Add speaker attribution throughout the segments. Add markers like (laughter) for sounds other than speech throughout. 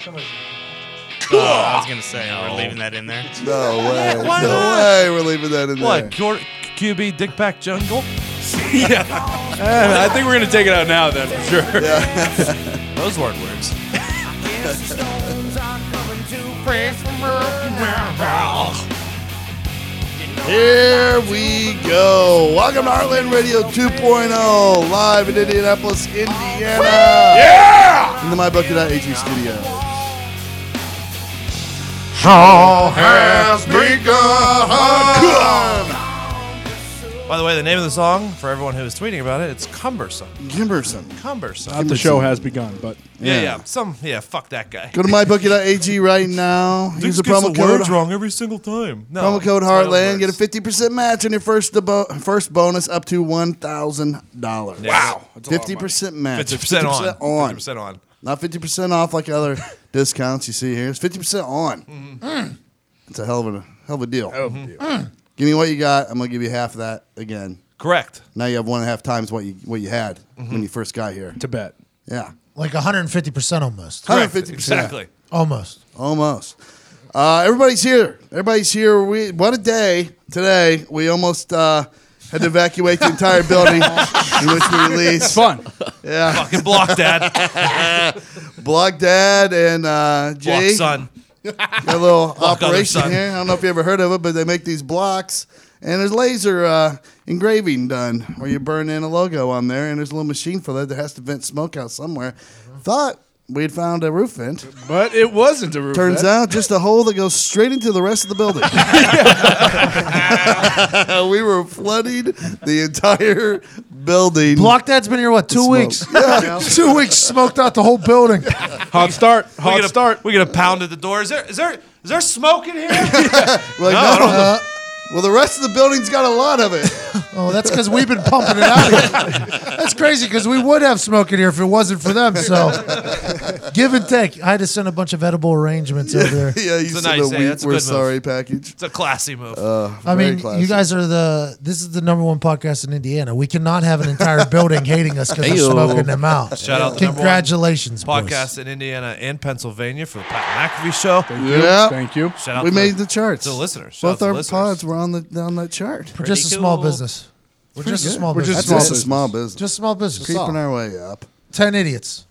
Speaker 1: Somebody's
Speaker 2: Oh, I was gonna say we're leaving that in there.
Speaker 3: No way.
Speaker 4: why
Speaker 3: no
Speaker 4: not?
Speaker 3: way. We're leaving that in
Speaker 4: What
Speaker 3: there.
Speaker 4: Gor- QB Dick Pack Jungle?
Speaker 5: I think we're gonna take it out now then for sure. (laughs)
Speaker 4: Those word words.
Speaker 3: Here we go. Welcome to Heartland Radio 2.0, live in Indianapolis, Indiana. Yeah! In the MyBucket.ag studio. Shaw has begun.
Speaker 4: By the way, the name of the song for everyone who was tweeting about it, it's cumbersome.
Speaker 3: Gimberson.
Speaker 4: Cumbersome.
Speaker 1: The
Speaker 6: Oh,
Speaker 1: show has begun, but
Speaker 4: yeah,
Speaker 3: yeah.
Speaker 4: yeah. Some yeah. Fuck that guy.
Speaker 3: Go to MyBucket.ag right now. Use the
Speaker 4: Just gets
Speaker 3: promo
Speaker 4: the words
Speaker 3: code.
Speaker 4: wrong every single time. No,
Speaker 3: Promo code
Speaker 4: it's my own
Speaker 3: Heartland. Get a
Speaker 4: words.
Speaker 3: 50% match on your first debo- first bonus up to $1,000.
Speaker 4: Wow.
Speaker 5: That's a lot of money.
Speaker 3: 50% match.
Speaker 4: 50% on.
Speaker 3: 50% on.
Speaker 4: 50% on.
Speaker 3: Not 50% off like (laughs) other discounts you see here. It's 50% on. Mm. It's a hell of a Mm-hmm. hell of a deal. Mm. Give me what you got. I'm going to give you half of that again.
Speaker 4: Correct.
Speaker 3: Now you have one and a half times what you what you had when you first got here.
Speaker 1: to bet.
Speaker 3: Yeah.
Speaker 7: Like 150% almost.
Speaker 3: 150%.
Speaker 4: Exactly.
Speaker 7: Almost.
Speaker 3: Almost. Uh, everybody's here. Everybody's here. We what a day today. We almost uh, had to evacuate the entire building in which we released
Speaker 1: Fun.
Speaker 3: yeah,
Speaker 4: Fucking block that.
Speaker 3: (laughs) Block Dad and uh,
Speaker 4: block
Speaker 3: Jay.
Speaker 4: son.
Speaker 3: Got a little
Speaker 4: other
Speaker 3: operation
Speaker 4: son.
Speaker 3: here. I don't know if you ever heard of it, but they make these blocks and there's laser uh, engraving done where you burn in a logo on there and there's a little machine for that that has to vent smoke out somewhere. Thought we'd found a roof vent.
Speaker 1: But it wasn't a roof.
Speaker 3: Turns out just a hole that goes straight into the rest of
Speaker 8: (laughs)
Speaker 3: the building. (laughs) we were flooding the entire building.
Speaker 7: Block Dad's been here, what, two
Speaker 3: Smoke. (laughs)
Speaker 7: weeks? (laughs) two weeks smoked out the
Speaker 4: (laughs)
Speaker 7: whole building.
Speaker 1: Hot start.
Speaker 4: We
Speaker 1: Hot
Speaker 4: gonna
Speaker 1: start.
Speaker 4: We gonna pound at the door. Is there is there is there smoke in here?
Speaker 3: (laughs) Like,
Speaker 4: I
Speaker 3: no. uh, well, the rest of the building's got a lot of it.
Speaker 7: (laughs) Oh, that's because we've been pumping it out here. That's crazy because we would have smoke in here if it wasn't for them.
Speaker 3: (laughs)
Speaker 7: So give and take. I had to send a bunch of edible arrangements over there.
Speaker 3: (laughs) yeah, you
Speaker 4: It's a
Speaker 3: said
Speaker 4: nice-
Speaker 3: the
Speaker 4: yeah,
Speaker 3: week
Speaker 4: that's a
Speaker 3: we're
Speaker 4: good move.
Speaker 3: sorry package.
Speaker 4: it's a classy move.
Speaker 7: I
Speaker 3: Uh, Very
Speaker 7: mean,
Speaker 3: classy.
Speaker 7: you guys are the. This is the number one podcast in Indiana. We cannot have an entire building hating us because we're
Speaker 3: Ayo.
Speaker 7: smoking them out.
Speaker 4: Shout out the number one
Speaker 7: Congratulations, boys.
Speaker 4: Podcast in Indiana and Pennsylvania for the Pat McAfee show.
Speaker 3: Yeah.
Speaker 1: Thank you.
Speaker 4: Shout out
Speaker 3: we
Speaker 4: to
Speaker 3: made the charts.
Speaker 4: the listeners. Shout out
Speaker 3: Both
Speaker 4: to
Speaker 3: our
Speaker 4: the listeners.
Speaker 3: pods were on the on that chart.
Speaker 7: We're just a
Speaker 4: Pretty
Speaker 7: small
Speaker 4: cool.
Speaker 7: business. We're just a
Speaker 3: good.
Speaker 7: small
Speaker 1: We're just
Speaker 7: business.
Speaker 3: That's
Speaker 1: small
Speaker 3: just a
Speaker 1: business.
Speaker 3: small business.
Speaker 7: Just small business.
Speaker 3: creeping our way up.
Speaker 7: Ten idiots.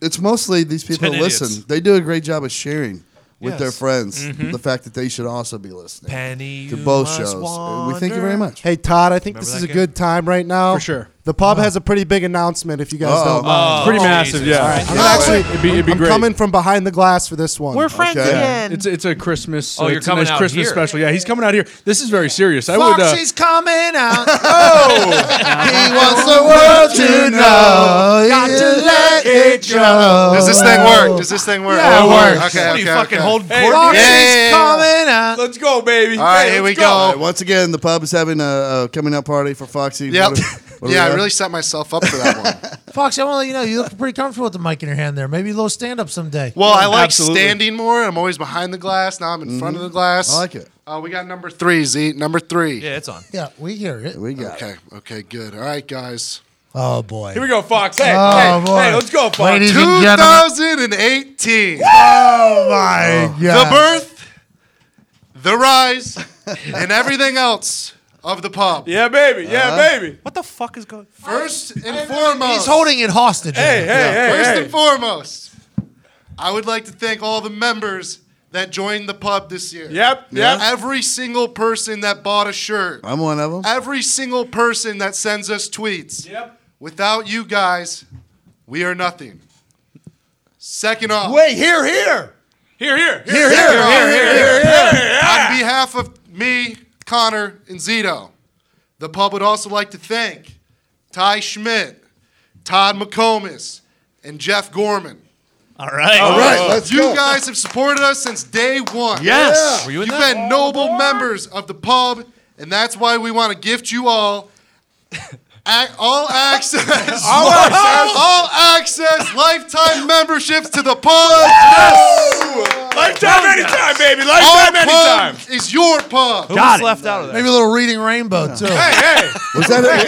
Speaker 3: It's mostly these people
Speaker 4: Ten idiots.
Speaker 3: listen. They do a great job of sharing with
Speaker 4: Yes.
Speaker 3: their friends
Speaker 8: Mm-hmm.
Speaker 3: the fact that they should also be listening.
Speaker 4: Penny
Speaker 3: to
Speaker 4: you
Speaker 3: both
Speaker 4: must
Speaker 3: shows. And
Speaker 4: Wander.
Speaker 3: We thank you very much.
Speaker 9: Hey Todd, I think
Speaker 4: Remember
Speaker 9: this
Speaker 4: that
Speaker 9: is a
Speaker 4: guy?
Speaker 9: good time right now.
Speaker 1: For sure.
Speaker 9: The pub has a pretty big announcement. If you guys
Speaker 3: Uh-huh. Uh-oh.
Speaker 9: don't mind,
Speaker 4: Oh,
Speaker 1: Pretty massive.
Speaker 4: Jesus.
Speaker 1: Yeah.
Speaker 9: I'm actually
Speaker 1: It'd be, it'd be
Speaker 9: I'm
Speaker 1: great.
Speaker 9: coming from behind the glass for this one.
Speaker 10: friends
Speaker 3: Okay.
Speaker 1: Yeah. It's it's a Christmas.
Speaker 4: Oh,
Speaker 1: uh,
Speaker 4: you're
Speaker 1: it's
Speaker 4: coming
Speaker 1: a nice
Speaker 4: out
Speaker 1: Christmas
Speaker 4: here.
Speaker 1: special. Yeah, he's coming out here. This is very serious. I would. Uh,
Speaker 7: Foxy's coming out. Oh,
Speaker 3: He
Speaker 8: Oh.
Speaker 3: wants the world to know.
Speaker 7: Got to let it go.
Speaker 8: Does this thing work? Does this thing work?
Speaker 7: Yeah, it works.
Speaker 4: What
Speaker 8: Okay,
Speaker 4: are
Speaker 8: okay,
Speaker 4: you fucking
Speaker 8: okay.
Speaker 4: holding
Speaker 7: Foxy's
Speaker 8: Yeah, yeah, yeah.
Speaker 7: coming out.
Speaker 4: Let's go, baby.
Speaker 8: All right, here we
Speaker 3: All right,
Speaker 8: go.
Speaker 3: once again, the pub is having a, a coming out party for Foxy.
Speaker 8: Yep.
Speaker 3: What are- what are
Speaker 8: (laughs)
Speaker 3: we
Speaker 8: Yeah, I
Speaker 3: at?
Speaker 8: really set myself up for that one.
Speaker 7: Foxy, I want to let you know you look pretty comfortable with the mic in your hand there. Maybe a little stand up someday.
Speaker 8: (laughs) Well, I like
Speaker 1: Absolutely.
Speaker 8: standing more. I'm always behind the glass. Now I'm in front of the glass.
Speaker 3: Mm-hmm. I like it.
Speaker 8: Uh, we got number three, Z. Number three.
Speaker 4: Yeah, it's on.
Speaker 7: Yeah, we hear it.
Speaker 3: We got it.
Speaker 8: Okay. Okay. Good. All right, guys.
Speaker 7: Oh boy.
Speaker 1: here we go, Fox. Hey,
Speaker 7: Oh
Speaker 1: hey,
Speaker 7: boy.
Speaker 1: hey, let's go, Fox.
Speaker 7: Ladies and gentlemen.
Speaker 8: 2018.
Speaker 7: Oh my
Speaker 8: The
Speaker 7: god.
Speaker 8: birth, the rise, and everything else of the pub.
Speaker 1: Yeah, baby. Yeah, baby.
Speaker 4: What the fuck is going?
Speaker 8: First and foremost.
Speaker 7: Uh-huh. He's holding it hostage.
Speaker 1: Hey, hey,
Speaker 8: First
Speaker 1: hey, hey.
Speaker 8: and foremost, I would like to thank all the members that joined the pub this year.
Speaker 1: Yep, yep.
Speaker 8: Every single person that bought a shirt.
Speaker 3: I'm one of them.
Speaker 8: Every single person that sends us tweets.
Speaker 1: Yep.
Speaker 8: Without you guys, we are nothing. Second off,
Speaker 7: Wait, here, here.
Speaker 6: uh,
Speaker 1: Here, here, here.
Speaker 8: here, here, here, on behalf of me, Connor, and Zito, the pub would also like to thank Ty Schmidt, Todd McComas, and Jeff Gorman.
Speaker 4: All right. All right.
Speaker 3: Hey, let's
Speaker 8: Oh. you
Speaker 3: go.
Speaker 8: guys have supported us since day one.
Speaker 4: Yes. Were you in
Speaker 8: You've
Speaker 4: that?
Speaker 8: been noble members of the pub, and that's why we want to gift you
Speaker 4: (laughs)
Speaker 8: all ac- all access, all access, all access, lifetime memberships to the pub.
Speaker 1: Lifetime, anytime, baby.
Speaker 8: Our
Speaker 1: Lifetime, anytime.
Speaker 8: pub is your pub.
Speaker 4: Who was left out of there?
Speaker 7: Maybe a little reading rainbow too.
Speaker 1: Hey, hey.
Speaker 3: Was that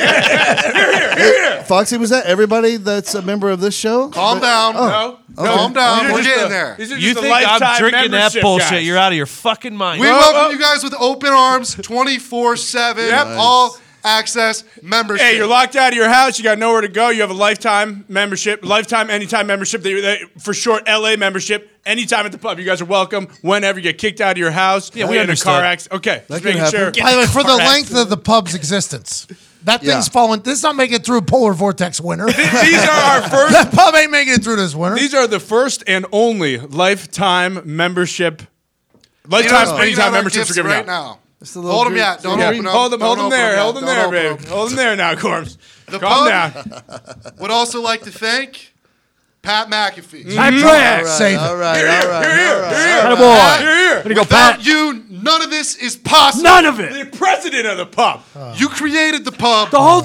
Speaker 3: it? Foxy, was that everybody that's a member of this show? Oh,
Speaker 8: Calm down.
Speaker 1: No.
Speaker 8: Calm down.
Speaker 6: You're
Speaker 8: We're
Speaker 6: just
Speaker 8: getting
Speaker 6: a-
Speaker 8: there.
Speaker 6: these are
Speaker 4: You
Speaker 6: just a
Speaker 4: think I'm
Speaker 6: lifetime
Speaker 4: drinking that
Speaker 6: membership,
Speaker 4: bullshit?
Speaker 6: guys.
Speaker 4: You're out of your fucking mind.
Speaker 8: We welcome you guys with open arms 24 7, all access membership.
Speaker 6: Hey, you're locked out of your house. You got nowhere to go. You have a lifetime membership, lifetime anytime membership. That, that, for short, LA membership. Anytime at the pub, you guys are welcome. Whenever you get kicked out of your house, yeah,
Speaker 4: we
Speaker 6: in a car
Speaker 4: understood.
Speaker 6: accident. Okay, just making
Speaker 3: happen.
Speaker 6: sure.
Speaker 7: By the way, for the length of the pub's existence, that
Speaker 3: Yeah.
Speaker 7: thing's falling. This is not making it through polar vortex
Speaker 8: (laughs)
Speaker 7: winter.
Speaker 6: These are
Speaker 7: (laughs)
Speaker 6: our first.
Speaker 7: that pub ain't making it through this winter.
Speaker 6: These are the first and only lifetime membership.
Speaker 8: You know,
Speaker 6: Lifetime
Speaker 8: we're giving out
Speaker 6: anytime
Speaker 8: our
Speaker 6: memberships
Speaker 8: gifts
Speaker 6: are given
Speaker 8: right
Speaker 6: out.
Speaker 8: now.
Speaker 3: a little
Speaker 8: Hold them
Speaker 3: green-
Speaker 8: yet. Don't
Speaker 6: Yeah.
Speaker 8: open them.
Speaker 6: Hold them, hold
Speaker 8: Don't
Speaker 6: them there,
Speaker 8: open
Speaker 6: hold them
Speaker 8: yet.
Speaker 6: there,
Speaker 8: Don't open
Speaker 6: baby, hold them there now, Corms.
Speaker 8: The
Speaker 6: Calm
Speaker 8: pub-
Speaker 6: down.
Speaker 8: (laughs) Would also like to thank Pat McAfee.
Speaker 7: Save
Speaker 3: Mm-hmm. All
Speaker 7: it.
Speaker 3: right, all right.
Speaker 6: You're here, you're here,
Speaker 8: Pat,
Speaker 6: you're here.
Speaker 8: Without you, none of this is possible. None of
Speaker 6: The president of the pub.
Speaker 3: Oh.
Speaker 8: You created the pub.
Speaker 6: Oh,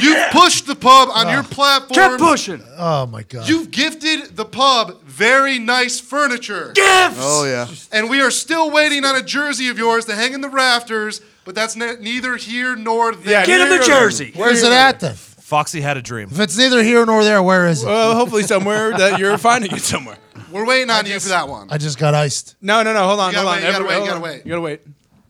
Speaker 8: You've
Speaker 6: yeah.
Speaker 8: pushed the pub
Speaker 3: Oh.
Speaker 8: on your platform. Keep pushing.
Speaker 7: Uh, Oh my god.
Speaker 8: You've gifted the pub very nice furniture.
Speaker 3: Oh yeah.
Speaker 8: And we are still waiting on a jersey of yours to hang in the rafters, but that's ne- neither here nor there.
Speaker 6: Get him the jersey.
Speaker 7: Where's it at then?
Speaker 4: Foxy had a dream.
Speaker 7: If it's neither here nor there, where is it?
Speaker 6: Well, hopefully somewhere that you're finding it somewhere.
Speaker 8: We're waiting on you for that one.
Speaker 7: I just got iced.
Speaker 6: No, no, no. Hold on,
Speaker 8: You gotta
Speaker 6: hold on.
Speaker 8: wait, you gotta
Speaker 6: Every-
Speaker 8: wait, you
Speaker 6: hold
Speaker 8: gotta
Speaker 6: on.
Speaker 8: wait.
Speaker 6: You gotta wait.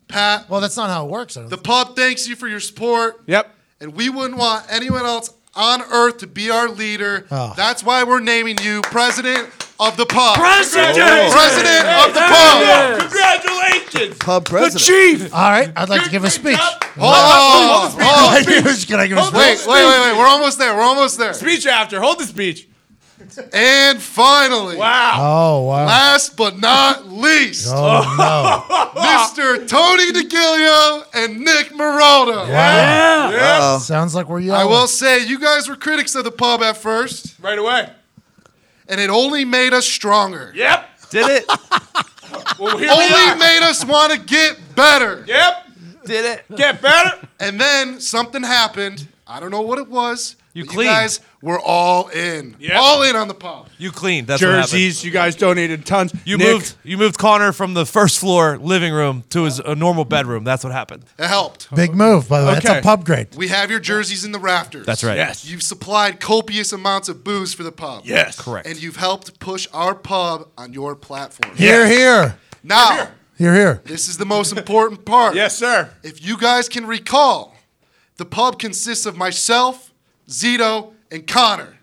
Speaker 8: Pat,
Speaker 7: Well, that's not how it works. I don't
Speaker 8: the pub thanks you for your support.
Speaker 6: Yep.
Speaker 8: And we wouldn't want anyone else on earth to be our leader.
Speaker 7: Oh.
Speaker 8: That's why we're naming you president of the pub.
Speaker 6: President.
Speaker 8: President of the pub.
Speaker 6: Congratulations.
Speaker 3: Pub president. The chief.
Speaker 7: All right, I'd like to give a speech.
Speaker 8: Hold on. Hold on.
Speaker 7: Can I give a speech?
Speaker 8: Wait, wait, wait, wait. We're almost there. We're almost there.
Speaker 6: Speech after. Hold the speech.
Speaker 8: And finally,
Speaker 6: Wow.
Speaker 7: Oh wow.
Speaker 8: last but not least,
Speaker 7: Oh no.
Speaker 8: Mr. Tony DeGilio and Nick Marotta.
Speaker 7: Wow.
Speaker 3: Oh.
Speaker 7: Sounds like we're yelling.
Speaker 8: I will say, you guys were critics of the pub at first,
Speaker 6: Right away.
Speaker 8: and it only made us stronger.
Speaker 6: Yep.
Speaker 4: Did
Speaker 6: (laughs)
Speaker 4: it?
Speaker 6: Well, here we
Speaker 8: Only
Speaker 6: are.
Speaker 8: made us want to get better.
Speaker 6: Yep.
Speaker 4: Did it?
Speaker 6: Get better.
Speaker 8: And then something happened. I don't know what it was.
Speaker 4: You
Speaker 8: but
Speaker 4: cleaned.
Speaker 8: You guys were all in.
Speaker 6: Yeah.
Speaker 8: All in on the pub.
Speaker 4: You cleaned. That's what happened.
Speaker 6: Jerseys. You guys donated tons.
Speaker 4: You
Speaker 6: Nick,
Speaker 4: moved. You moved Connor from the first floor living room to his a normal bedroom. That's what happened.
Speaker 8: It helped.
Speaker 7: Big move, by the way. That's
Speaker 6: Okay.
Speaker 7: a pub grade.
Speaker 8: We have your jerseys in the rafters.
Speaker 4: That's right.
Speaker 6: Yes.
Speaker 8: You've supplied copious amounts of booze for the pub.
Speaker 6: Yes.
Speaker 4: Correct.
Speaker 8: And you've helped push our pub on your platform.
Speaker 7: Here, here.
Speaker 8: Now,
Speaker 7: Here, here.
Speaker 8: this is the most important part.
Speaker 6: Yes, sir.
Speaker 8: If you guys can recall, the pub consists of myself, Zito, and Connor.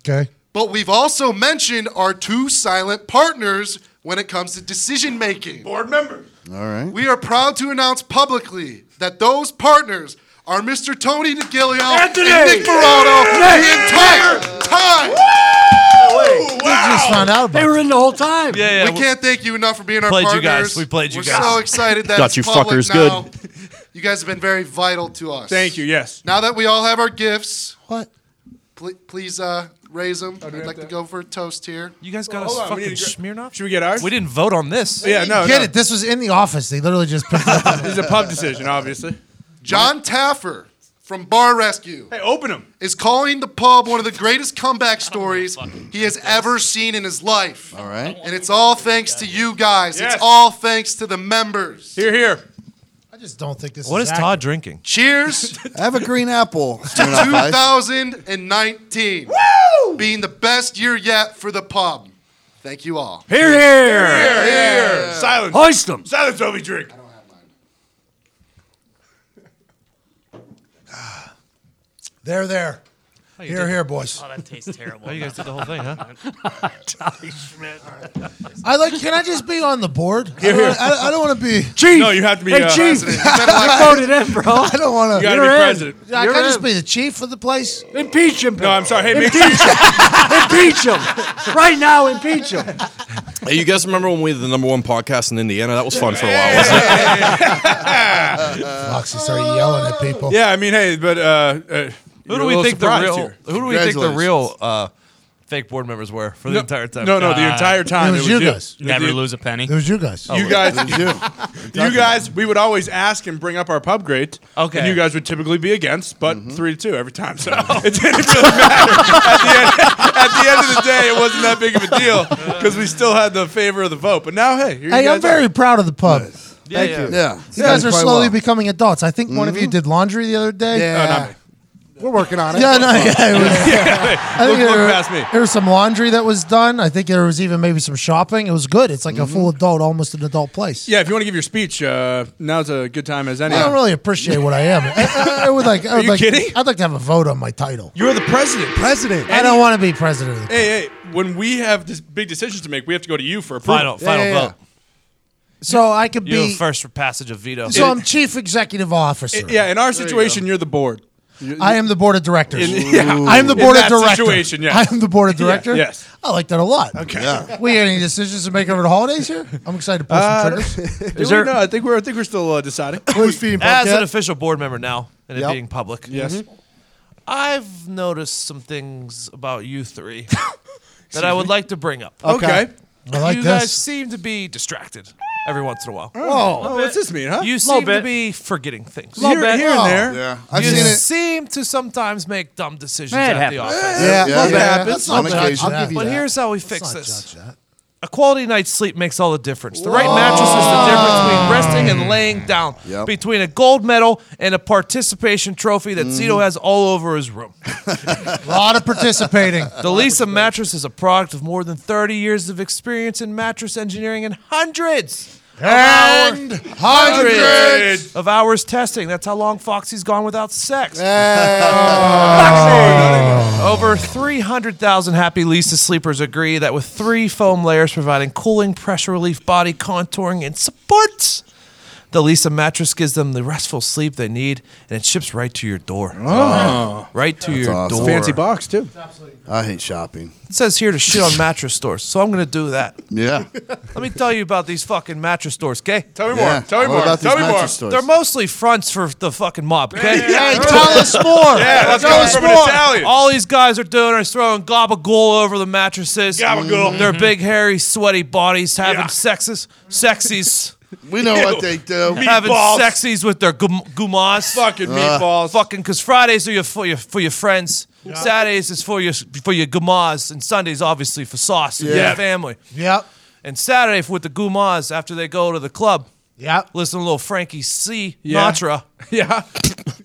Speaker 7: Okay.
Speaker 8: But we've also mentioned our two silent partners when it comes to decision making.
Speaker 6: Board members.
Speaker 3: All right.
Speaker 8: We are proud to announce publicly that those partners are Mr. Tony DeGilio and Nick Morano the entire time.
Speaker 7: I just found out about it.
Speaker 4: Yeah, yeah.
Speaker 8: we can't thank you enough for being our
Speaker 4: Played you
Speaker 8: partners.
Speaker 4: guys. We played you
Speaker 8: We're
Speaker 4: guys.
Speaker 8: so excited that
Speaker 10: Got
Speaker 8: it's
Speaker 10: you
Speaker 8: public
Speaker 10: fuckers
Speaker 8: now.
Speaker 10: good.
Speaker 8: (laughs) You guys have been very vital to us.
Speaker 6: Thank you. Yes.
Speaker 8: Now that we all have our gifts,
Speaker 7: What?
Speaker 8: pl- please uh, raise
Speaker 6: Oh,
Speaker 8: them. I'd like to go for a toast here.
Speaker 4: You guys got
Speaker 6: Hold
Speaker 4: us
Speaker 6: on, we
Speaker 4: fucking
Speaker 6: need to gra-
Speaker 4: Smirnoff.
Speaker 6: Should we get ours?
Speaker 4: We didn't vote on this.
Speaker 6: yeah. No.
Speaker 7: Get
Speaker 6: no.
Speaker 7: it. This was in the office. They literally just picked it up.
Speaker 6: (laughs) This is a pub decision, obviously.
Speaker 8: John Taffer from Bar Rescue
Speaker 6: Hey, open them.
Speaker 8: is calling the pub one of the greatest comeback stories he has ever seen in his life.
Speaker 3: All right.
Speaker 8: And it's all thanks to you guys.
Speaker 6: Yes.
Speaker 8: It's all thanks to the members.
Speaker 6: Here, here.
Speaker 7: I just (laughs) don't think this
Speaker 4: What is
Speaker 7: accurate.
Speaker 4: Todd drinking?
Speaker 8: Cheers
Speaker 3: (laughs) Have a
Speaker 8: (laughs)
Speaker 3: green apple. Smirnoff Ice.
Speaker 8: 2019. Being the best year yet for the pub. Thank you all.
Speaker 6: Here, here. Silence. Hoist them. Silence while we drink.
Speaker 7: They're there. Here, here, boys.
Speaker 11: Oh,
Speaker 6: (laughs)
Speaker 11: that tastes terrible. (laughs)
Speaker 4: Oh, you guys did the whole thing, huh?
Speaker 7: I like. Can I just be on the board?
Speaker 3: I don't, I, I don't want to be.
Speaker 6: No, you have to be. Hey, uh,
Speaker 8: President,
Speaker 6: president.
Speaker 8: you better like-
Speaker 3: I don't want
Speaker 6: You
Speaker 3: to.
Speaker 6: gotta be president.
Speaker 7: I can I just be the chief of the place.
Speaker 6: No, I'm sorry. Hey, make sure (laughs)
Speaker 10: Hey, you guys remember when we did the number one podcast in Indiana? That was fun for a while, wasn't it?
Speaker 7: Foxy started yelling at people.
Speaker 6: Yeah, I mean, hey, but uh, uh,
Speaker 4: Who do we think the real? Who do we think the
Speaker 3: Congratulations.
Speaker 4: real uh, fake board members were for the entire time?
Speaker 6: No, no, the
Speaker 11: Uh,
Speaker 6: entire time
Speaker 7: it was you guys.
Speaker 11: Never
Speaker 6: you, Oh,
Speaker 11: lose a penny.
Speaker 7: It was you
Speaker 6: (laughs)
Speaker 7: guys.
Speaker 6: You guys,
Speaker 4: (laughs)
Speaker 6: you guys. We would always ask and bring up our pub grades.
Speaker 11: Okay.
Speaker 6: and you guys would typically be against, but three to two every time. So it didn't really matter. at, the end, at the end of the day, it wasn't that big of a deal because we still had the favor of the vote. But now, hey, here
Speaker 7: Hey,
Speaker 6: you
Speaker 7: I'm
Speaker 6: guys are.
Speaker 7: very proud of the pub.
Speaker 4: Yeah, yeah.
Speaker 3: Yeah.
Speaker 7: You guys are slowly
Speaker 3: becoming.
Speaker 6: Mm-hmm.
Speaker 7: becoming adults. I think one of you did laundry the other day.
Speaker 12: Yeah.
Speaker 6: Oh, not me.
Speaker 9: We're working on it.
Speaker 7: Yeah,
Speaker 1: (laughs)
Speaker 7: no, yeah. It was,
Speaker 8: (laughs)
Speaker 7: I think
Speaker 9: Look- look
Speaker 7: there,
Speaker 9: past me.
Speaker 7: there was some laundry that was done. I think there was even maybe some shopping. It was good. It's like a
Speaker 1: Mm-hmm.
Speaker 7: full adult, almost an adult place.
Speaker 1: Yeah, if you want to give your speech, uh, now's a good time as any.
Speaker 7: I don't really
Speaker 6: (laughs)
Speaker 7: appreciate what I
Speaker 1: (laughs)
Speaker 7: am. I, I- I would like. I
Speaker 1: Are
Speaker 7: would
Speaker 1: you
Speaker 7: like,
Speaker 1: kidding?
Speaker 7: I'd like to have a vote on my title.
Speaker 1: You're the president.
Speaker 7: President. I don't want to be president. of the-
Speaker 1: Hey, hey, when we have this big decisions to make, we have to go to you for
Speaker 4: Final-
Speaker 1: approval.
Speaker 4: final Yeah, yeah, vote.
Speaker 7: So I could
Speaker 4: You
Speaker 7: be.
Speaker 4: have first for passage of veto.
Speaker 7: So I'm chief executive officer.
Speaker 1: I- yeah, in our situation, you are the board. You-
Speaker 7: I am the board of directors.
Speaker 1: In- (laughs) yeah.
Speaker 7: I am the
Speaker 1: In
Speaker 7: board
Speaker 1: that
Speaker 7: of directors.
Speaker 1: situation, yes.
Speaker 7: I am the board of
Speaker 1: (laughs) Yeah,
Speaker 7: director.
Speaker 1: yes.
Speaker 7: I like that a lot. Okay. We got any decisions to make over the holidays here? I'm excited to pull
Speaker 1: Uh,
Speaker 7: some
Speaker 1: (laughs)
Speaker 7: triggers.
Speaker 1: Do we know? I think we're. I think we're still uh, deciding.
Speaker 7: Who's feeding
Speaker 4: As an
Speaker 7: Bobcat?
Speaker 4: official board member now, and
Speaker 7: Yep.
Speaker 4: it being public,
Speaker 1: Yes.
Speaker 4: I've noticed some things about you three that I would like to bring up.
Speaker 1: Okay. Okay.
Speaker 7: I like
Speaker 4: you
Speaker 7: this.
Speaker 4: guys seem to be distracted every once in a while.
Speaker 1: Whoa. Oh, what's this mean, huh?
Speaker 4: You
Speaker 1: Little
Speaker 4: seem to
Speaker 1: bit.
Speaker 4: be forgetting things.
Speaker 1: Little Here- bit.
Speaker 11: Oh.
Speaker 1: here and there.
Speaker 3: Yeah, I've
Speaker 4: Oh. you
Speaker 3: seen it.
Speaker 4: seem to sometimes make dumb decisions
Speaker 3: It
Speaker 4: at the
Speaker 3: happens.
Speaker 4: office.
Speaker 3: Yeah, Yeah,
Speaker 4: that
Speaker 3: yeah, yeah. Let's not On judge occasion. that.
Speaker 4: But
Speaker 3: Let's
Speaker 4: here's how we fix
Speaker 7: not
Speaker 4: this. A quality night's sleep makes all the difference. The right mattress is the difference between resting and laying down,
Speaker 3: Yep.
Speaker 4: between a gold medal and a participation trophy that Zito has all over his room.
Speaker 7: A lot of participating.
Speaker 3: (laughs)
Speaker 4: The Lisa mattress is a product of more than 30 years of experience in mattress engineering and hundreds of hour-
Speaker 7: And
Speaker 4: hundreds of hours testing. That's how long Foxy's gone without sex. Over 300,000 happy Lisa sleepers agree that with three foam layers providing cooling, pressure relief, body contouring, and support, the Lisa mattress gives them the restful sleep they need and it ships right to your door.
Speaker 3: Oh.
Speaker 4: Right to
Speaker 3: That's
Speaker 4: your
Speaker 3: awesome.
Speaker 4: door.
Speaker 3: Fancy
Speaker 1: box, too.
Speaker 3: I hate shopping.
Speaker 4: It says here to shit on mattress stores, so I'm going to do that.
Speaker 3: Yeah.
Speaker 4: (laughs) Let me tell you about these fucking mattress stores, okay? Tell
Speaker 1: me more. Yeah. Tell me What more. about these Tell me more. mattress stores?
Speaker 4: They're mostly fronts for the fucking mob, okay?
Speaker 7: Hey,
Speaker 4: (laughs)
Speaker 7: tell us more.
Speaker 4: Yeah,
Speaker 7: let's
Speaker 4: tell
Speaker 7: go
Speaker 4: us
Speaker 7: from
Speaker 4: more.
Speaker 7: an Italian.
Speaker 4: All these guys are doing is throwing gabagool over the mattresses. Mm-hmm.
Speaker 1: Gabagool.
Speaker 4: Their big, hairy, sweaty bodies having sexes, sexies.
Speaker 3: We know what they do.
Speaker 4: Having
Speaker 3: Meatballs.
Speaker 4: sexies with their gum- gumas. Fucking
Speaker 3: meatballs.
Speaker 4: Fucking, because Fridays are your, for your for your friends. Saturdays is for your for your gumas, and Sundays obviously for sauce and
Speaker 7: Yeah.
Speaker 4: your family.
Speaker 7: Yep.
Speaker 4: And Saturday with the gumas after they go to the club.
Speaker 7: Yeah.
Speaker 4: Listen to little Frankie C.
Speaker 7: Yeah.
Speaker 4: Natra.
Speaker 1: Yeah.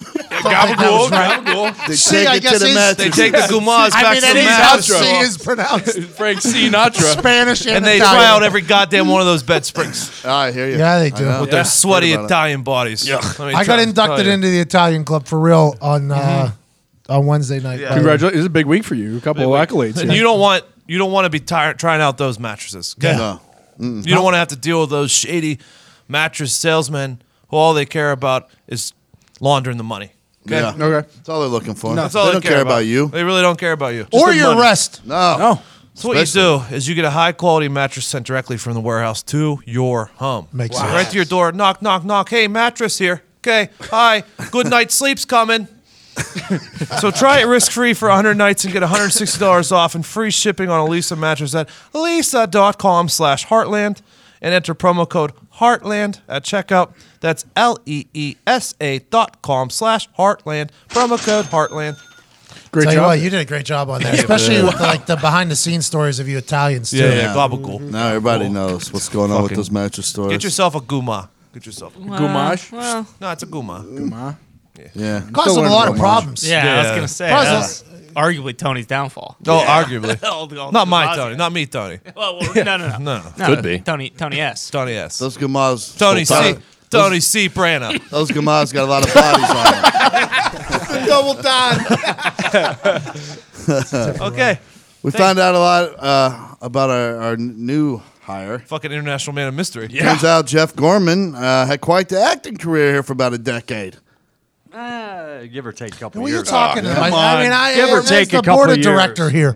Speaker 7: Gabagool,
Speaker 4: gabagool.
Speaker 7: They See, take I it to guess (laughs) the
Speaker 4: They
Speaker 7: is- mattress.
Speaker 4: take the gumas
Speaker 7: I
Speaker 4: back
Speaker 7: (laughs) mean,
Speaker 4: to
Speaker 7: that
Speaker 4: the
Speaker 7: is how
Speaker 4: mattress.
Speaker 7: C is pronounced.
Speaker 1: (laughs) Frank Sinatra.
Speaker 7: Spanish and,
Speaker 4: And they
Speaker 7: Italian.
Speaker 4: try out every goddamn one of those bed
Speaker 3: (laughs)
Speaker 4: springs.
Speaker 3: Ah, I hear you.
Speaker 7: Yeah, they do.
Speaker 4: With
Speaker 7: Yeah.
Speaker 4: their sweaty
Speaker 7: Heard about it.
Speaker 4: Italian bodies. Let me
Speaker 7: I got
Speaker 4: try-
Speaker 7: inducted
Speaker 4: tell you. Mm-hmm.
Speaker 7: into the Italian club for real on uh, on Wednesday night. by the way.
Speaker 1: Congratulations! It's a big week for you. A couple of accolades.
Speaker 4: And
Speaker 1: here.
Speaker 4: you don't want you don't want to be tired trying out those mattresses. okay?
Speaker 1: Yeah. No.
Speaker 4: You don't want to have to deal with those shady mattress salesmen who all they care about is laundering the money. okay?
Speaker 3: Yeah. Okay. That's all they're looking for.
Speaker 4: That's all
Speaker 3: they don't care about, you.
Speaker 4: They really don't care about you. Just
Speaker 3: Or
Speaker 4: the
Speaker 3: your
Speaker 4: money.
Speaker 3: rest. No. No.
Speaker 4: So what you do is you get a high quality mattress sent directly from the warehouse to your home.
Speaker 7: Makes
Speaker 4: Wow.
Speaker 7: sense.
Speaker 4: Right to your door. Knock, knock, knock. Hey, mattress here. Okay. Hi. Good night. Sleep's coming. so try it risk free for 100 nights and get $160 off and free shipping on a Lisa mattress at lisa.com slash heartland and enter promo code heartland at checkout. That's L E E S A dot com slash heartland. Promo code heartland.
Speaker 7: Tell you what, you did a great job on that,
Speaker 4: Thank you.
Speaker 7: especially
Speaker 4: Yeah.
Speaker 7: with like the behind the scenes stories of you Italians too.
Speaker 3: Now everybody knows what's going on with those mattress stores.
Speaker 4: Get yourself a guma. Get yourself a
Speaker 7: Wow, Gumash? wow.
Speaker 4: No, it's a guma. Guma.
Speaker 3: Yeah.
Speaker 7: Caused them a lot of problems.
Speaker 2: Yeah, I was gonna say that was
Speaker 7: Problems.
Speaker 2: arguably Tony's downfall.
Speaker 4: No,
Speaker 2: Yeah.
Speaker 4: Oh,
Speaker 2: (laughs)
Speaker 4: arguably.
Speaker 2: All the- all
Speaker 4: not
Speaker 2: the
Speaker 4: my
Speaker 2: Bosnians.
Speaker 4: Tony. Not me, Tony.
Speaker 2: (laughs) Well, well, no, no, no,
Speaker 4: (laughs) No, no.
Speaker 3: Could be.
Speaker 2: Tony, Tony S.
Speaker 4: Tony S.
Speaker 3: Those Gamas.
Speaker 4: Tony
Speaker 3: Those-
Speaker 4: C. Tony C. Brana.
Speaker 3: (laughs) Those Gamas got a lot of bodies on
Speaker 13: (laughs)
Speaker 3: them.
Speaker 4: Double down.
Speaker 3: (laughs)
Speaker 4: okay.
Speaker 3: We
Speaker 4: Thank-
Speaker 3: found out a lot uh, about our, our n- new hire.
Speaker 4: Fucking international man of mystery.
Speaker 3: Turns out Jeff Gorman uh, had quite the acting career here for about a decade.
Speaker 14: Uh, give or take a couple
Speaker 7: What are
Speaker 14: years.
Speaker 7: you talking
Speaker 14: Oh,
Speaker 7: about?
Speaker 14: come
Speaker 7: I mean,
Speaker 14: on.
Speaker 7: I
Speaker 14: give or
Speaker 7: as
Speaker 14: take
Speaker 7: the
Speaker 14: a couple
Speaker 7: board of
Speaker 14: years.
Speaker 7: director here.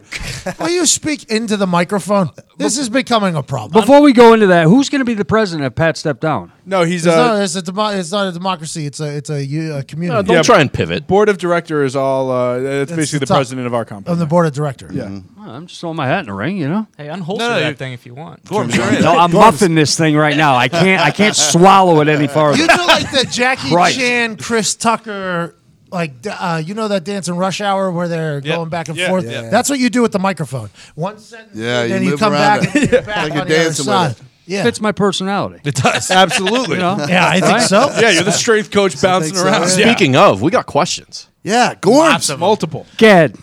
Speaker 7: Will you speak into the microphone? This is becoming a problem.
Speaker 14: Before we go into that, who's going to be the president if Pat stepped down?
Speaker 1: No, he's
Speaker 7: it's,
Speaker 1: uh,
Speaker 7: not, it's a demo- it's not a democracy. It's a it's a, u- a community.
Speaker 1: Yeah,
Speaker 10: and pivot.
Speaker 1: Board of director is all. Uh, it's
Speaker 7: That's
Speaker 1: basically the,
Speaker 7: the top.
Speaker 1: president of our company.
Speaker 7: I'm the board of director. Yeah.
Speaker 14: Well, I'm just throwing my hat in the ring, you know.
Speaker 2: Hey, unholster
Speaker 4: No, no, you-
Speaker 2: that thing if you want.
Speaker 4: Gorm,
Speaker 14: No,
Speaker 4: you're in.
Speaker 14: I'm muffing this thing right now. I can't. I can't swallow it any farther.
Speaker 7: You do like the
Speaker 14: (laughs)
Speaker 7: Jackie
Speaker 14: Christ.
Speaker 7: Chan, Chris Tucker, like d- uh, you know that dance in Rush Hour where they're
Speaker 4: Yep.
Speaker 7: going back and
Speaker 4: Yeah.
Speaker 7: forth.
Speaker 4: Yeah.
Speaker 7: That's what you do with the microphone. One sentence,
Speaker 3: Yeah,
Speaker 7: and
Speaker 3: you
Speaker 7: then you,
Speaker 3: move
Speaker 7: come
Speaker 3: around
Speaker 7: back,
Speaker 3: it.
Speaker 7: and you're back
Speaker 3: Like you're
Speaker 7: on the other
Speaker 3: dancing with
Speaker 7: side.
Speaker 3: it.
Speaker 7: Yeah,
Speaker 14: Fits my personality.
Speaker 4: It
Speaker 3: (laughs)
Speaker 4: does.
Speaker 1: Absolutely.
Speaker 14: You know?
Speaker 7: yeah, I think
Speaker 14: Right?
Speaker 7: so.
Speaker 1: Yeah, you're the strength coach bouncing
Speaker 3: so. (laughs)
Speaker 1: around.
Speaker 3: Yeah.
Speaker 1: Yeah.
Speaker 10: Speaking of, we got questions.
Speaker 3: Yeah, Gorms.
Speaker 2: Lots of 'em.
Speaker 3: Multiple.
Speaker 14: Get.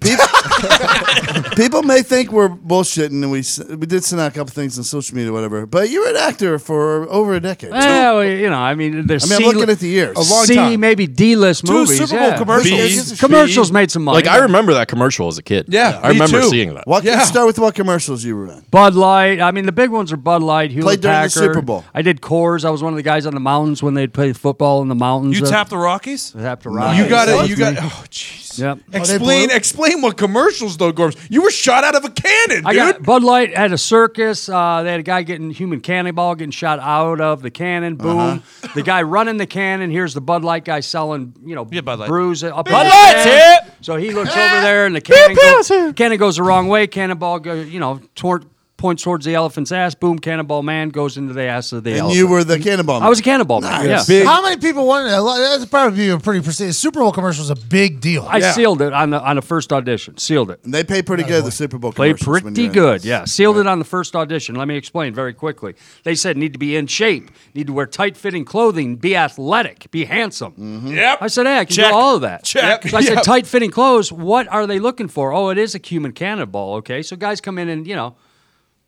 Speaker 3: People, (laughs) people may think we're bullshitting, and we s- we did send out a couple things on social media, whatever. But you were an actor for over a decade.
Speaker 14: Well, you know, I mean, there's.
Speaker 3: I mean, I'm looking at the years. A long
Speaker 14: C,
Speaker 3: time.
Speaker 14: maybe D-list
Speaker 3: Two
Speaker 14: movies.
Speaker 3: Super Bowl
Speaker 14: yeah.
Speaker 3: commercials.
Speaker 14: B- commercials made some money.
Speaker 10: Like I remember that commercial as a kid. I remember seeing that.
Speaker 3: What, Start with what commercials you were in.
Speaker 14: Bud Light. I mean, the big ones are Bud Light, Hewlett
Speaker 3: Played during the
Speaker 14: Packard.
Speaker 3: Super Bowl.
Speaker 14: I did Coors. I was one of the guys on the mountains when they'd play football in the mountains.
Speaker 4: You
Speaker 14: Uh,
Speaker 4: tapped the Rockies?
Speaker 14: I tapped the Rockies.
Speaker 1: You got
Speaker 14: That
Speaker 1: to
Speaker 14: was
Speaker 1: You got.
Speaker 14: me.
Speaker 1: Oh, jeez.
Speaker 14: Yep.
Speaker 1: Explain. Explain what commercials though, Gorms. You were shot out of a cannon,
Speaker 14: I
Speaker 1: dude.
Speaker 14: got Bud Light had a circus. Uh, they had a guy getting human cannonball getting shot out of the cannon. Boom!
Speaker 3: Uh-huh.
Speaker 14: The guy running the cannon. Here's the Bud Light guy selling, you know, yeah, Bud Light. brews up. Bud
Speaker 5: Light's
Speaker 14: here. So he looks over there, and the cannon, go, cannon goes the wrong way. Cannonball, go, you know, toward, points towards the elephant's ass. Boom! Cannonball man goes into the ass of the
Speaker 3: And
Speaker 14: elephant.
Speaker 3: you were the cannonball.
Speaker 14: I was a cannonball man. Yeah.
Speaker 7: How many people won? that? A lot- That's probably a pretty percentage. Super Bowl commercial is a big deal.
Speaker 14: I sealed it on the on the first audition. Sealed it.
Speaker 3: And they pay pretty good at the Super Bowl.
Speaker 14: Played
Speaker 3: commercials when
Speaker 14: pretty
Speaker 3: you're in.
Speaker 14: good, yeah. Sealed it on the first audition. Let me explain very quickly. They said need to be in shape, need to wear tight fitting clothing, be athletic, be handsome.
Speaker 3: Mm-hmm.
Speaker 1: Yep.
Speaker 14: I said, hey, I can
Speaker 1: Check.
Speaker 14: do all of that.
Speaker 1: Check.
Speaker 14: So I said,
Speaker 1: Yep.
Speaker 14: tight fitting clothes. What are they looking for? Oh, it is a human cannonball. Okay, so guys come in and you know,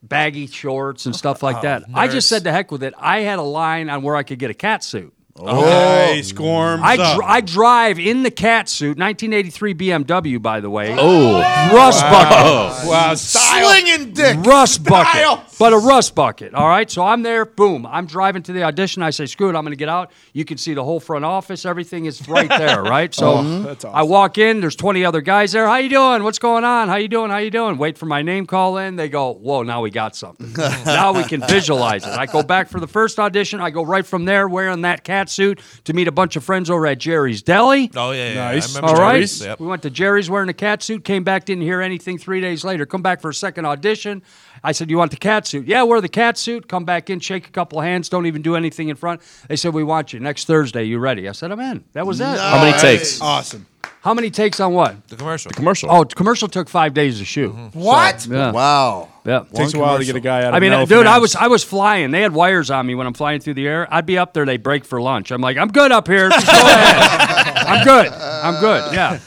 Speaker 14: baggy shorts and stuff
Speaker 1: Oh,
Speaker 14: like that. I just said the heck with it. I had a line on where I could get a cat suit.
Speaker 1: Oh, Okay, Gorms.
Speaker 14: Oh. I,
Speaker 1: up.
Speaker 14: dr- I drive in the cat suit, 1983 BMW, by the way.
Speaker 10: Oh,
Speaker 14: rust bucket.
Speaker 1: Wow, slinging dick.
Speaker 14: Rust bucket.
Speaker 1: Style.
Speaker 14: But a rust bucket. All right. So I'm there. Boom. I'm driving to the audition. I say, screw it. I'm going to get out. You can see the whole front office. Everything is right
Speaker 4: (laughs)
Speaker 14: there. Right. So
Speaker 4: Oh,
Speaker 1: that's
Speaker 14: I walk in. There's 20 other guys there. How you doing? What's going on? How you doing? How you doing? Wait for my name call in. They go, whoa, now we got
Speaker 4: (laughs)
Speaker 14: something. now we can visualize it. I go back for the first audition. I go right from there wearing that cat suit to meet a bunch of friends over at Jerry's Deli.
Speaker 4: Oh, yeah, yeah. yeah.
Speaker 1: Nice.
Speaker 4: I remember
Speaker 14: All right.
Speaker 4: Jerry's. Yep.
Speaker 14: We went to Jerry's wearing a cat suit, came back, didn't hear anything three days later. Come back for a second audition. I said, You want the cat suit? Yeah, wear the cat suit. Come back in, shake a couple hands, don't even do anything in front. They said, We want you. Next Thursday, you ready? I said, I'm in. That was it.
Speaker 10: How many takes?
Speaker 1: Awesome.
Speaker 14: How many takes on what?
Speaker 4: The commercial. Mm-hmm.
Speaker 10: Commercial.
Speaker 14: Oh, commercial took five days to shoot.
Speaker 7: What?
Speaker 14: Yeah.
Speaker 3: Wow.
Speaker 14: Yeah.
Speaker 1: Takes a while to get a guy out. Of
Speaker 14: I mean,
Speaker 1: an
Speaker 14: dude,
Speaker 1: elephant
Speaker 14: I
Speaker 1: ass.
Speaker 14: was I was flying. They had wires on me when I'm flying through the air. I'd be up there. They break for lunch. I'm like, I'm good up here. Just
Speaker 1: (laughs)
Speaker 14: go ahead. I'm good. I'm good. Yeah.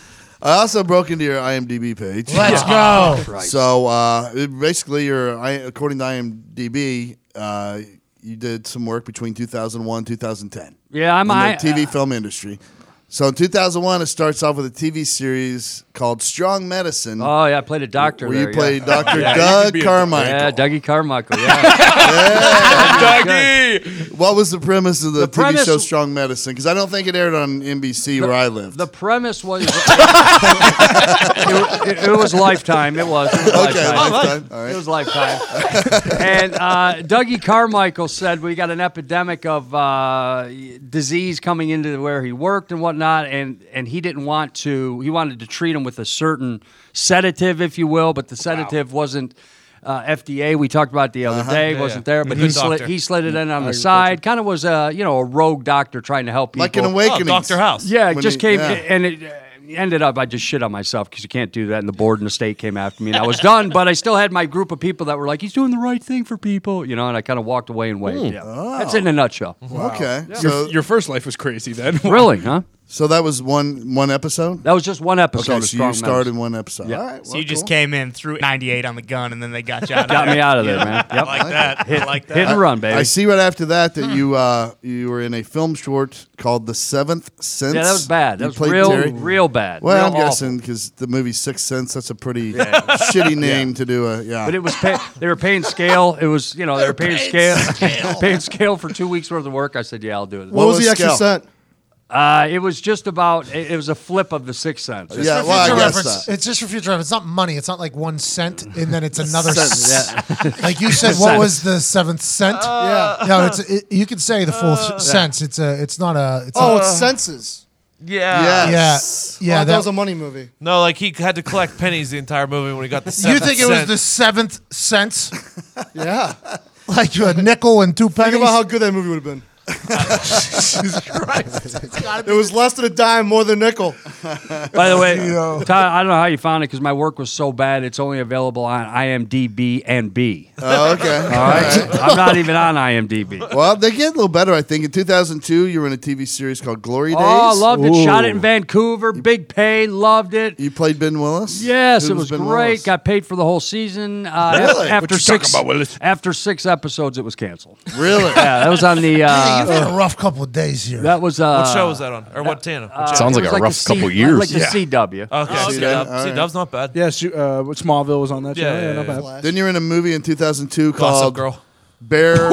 Speaker 3: I also broke into your IMDb page.
Speaker 7: Let's go.
Speaker 3: So uh, it- basically, your I- according to IMDb, uh, you did some work between 2001 2010
Speaker 14: Yeah. I'm.
Speaker 3: in
Speaker 14: I, uh,
Speaker 3: the TV film industry. So in 2001, it starts off with a TV series called Strong Medicine,
Speaker 14: Oh yeah, I played a doctor.
Speaker 3: where
Speaker 14: there,
Speaker 3: you played
Speaker 14: (laughs) yeah.
Speaker 3: Dr.
Speaker 1: Yeah, you could
Speaker 3: Doug
Speaker 1: be a-
Speaker 3: Carmichael.
Speaker 14: Yeah, Dougie Carmichael.
Speaker 3: (laughs)
Speaker 14: Yeah.
Speaker 1: Dougie.
Speaker 3: What was the premise of the,
Speaker 14: The
Speaker 3: TV
Speaker 14: premise-
Speaker 3: show Strong Medicine? Because I don't think it aired on NBC where I lived.
Speaker 14: the premise was (laughs) it, it- it was Lifetime. It was. It was
Speaker 3: okay,
Speaker 14: Lifetime.
Speaker 3: Lifetime. All
Speaker 14: It
Speaker 3: right.
Speaker 14: was Lifetime. and uh, Dougie Carmichael said we got an epidemic of uh, disease coming into where he worked and whatnot, and and he didn't want to. He wanted to treat him with a certain sedative, if you will, but the sedative wasn't. Uh, FDA, we talked about it the other
Speaker 3: Uh-huh.
Speaker 14: day, wasn't there? But he
Speaker 4: Good
Speaker 14: slid,
Speaker 4: doctor.
Speaker 14: he slid it in on the side. Kind of was a you know a rogue doctor trying to help people.
Speaker 3: Like an
Speaker 4: Oh,
Speaker 3: awakening.
Speaker 4: Dr. House.
Speaker 14: Yeah, it
Speaker 3: when
Speaker 14: just
Speaker 3: he-
Speaker 14: came
Speaker 3: yeah.
Speaker 14: and it uh, ended up. I just shit on myself because you can't do that. And the board and the state came after me, and
Speaker 1: (laughs)
Speaker 14: I was done. But I still had my group of people that were like, "He's doing the right thing for people," you know. And I kind of walked away and waved. Yeah. That's it in a nutshell.
Speaker 3: Okay.
Speaker 1: Your,
Speaker 3: Hmm. Oh. So,
Speaker 1: your first life was crazy then. (laughs)
Speaker 14: really, huh?
Speaker 3: so that was one one episode.
Speaker 14: That was just one episode.
Speaker 3: Okay,
Speaker 14: of
Speaker 3: so
Speaker 14: Strong
Speaker 3: you started
Speaker 14: Medicine.
Speaker 3: in one episode. All right.
Speaker 2: So
Speaker 3: well,
Speaker 2: you just
Speaker 3: cool.
Speaker 2: came in, threw 98 on the gun, and then they got you out.
Speaker 14: Got me out of there, man.
Speaker 2: I
Speaker 14: Yep.
Speaker 2: like that. I like
Speaker 14: Hit
Speaker 2: that.
Speaker 14: and run, baby. Hmm.
Speaker 3: I see right after that that you uh, you were in a film short called The Seventh Sense.
Speaker 14: Yeah, that was bad.
Speaker 3: You
Speaker 14: That was
Speaker 3: played
Speaker 14: real,
Speaker 3: Terry.
Speaker 14: real bad.
Speaker 3: Well,
Speaker 14: Real
Speaker 3: I'm
Speaker 14: awful.
Speaker 3: guessing because the movie Sixth Sense. That's a pretty (laughs) shitty name to do a yeah.
Speaker 14: But it was pay- they were paying scale. It was you know they were paying, scale, (laughs) paying scale for two weeks worth of work. I said, yeah, I'll do it.
Speaker 3: What was the
Speaker 9: extra
Speaker 3: scale?
Speaker 9: cent?
Speaker 14: Uh, it was just about. It, it was a flip of the sixth sense.
Speaker 3: yeah,
Speaker 7: For
Speaker 3: well,
Speaker 7: future
Speaker 3: I guess
Speaker 7: reference,
Speaker 3: that.
Speaker 7: It's just for future reference. It's not money. It's not like one cent and then
Speaker 14: (laughs)
Speaker 7: it's another
Speaker 3: Cent,
Speaker 7: cent. (laughs) Like you said, what was the seventh cent? yeah. No, it's it, you can say the full s sense. It's a. It's not a. It's
Speaker 9: Oh,
Speaker 7: not-
Speaker 9: it's Senses.
Speaker 13: (laughs)
Speaker 4: Yeah.
Speaker 3: Yes.
Speaker 7: yeah.
Speaker 9: oh, that,
Speaker 7: that-
Speaker 9: was a money movie.
Speaker 4: No, like he had to collect pennies the entire movie when he got the
Speaker 7: you
Speaker 4: seventh
Speaker 7: think it was
Speaker 4: cent.
Speaker 7: the seventh sense?
Speaker 9: (laughs) Yeah.
Speaker 7: Like a nickel and two
Speaker 9: Think
Speaker 7: pennies? (laughs)
Speaker 9: about how good that movie would have been.
Speaker 6: Jesus
Speaker 7: Christ.
Speaker 6: It was less than a dime, more than a nickel.
Speaker 14: By the
Speaker 3: (laughs)
Speaker 14: way,
Speaker 6: You
Speaker 13: (laughs)
Speaker 6: know.
Speaker 14: Todd, I don't know how you found it because my work was so bad. It's only available on IMDb and B.
Speaker 3: Oh, okay.
Speaker 14: All right. I'm not even on IMDb.
Speaker 3: Well, they get a little better. I think in 2002, you were in a TV series called Glory Days.
Speaker 14: Oh, I loved it. Shot it in Vancouver. Big pay. Loved it.
Speaker 3: You played Ben Willis.
Speaker 14: Yes,
Speaker 3: Who
Speaker 14: it was
Speaker 3: Ben
Speaker 14: great.
Speaker 3: Willis?
Speaker 14: Got paid for the whole season. Uh,
Speaker 3: Really?
Speaker 14: After
Speaker 3: What you
Speaker 14: six,
Speaker 3: talking about, Willis?
Speaker 14: after six episodes, it was canceled.
Speaker 3: Really?
Speaker 14: yeah, that was on
Speaker 3: (laughs)
Speaker 14: the. Uh,
Speaker 7: Hey, you've had a rough couple of days here.
Speaker 14: that was uh,
Speaker 4: what show was that on, or what tandem? What
Speaker 14: uh,
Speaker 4: show?
Speaker 14: Sounds it like was a like rough the C- couple like years. the CW.
Speaker 4: Okay, oh,
Speaker 14: See
Speaker 4: okay.
Speaker 14: that?
Speaker 4: Dub- see,
Speaker 14: Alright.
Speaker 4: Dub's not bad.
Speaker 6: Yes, you, uh, Smallville was on that.
Speaker 4: Yeah,
Speaker 6: show.
Speaker 4: yeah,
Speaker 6: not
Speaker 4: yeah.
Speaker 6: bad.
Speaker 3: Then you're in a movie in 2002
Speaker 4: Boss Up
Speaker 3: called
Speaker 4: Girl. (laughs)
Speaker 3: Bear.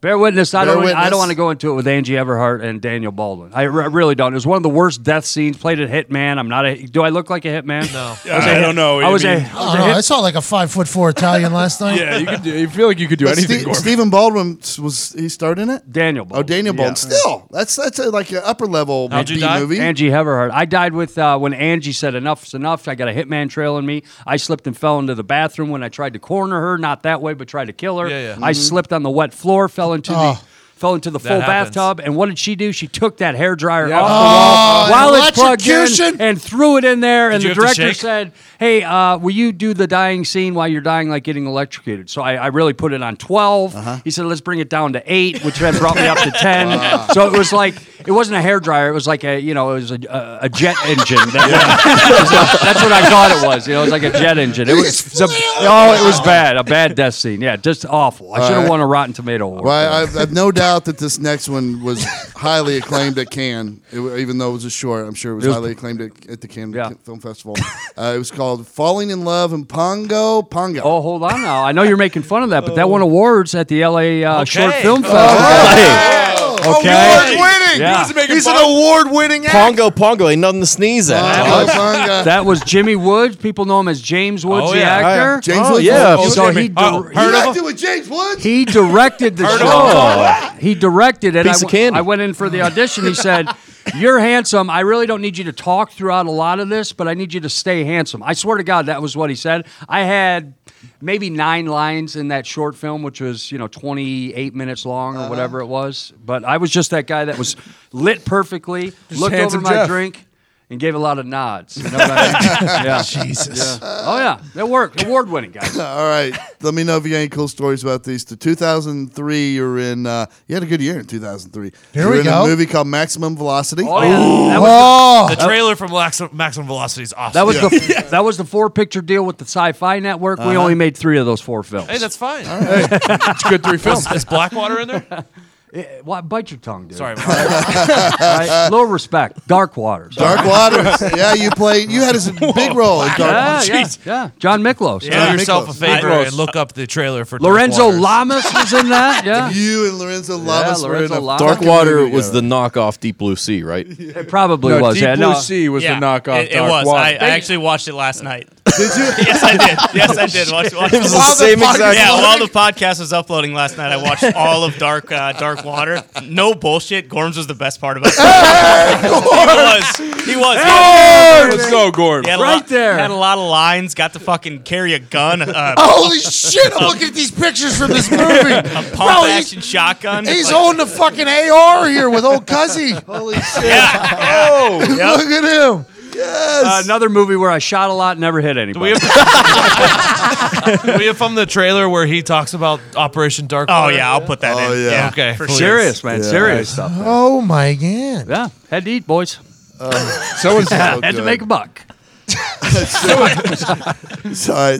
Speaker 14: Bear Witness. I
Speaker 3: Bear
Speaker 14: don't. I
Speaker 3: Witness.
Speaker 14: don't want to go into it with Angie Everhart and Daniel Baldwin. I re- really don't. It was one of the worst death scenes. Played at Hitman. I'm not a. Do I look like a Hitman? No. I, was a
Speaker 1: I
Speaker 14: hit-
Speaker 1: don't know.
Speaker 14: I
Speaker 1: I
Speaker 14: was
Speaker 1: mean-
Speaker 14: a. I
Speaker 7: I
Speaker 14: was a
Speaker 7: don't
Speaker 3: uh,
Speaker 7: know.
Speaker 14: hit-
Speaker 7: I saw like a five foot four Italian last night.
Speaker 1: Yeah, you could. Do, you feel like you could do
Speaker 3: But
Speaker 1: anything.
Speaker 3: Ste-
Speaker 1: Gorman.
Speaker 3: Stephen Baldwin s- was he starred in it?
Speaker 14: Daniel. Baldwin.
Speaker 3: Oh, Daniel Baldwin.
Speaker 14: Yeah.
Speaker 3: Still, that's that's a, like an upper level B movie.
Speaker 14: Angie Everhart. I died with uh, when Angie said enough's enough. I got a hitman trail in me. I slipped and fell into the bathroom when I tried to corner her, not that way, but tried to kill her.
Speaker 4: Yeah, yeah.
Speaker 14: I
Speaker 7: Mm-hmm.
Speaker 4: Mhm.
Speaker 14: slipped on the wet floor, fell into
Speaker 7: Oh.
Speaker 14: the fell into the
Speaker 4: That
Speaker 14: full
Speaker 4: happens.
Speaker 14: bathtub, and what did she do? She took that hair dryer off
Speaker 7: Oh,
Speaker 14: the wall while it's plugged
Speaker 7: electrocution?
Speaker 14: in and threw it in there.
Speaker 4: Did
Speaker 14: and the
Speaker 4: you have to
Speaker 14: director
Speaker 4: shake?
Speaker 14: said, "Hey, uh, will you do the dying scene while you're dying, like getting electrocuted?" So I, I really put it on 12 He said, "Let's bring it down to eight, which then brought me up to ten.
Speaker 6: Wow.
Speaker 14: So it was like it wasn't a hair dryer. It was like a you know it was a, a, a jet engine. That- that's what (laughs) I thought it was. You know, it was like a jet engine. It was it was a- oh, it was bad. A bad death scene. Yeah, just awful. I should have
Speaker 3: Alright.
Speaker 14: won a Rotten Tomato award.
Speaker 3: Well, I, I've, I've no doubt that this next one
Speaker 14: (laughs)
Speaker 3: was highly acclaimed at Cannes, It wa- even though it was a short. I'm sure it was,
Speaker 14: It was-
Speaker 3: highly acclaimed at, at the Cannes Film Festival. Uh, it was called "Falling in Love in Pongo Pongo."
Speaker 14: Oh, hold (laughs) on now. I know you're making fun of that, but that won awards at the LA uh, Short Film Festival.
Speaker 10: Oh,
Speaker 14: Okay.
Speaker 10: award-winning!
Speaker 14: Yeah.
Speaker 10: He was making
Speaker 14: He's an
Speaker 10: Pongo-
Speaker 14: award-winning act.
Speaker 10: Pongo Pongo ain't nothing to sneeze at.
Speaker 14: That was- that was Jimmy Woods. People know him as James Woods,
Speaker 10: Oh,
Speaker 14: the
Speaker 10: yeah.
Speaker 14: actor.
Speaker 10: James Oh, Woods? yeah. Oh,
Speaker 14: So
Speaker 10: Jimmy.
Speaker 14: he,
Speaker 10: Oh,
Speaker 14: dir-
Speaker 10: heard
Speaker 14: he-
Speaker 10: of him?
Speaker 3: Do it, James Woods.
Speaker 14: he directed the
Speaker 3: Heard of
Speaker 14: show. He directed it.
Speaker 3: Piece
Speaker 14: I,
Speaker 3: of
Speaker 14: went- I went in for the audition. He said, "You're handsome. I really don't need you to talk throughout a lot of this, but I need you to stay handsome." I swear to God, that was what he said. I had maybe nine lines in that short film, which was you know 28 minutes long or whatever it was. But I was just that guy that was lit perfectly, looked over
Speaker 1: handsome
Speaker 14: my
Speaker 1: Jeff.
Speaker 14: drink. And gave a lot of nods. You know what
Speaker 3: (laughs)
Speaker 14: I mean? yeah.
Speaker 7: Jesus.
Speaker 14: Yeah. Oh yeah, that worked. Award winning guy.
Speaker 3: (laughs) All right, let me know if you got any cool stories about these. To 2003, you're in. Uh, you had a good year in 2003.
Speaker 7: Here
Speaker 3: you were
Speaker 7: we
Speaker 3: in
Speaker 7: go.
Speaker 3: A movie called Maximum Velocity.
Speaker 14: Oh, yeah. That
Speaker 7: was
Speaker 4: The trailer from Maximum, Maximum Velocity is awesome.
Speaker 14: That was the that was the four picture deal with the Sci-Fi Network. We
Speaker 4: Uh-huh.
Speaker 14: only made three of those four films.
Speaker 4: Hey, that's fine.
Speaker 14: (laughs) It's good three films.
Speaker 4: Is, is Blackwater in there?
Speaker 14: Why bite your tongue, dude?
Speaker 4: Sorry.
Speaker 14: All (laughs) right, little respect. Dark Waters.
Speaker 3: Dark Waters. yeah, you played. You had a big role in Dark
Speaker 14: Yeah,
Speaker 3: Waters.
Speaker 14: yeah, yeah. John Miklos.
Speaker 4: Do yourself a favor and look up the trailer for
Speaker 14: Lorenzo
Speaker 4: Dark Waters.
Speaker 14: Lamas was in
Speaker 3: (laughs)
Speaker 14: that. Yeah,
Speaker 3: You and Lorenzo Lamas were in
Speaker 14: Lorenzo
Speaker 3: a
Speaker 14: Lamas.
Speaker 10: Dark Water was the knockoff Deep Blue Sea, right?
Speaker 14: It probably was. yeah, no.
Speaker 2: Yeah, It, it was. I, I actually watched it last night. Did you? (laughs) yes, I did. Yes, I did. Watch, watch
Speaker 10: It was the While the same podcast- exact
Speaker 2: Yeah,
Speaker 10: thing.
Speaker 2: while the podcast was uploading last night, I watched all of Dark uh, Dark Water. No bullshit. Gorms was the best part about it. (laughs) he was. He was.
Speaker 1: Gorms! Let's go, Gorms.
Speaker 2: He had a
Speaker 1: Right
Speaker 2: lot-
Speaker 1: there.
Speaker 2: Had a lot of lines. Got to fucking carry a gun. Uh, (laughs)
Speaker 7: Holy shit! I'm looking at these pictures from this movie.
Speaker 2: a pump action shotgun.
Speaker 7: He's
Speaker 2: Like-
Speaker 7: holding the fucking AR here with old (laughs) Cuzzy.
Speaker 3: Holy
Speaker 7: shit!
Speaker 2: Oh,
Speaker 7: look at him.
Speaker 14: Uh, another movie where I shot a lot, never hit anybody.
Speaker 4: Were you from the trailer where he talks about Operation Dark
Speaker 2: Oh,
Speaker 4: Water?
Speaker 2: yeah, I'll put that
Speaker 3: Oh,
Speaker 2: in.
Speaker 3: yeah.
Speaker 2: Yeah,
Speaker 4: Okay,
Speaker 2: for
Speaker 4: please.
Speaker 2: sure.
Speaker 14: Serious man,
Speaker 4: Yeah.
Speaker 14: serious stuff.
Speaker 7: Oh my god!
Speaker 14: Yeah, had to eat, boys.
Speaker 3: someone's Uh, so
Speaker 14: (laughs) had to
Speaker 3: good.
Speaker 14: make a
Speaker 3: (laughs)
Speaker 14: buck.
Speaker 7: Oh.
Speaker 3: All right,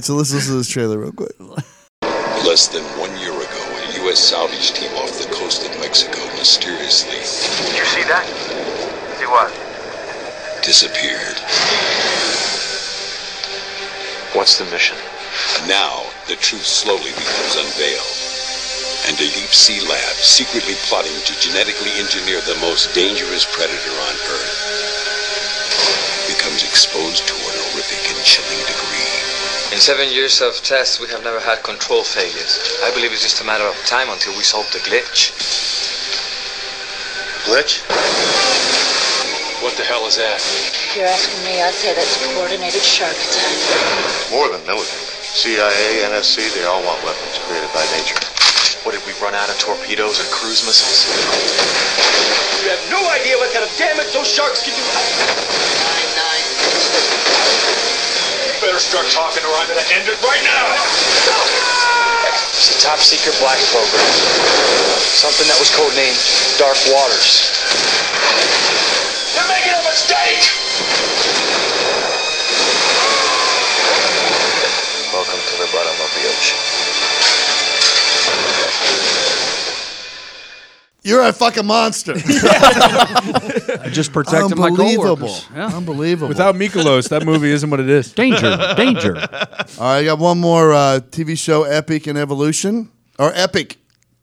Speaker 3: (laughs) so let's listen to this trailer real quick.
Speaker 15: Less than one year ago, a U.S. salvage team off the coast of Mexico mysteriously
Speaker 16: You see that? See what?
Speaker 15: disappeared.
Speaker 16: What's the mission?
Speaker 15: Now, the truth slowly becomes unveiled. And a deep sea lab secretly plotting to genetically engineer the most dangerous predator on Earth becomes exposed to an horrific and chilling degree.
Speaker 17: In seven years of tests, we have never had control failures. I believe it's just a matter of time until we solve the glitch.
Speaker 15: Glitch? What the hell is that?
Speaker 18: You're asking me, I say that's a coordinated shark attack.
Speaker 11: More than military. CIA, NSC, they all want weapons created by nature.
Speaker 16: What did we run out of torpedoes and cruise missiles?
Speaker 11: You have no idea what kind of damage those sharks can do.
Speaker 16: You better start talking or I'm gonna end it right now!
Speaker 17: It's a top secret black program. Something that was codenamed Dark Waters.
Speaker 16: You're making a mistake!
Speaker 17: Welcome to the bottom of the ocean.
Speaker 3: You're a
Speaker 14: (laughs)
Speaker 3: fucking monster. (laughs)
Speaker 14: I just protected my
Speaker 3: Unbelievable.
Speaker 14: coworkers. Yeah.
Speaker 3: Unbelievable.
Speaker 1: Without Mikolos, that movie isn't what it is. (laughs)
Speaker 14: Danger, danger.
Speaker 3: All right, I got one more uh, TV show, Epic and Evolution. Or Epic.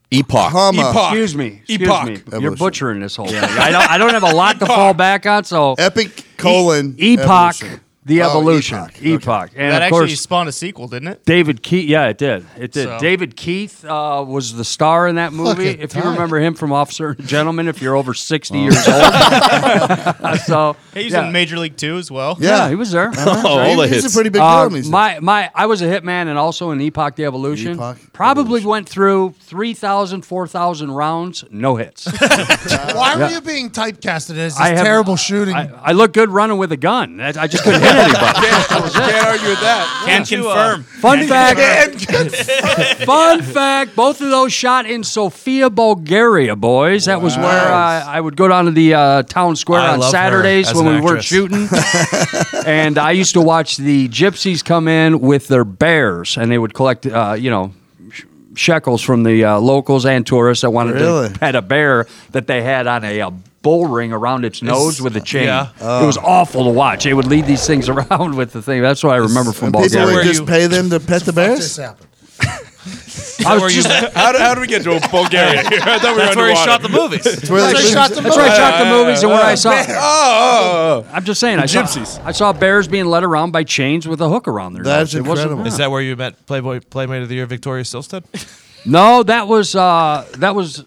Speaker 10: Epoch.
Speaker 3: Hama.
Speaker 14: Excuse me. Excuse
Speaker 3: Epoch.
Speaker 14: me. You're
Speaker 3: Evolution.
Speaker 14: butchering this whole thing. I don't, I don't have a lot to fall back on, so.
Speaker 3: Epic colon
Speaker 14: E- Epoch,
Speaker 3: evolution.
Speaker 14: the
Speaker 3: Oh,
Speaker 14: evolution. Epoch. And
Speaker 2: that
Speaker 14: of
Speaker 2: actually
Speaker 14: course,
Speaker 2: spawned a sequel, didn't it?
Speaker 14: David Keith. Yeah, it did. It did.
Speaker 2: So-
Speaker 14: David Keith uh, was the star in that movie.
Speaker 2: Fucking
Speaker 14: if
Speaker 2: tight.
Speaker 14: you remember him from Officer and Gentleman, if you're over 60 years old. (laughs) so,
Speaker 2: Hey, he's
Speaker 14: yeah.
Speaker 2: in Major League Two as well.
Speaker 14: Yeah. he was (laughs) there.
Speaker 2: Uh-huh. Oh, all the He's a hits. pretty big
Speaker 14: Uh,
Speaker 2: film, he's in.
Speaker 14: my, my, I was a hitman and also in Epoch the Evolution. Probably went through 3,000, 4,000 rounds, no (laughs) hits.
Speaker 7: Why were
Speaker 14: Yeah.
Speaker 7: you being typecasted as this
Speaker 14: I have-
Speaker 7: terrible shooting?
Speaker 14: I, I look good running with a gun. That- I just couldn't hit anybody.
Speaker 1: Can't argue with that.
Speaker 14: Can
Speaker 1: Can't
Speaker 14: confirm. uh, Fun fact. (laughs) fun fact. Both of those shot in Sofia, Bulgaria, boys. That was where uh, I would go down to the uh, town square
Speaker 2: I
Speaker 14: on
Speaker 2: love her
Speaker 14: Saturdays
Speaker 2: as
Speaker 14: when we
Speaker 2: an
Speaker 14: weren't
Speaker 2: actress.
Speaker 14: shooting, and I used to watch the gypsies come in with their bears, and they would collect, uh, you know. sh- Shekels from the uh, locals and tourists that wanted
Speaker 3: Really?
Speaker 14: to pet a bear that they had on a, uh bull ring around its nose with a chain.
Speaker 3: yeah.
Speaker 14: It was awful to watch. They would lead these things (laughs) around with the thing. That's what I remember from
Speaker 3: People
Speaker 14: Bulgaria.
Speaker 3: would just pay them to pet the bears?
Speaker 14: I was just-
Speaker 6: (laughs)
Speaker 1: how, do, how do we get to Bulgaria here? I thought we
Speaker 2: That's
Speaker 1: were
Speaker 2: where he
Speaker 1: underwater.
Speaker 2: shot the movies.
Speaker 1: That's where
Speaker 14: That's
Speaker 1: they
Speaker 14: where he shot the That's where I movies. shot the movies and what I saw.
Speaker 1: Oh, oh, oh, oh.
Speaker 14: I'm just saying. I
Speaker 1: The
Speaker 14: saw,
Speaker 1: gypsies.
Speaker 14: I saw bears being led around by chains with a hook around their nose. It wasn't-
Speaker 4: Is that where you met Playboy Playmate of the Year Victoria Silstead?
Speaker 14: No, that was uh, that was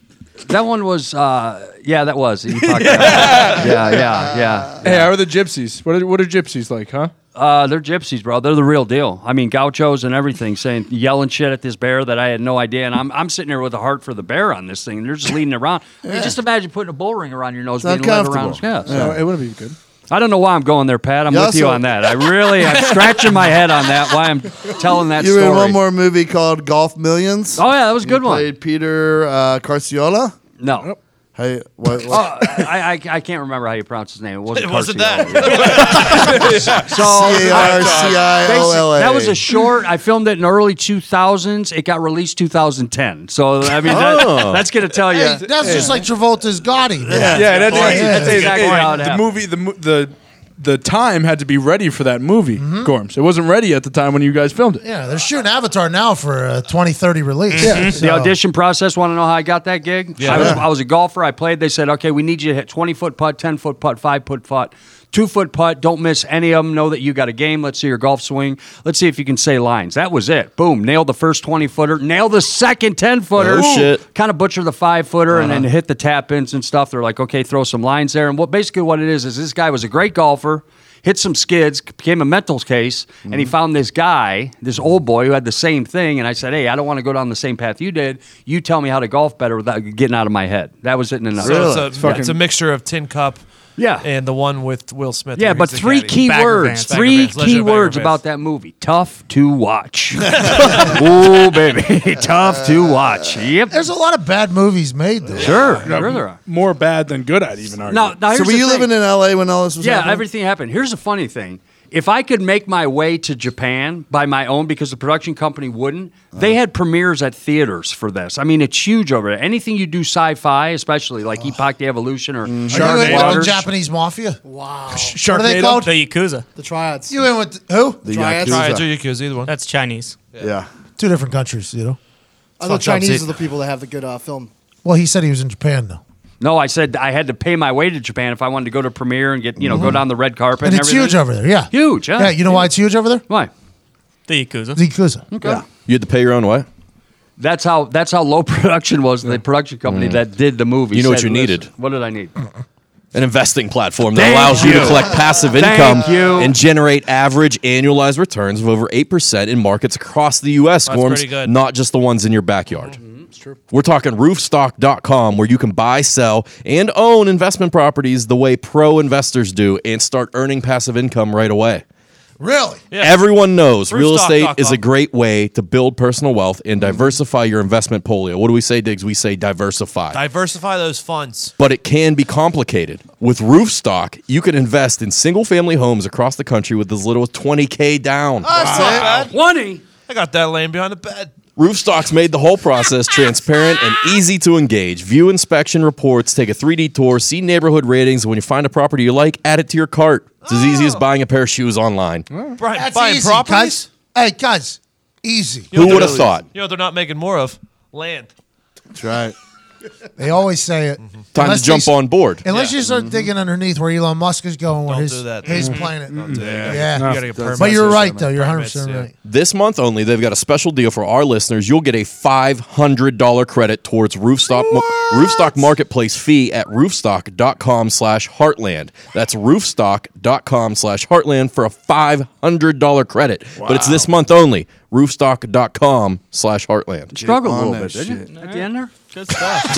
Speaker 14: that one was uh, yeah, that was. You
Speaker 1: (laughs)
Speaker 14: talked about- yeah, yeah, yeah.
Speaker 1: oh.
Speaker 5: Hey, how are the gypsies? What are, what are gypsies like, huh?
Speaker 14: Uh, they're gypsies, bro. They're the real deal. I mean, gauchos and everything, saying yelling shit at this bear that I had no idea, and I'm I'm sitting there with a heart for the bear on this thing. And they're just leading around. I mean,
Speaker 5: Yeah.
Speaker 14: just imagine putting a bull ring around your
Speaker 5: It's
Speaker 14: nose,
Speaker 5: not
Speaker 14: being led
Speaker 5: comfortable.
Speaker 14: around. Yeah, so.
Speaker 5: No, it wouldn't be good.
Speaker 14: I don't know why I'm going there, Pat. I'm
Speaker 3: You
Speaker 14: with you
Speaker 3: also-
Speaker 14: on that. I really, I'm scratching my head on that. Why I'm telling
Speaker 3: (laughs)
Speaker 14: that
Speaker 3: you were
Speaker 14: story?
Speaker 3: in one more movie called Golf Millions.
Speaker 14: Oh yeah, that was a good one.
Speaker 3: Played Peter uh, Carciola.
Speaker 14: No.
Speaker 3: Hey, what,
Speaker 14: Oh, I, I I can't remember how you pronounce his name. It wasn't.
Speaker 3: It wasn't
Speaker 14: Carciolo.
Speaker 7: (laughs)
Speaker 14: (laughs) So
Speaker 3: C-A-R-C-I-O-L-A.
Speaker 14: that was a short. I filmed it in early 2000s. It got released 2010. So I mean, that,
Speaker 3: Oh.
Speaker 14: that's gonna tell you.
Speaker 7: Hey, that's just like Travolta's Gotti.
Speaker 1: Yeah, that's, that's, that's,
Speaker 14: exactly
Speaker 1: it-
Speaker 14: how it
Speaker 1: the
Speaker 14: happened.
Speaker 1: movie. The mo- the the time had to be ready for that movie,
Speaker 14: Mm-hmm.
Speaker 1: Gorms. It wasn't ready at the time when you guys filmed it.
Speaker 7: Yeah, they're shooting Avatar now for a 2030 (laughs) release.
Speaker 1: Mhm.
Speaker 14: The audition process. Want to know how I got that gig?
Speaker 7: Yeah.
Speaker 14: I, was,
Speaker 7: Yeah.
Speaker 14: I was a golfer. I played. They said, okay, we need you to hit 20 foot putt, 10 foot putt, 5 foot putt, 2 foot putt. Don't miss any of them. Know that you got a game. Let's see your golf swing. Let's see if you can say lines. That was it. Boom. Nailed the first 20 footer. Nailed the second 10 footer.
Speaker 10: Oh, shit.
Speaker 14: Kind of butcher the 5 footer and then hit the tap ins and stuff. They're like, okay, throw some lines there. And what basically what it is is this guy was a great golfer. Hit some skids, became a mental case, and he found this guy, this old boy who had the same thing. And I said, "Hey, I don't want to go down the same path you did. You tell me how to golf better without getting out of my head." That was it in a
Speaker 4: So
Speaker 14: nutshell.
Speaker 4: it's, a, it's, a mixture of Tin Cup.
Speaker 14: Yeah.
Speaker 4: And the one with Will Smith.
Speaker 14: yeah,
Speaker 4: where
Speaker 14: but
Speaker 4: he's the
Speaker 14: three
Speaker 4: caddy.
Speaker 14: key
Speaker 4: Bagger
Speaker 14: words,
Speaker 4: Vance, Bagger
Speaker 14: three
Speaker 4: Vance,
Speaker 14: key
Speaker 4: Legend of Bagger
Speaker 14: words
Speaker 4: Vance.
Speaker 14: about that movie. Tough to
Speaker 7: (laughs)
Speaker 14: watch. oh baby, (laughs) tough to watch. Yep.
Speaker 7: There's a lot of bad movies made though.
Speaker 14: Sure,
Speaker 1: No,
Speaker 14: sure there are.
Speaker 1: More bad than good, I'd even argue.
Speaker 14: Now, now here's
Speaker 3: so were
Speaker 14: the
Speaker 3: you
Speaker 14: thing.
Speaker 3: living in L.A. when all this was
Speaker 14: yeah,
Speaker 3: happening?
Speaker 14: everything happened. Here's the funny thing. If I could make my way to Japan by my own, because the production company wouldn't, they had premieres at theaters for this. I mean, it's huge over there. Anything you do sci-fi, especially like Epoch the Evolution or
Speaker 7: Are you in love with
Speaker 14: Waters-
Speaker 7: Japanese mafia? Wow.
Speaker 2: Sharknado?
Speaker 7: What are they called?
Speaker 2: The Yakuza.
Speaker 9: The Triads.
Speaker 7: You in with who?
Speaker 3: The
Speaker 2: Triads.
Speaker 4: Triads or Yakuza, either one.
Speaker 2: That's Chinese.
Speaker 3: Yeah.
Speaker 7: Two different countries, you know.
Speaker 9: I thought
Speaker 7: Fucked up,
Speaker 9: Chinese
Speaker 7: see.
Speaker 9: are the people that have the good uh, film.
Speaker 7: Well, he said he was in Japan though.
Speaker 14: No, I said I had to pay my way to Japan if I wanted to go to premiere and get you know go
Speaker 7: Mhm.
Speaker 14: down the red carpet.
Speaker 7: And
Speaker 14: And,
Speaker 7: it's
Speaker 14: everything.
Speaker 7: huge over there, yeah.
Speaker 14: Huge, huh?
Speaker 7: Yeah, you know why it's huge over there?
Speaker 14: Why?
Speaker 2: The Yakuza.
Speaker 7: The Yakuza.
Speaker 14: Okay.
Speaker 10: You had to pay your own way.
Speaker 14: That's how that's how low (laughs) production was. The production company
Speaker 10: Mm.
Speaker 14: that did the movie.
Speaker 10: You know what
Speaker 14: said,
Speaker 10: you
Speaker 14: "Listen,
Speaker 10: needed."
Speaker 14: What did I need?
Speaker 10: An investing platform that
Speaker 14: Thank
Speaker 10: allows you.
Speaker 14: you.
Speaker 10: to collect passive
Speaker 14: Thank
Speaker 10: income
Speaker 14: you.
Speaker 10: and generate average annualized returns of over 8% in markets across the U.S.
Speaker 14: That's
Speaker 10: Gorms,
Speaker 14: pretty good. Mm-hmm,
Speaker 10: not just the ones in your backyard.
Speaker 8: true.
Speaker 10: We're talking roofstock.com, where you can buy, sell, and own investment properties the way pro investors do and start earning passive income right away.
Speaker 3: Really?
Speaker 10: Everyone knows real estate
Speaker 3: Roofstock.com.
Speaker 10: is a great way to build personal wealth and diversify your investment portfolio. What do we say, Diggs? We say diversify.
Speaker 4: Diversify those funds.
Speaker 10: but it can be complicated. With Roofstock, you can invest in single family homes across the country with as little as 20K down.
Speaker 4: Oh, That's not bad. 20. I got that laying behind the bed.
Speaker 10: Roofstock's made the whole process transparent and easy to engage. View inspection reports, take a 3D tour, see neighborhood ratings, and when you find a property you like, add it to your cart. It's as easy as buying a pair of shoes online.
Speaker 4: Brian, buying properties?
Speaker 7: Guys. Hey, guys, easy.
Speaker 10: Who would have thought?
Speaker 4: You know what they're not making more of? Land.
Speaker 3: That's right.
Speaker 7: They always say it.
Speaker 10: Time
Speaker 7: Unless
Speaker 10: to jump
Speaker 7: they-
Speaker 10: on board.
Speaker 7: Unless you start digging underneath where Elon Musk is going,
Speaker 4: Mm-hmm.
Speaker 7: where
Speaker 4: Don't
Speaker 7: his,
Speaker 4: do that.
Speaker 7: his
Speaker 4: Mhm.
Speaker 7: planet.
Speaker 4: Don't do that.
Speaker 7: Yeah.
Speaker 4: You gotta get permits.
Speaker 7: but you're
Speaker 4: That's
Speaker 7: right,
Speaker 4: what
Speaker 7: though.
Speaker 4: I'm
Speaker 7: You're
Speaker 4: permits,
Speaker 7: 100% right.
Speaker 10: This month only, they've got a special deal for our listeners. You'll get a $500 credit towards Roofstock, Roofstock Marketplace fee at roofstock.com slash heartland. That's roofstock.com slash heartland for a $500 credit. But it's this month only, roofstock.com slash heartland.
Speaker 14: Struggled a little bit, didn't you? At the end there? (laughs)
Speaker 2: Good stuff.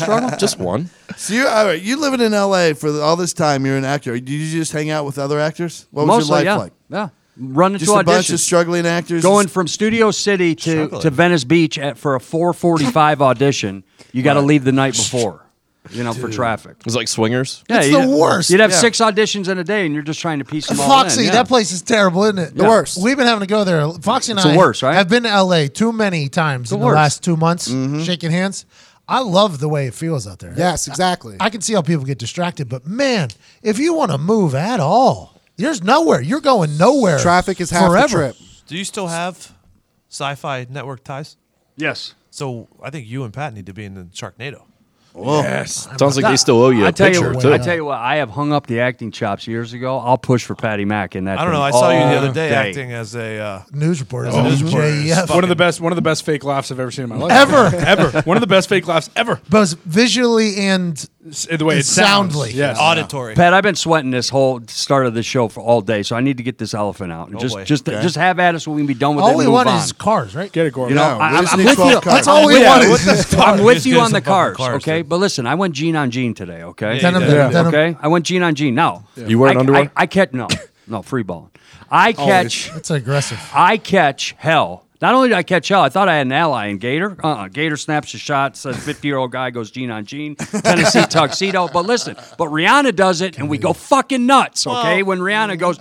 Speaker 14: Struggle?
Speaker 10: Just one.
Speaker 3: So you all right, you living in L.A. for all this time. You're an actor. Did you just hang out with other actors? What was
Speaker 14: Mostly,
Speaker 3: your life
Speaker 14: yeah. Yeah,
Speaker 3: like?
Speaker 14: running
Speaker 3: just
Speaker 14: to
Speaker 3: a bunch
Speaker 14: auditions.
Speaker 3: of struggling actors.
Speaker 14: Going from Studio City to,
Speaker 3: Struggling.
Speaker 14: to Venice Beach at, for a 4:45 audition, you got to leave the night before, you know, for traffic.
Speaker 10: It was like swingers.
Speaker 14: Yeah,
Speaker 7: It's
Speaker 14: you'd-
Speaker 7: the worst.
Speaker 14: You'd have
Speaker 7: Yeah.
Speaker 14: six auditions in a day, and you're just trying to piece them all
Speaker 7: Foxy,
Speaker 14: in. yeah.
Speaker 7: that place is terrible, isn't it?
Speaker 14: The Yeah. worst.
Speaker 7: We've been having to go there. Foxy and
Speaker 14: It's the
Speaker 7: I
Speaker 14: worst, right?
Speaker 7: have been to LA too many times in the
Speaker 14: worst. Mm-hmm.
Speaker 7: last two months, shaking hands. I love the way it feels out there.
Speaker 9: Yes, exactly.
Speaker 7: I can see how people get distracted, but man, if you want to move at all, there's nowhere. You're going nowhere.
Speaker 9: Traffic is half the
Speaker 7: forever.
Speaker 9: trip.
Speaker 4: Do you still have sci-fi network ties?
Speaker 14: Yes.
Speaker 4: So I think you and Pat need to be in the Sharknado.
Speaker 14: Oh.
Speaker 10: Yes. Oh. Sounds like they still owe you
Speaker 14: I
Speaker 10: a
Speaker 14: tell
Speaker 10: picture,
Speaker 14: you,
Speaker 10: too.
Speaker 14: I tell you what, I have hung up the acting chops years ago. I'll push for Patty Mack in that.
Speaker 4: I don't
Speaker 14: thing
Speaker 4: know. I saw you the
Speaker 14: all
Speaker 4: other day,
Speaker 14: day.
Speaker 4: acting as a uh,
Speaker 7: News reporter.
Speaker 1: Oh,
Speaker 7: E
Speaker 4: As a news reporter.
Speaker 14: E
Speaker 4: It's
Speaker 6: One of the
Speaker 4: fucking-
Speaker 6: best, one of the best fake laughs I've ever seen in my life. (laughs)
Speaker 7: Ever.
Speaker 6: ever. One of the best fake laughs ever.
Speaker 7: Both visually and
Speaker 6: the way it sounds.
Speaker 7: soundly.
Speaker 6: Yes. Auditory.
Speaker 14: Pat, I've been sweating this whole start of the show for all day, so I need to get this elephant out and
Speaker 7: Oh,
Speaker 14: just
Speaker 7: boy.
Speaker 14: just
Speaker 7: Okay.
Speaker 14: just have at us when we can be done with it.
Speaker 7: All
Speaker 14: and
Speaker 7: we
Speaker 14: move
Speaker 7: want
Speaker 14: on.
Speaker 7: is cars, right?
Speaker 6: Get it, Gordon.
Speaker 14: You know, I, am with you.
Speaker 7: That's all we
Speaker 14: I'm
Speaker 7: want.
Speaker 14: with
Speaker 7: is
Speaker 14: you.
Speaker 7: cars.
Speaker 14: I'm with you on the cars, okay? But listen, I went jean on jean today, okay?
Speaker 7: Yeah, you Denim, did. denim, denim.
Speaker 14: Okay, I went jean on jean. Now
Speaker 10: You wearing
Speaker 14: I-
Speaker 10: underwear?
Speaker 14: I, I catch no, no free balling. I catch.
Speaker 7: That's aggressive.
Speaker 14: I catch hell. Not only did I catch hell, I thought I had an ally in Gator. Uh-uh. Gator snaps a shot, says 50 year old guy goes jean on
Speaker 4: (laughs)
Speaker 14: jean, Tennessee tuxedo. But listen, but Rihanna does it, and we go fucking nuts, okay? when Rihanna goes,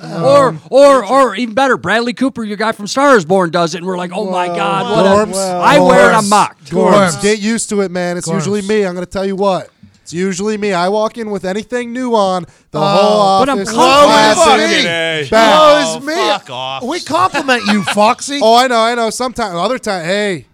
Speaker 14: or
Speaker 4: Oh.
Speaker 14: or or even better, Bradley Cooper, your guy from Star is Born, does it, and we're like, oh my God, what a-
Speaker 9: Gorbs.
Speaker 14: I wear it, I'm
Speaker 9: Gorbs.
Speaker 14: mocked.
Speaker 9: Gorbs. Get used to it, man. It's
Speaker 14: Gorbs.
Speaker 9: usually me. I'm going to tell you what. It's usually me. I walk in with anything new on. The
Speaker 7: Oh,
Speaker 14: Um,
Speaker 9: whole
Speaker 7: but I'm
Speaker 9: office. is laughing.
Speaker 7: complimenting me. Fucking A.
Speaker 9: Back.
Speaker 7: Oh, Blows me. fuck off. We compliment
Speaker 4: (laughs)
Speaker 7: you, Foxy.
Speaker 9: oh, I know. I know. Sometimes. Other time. Hey.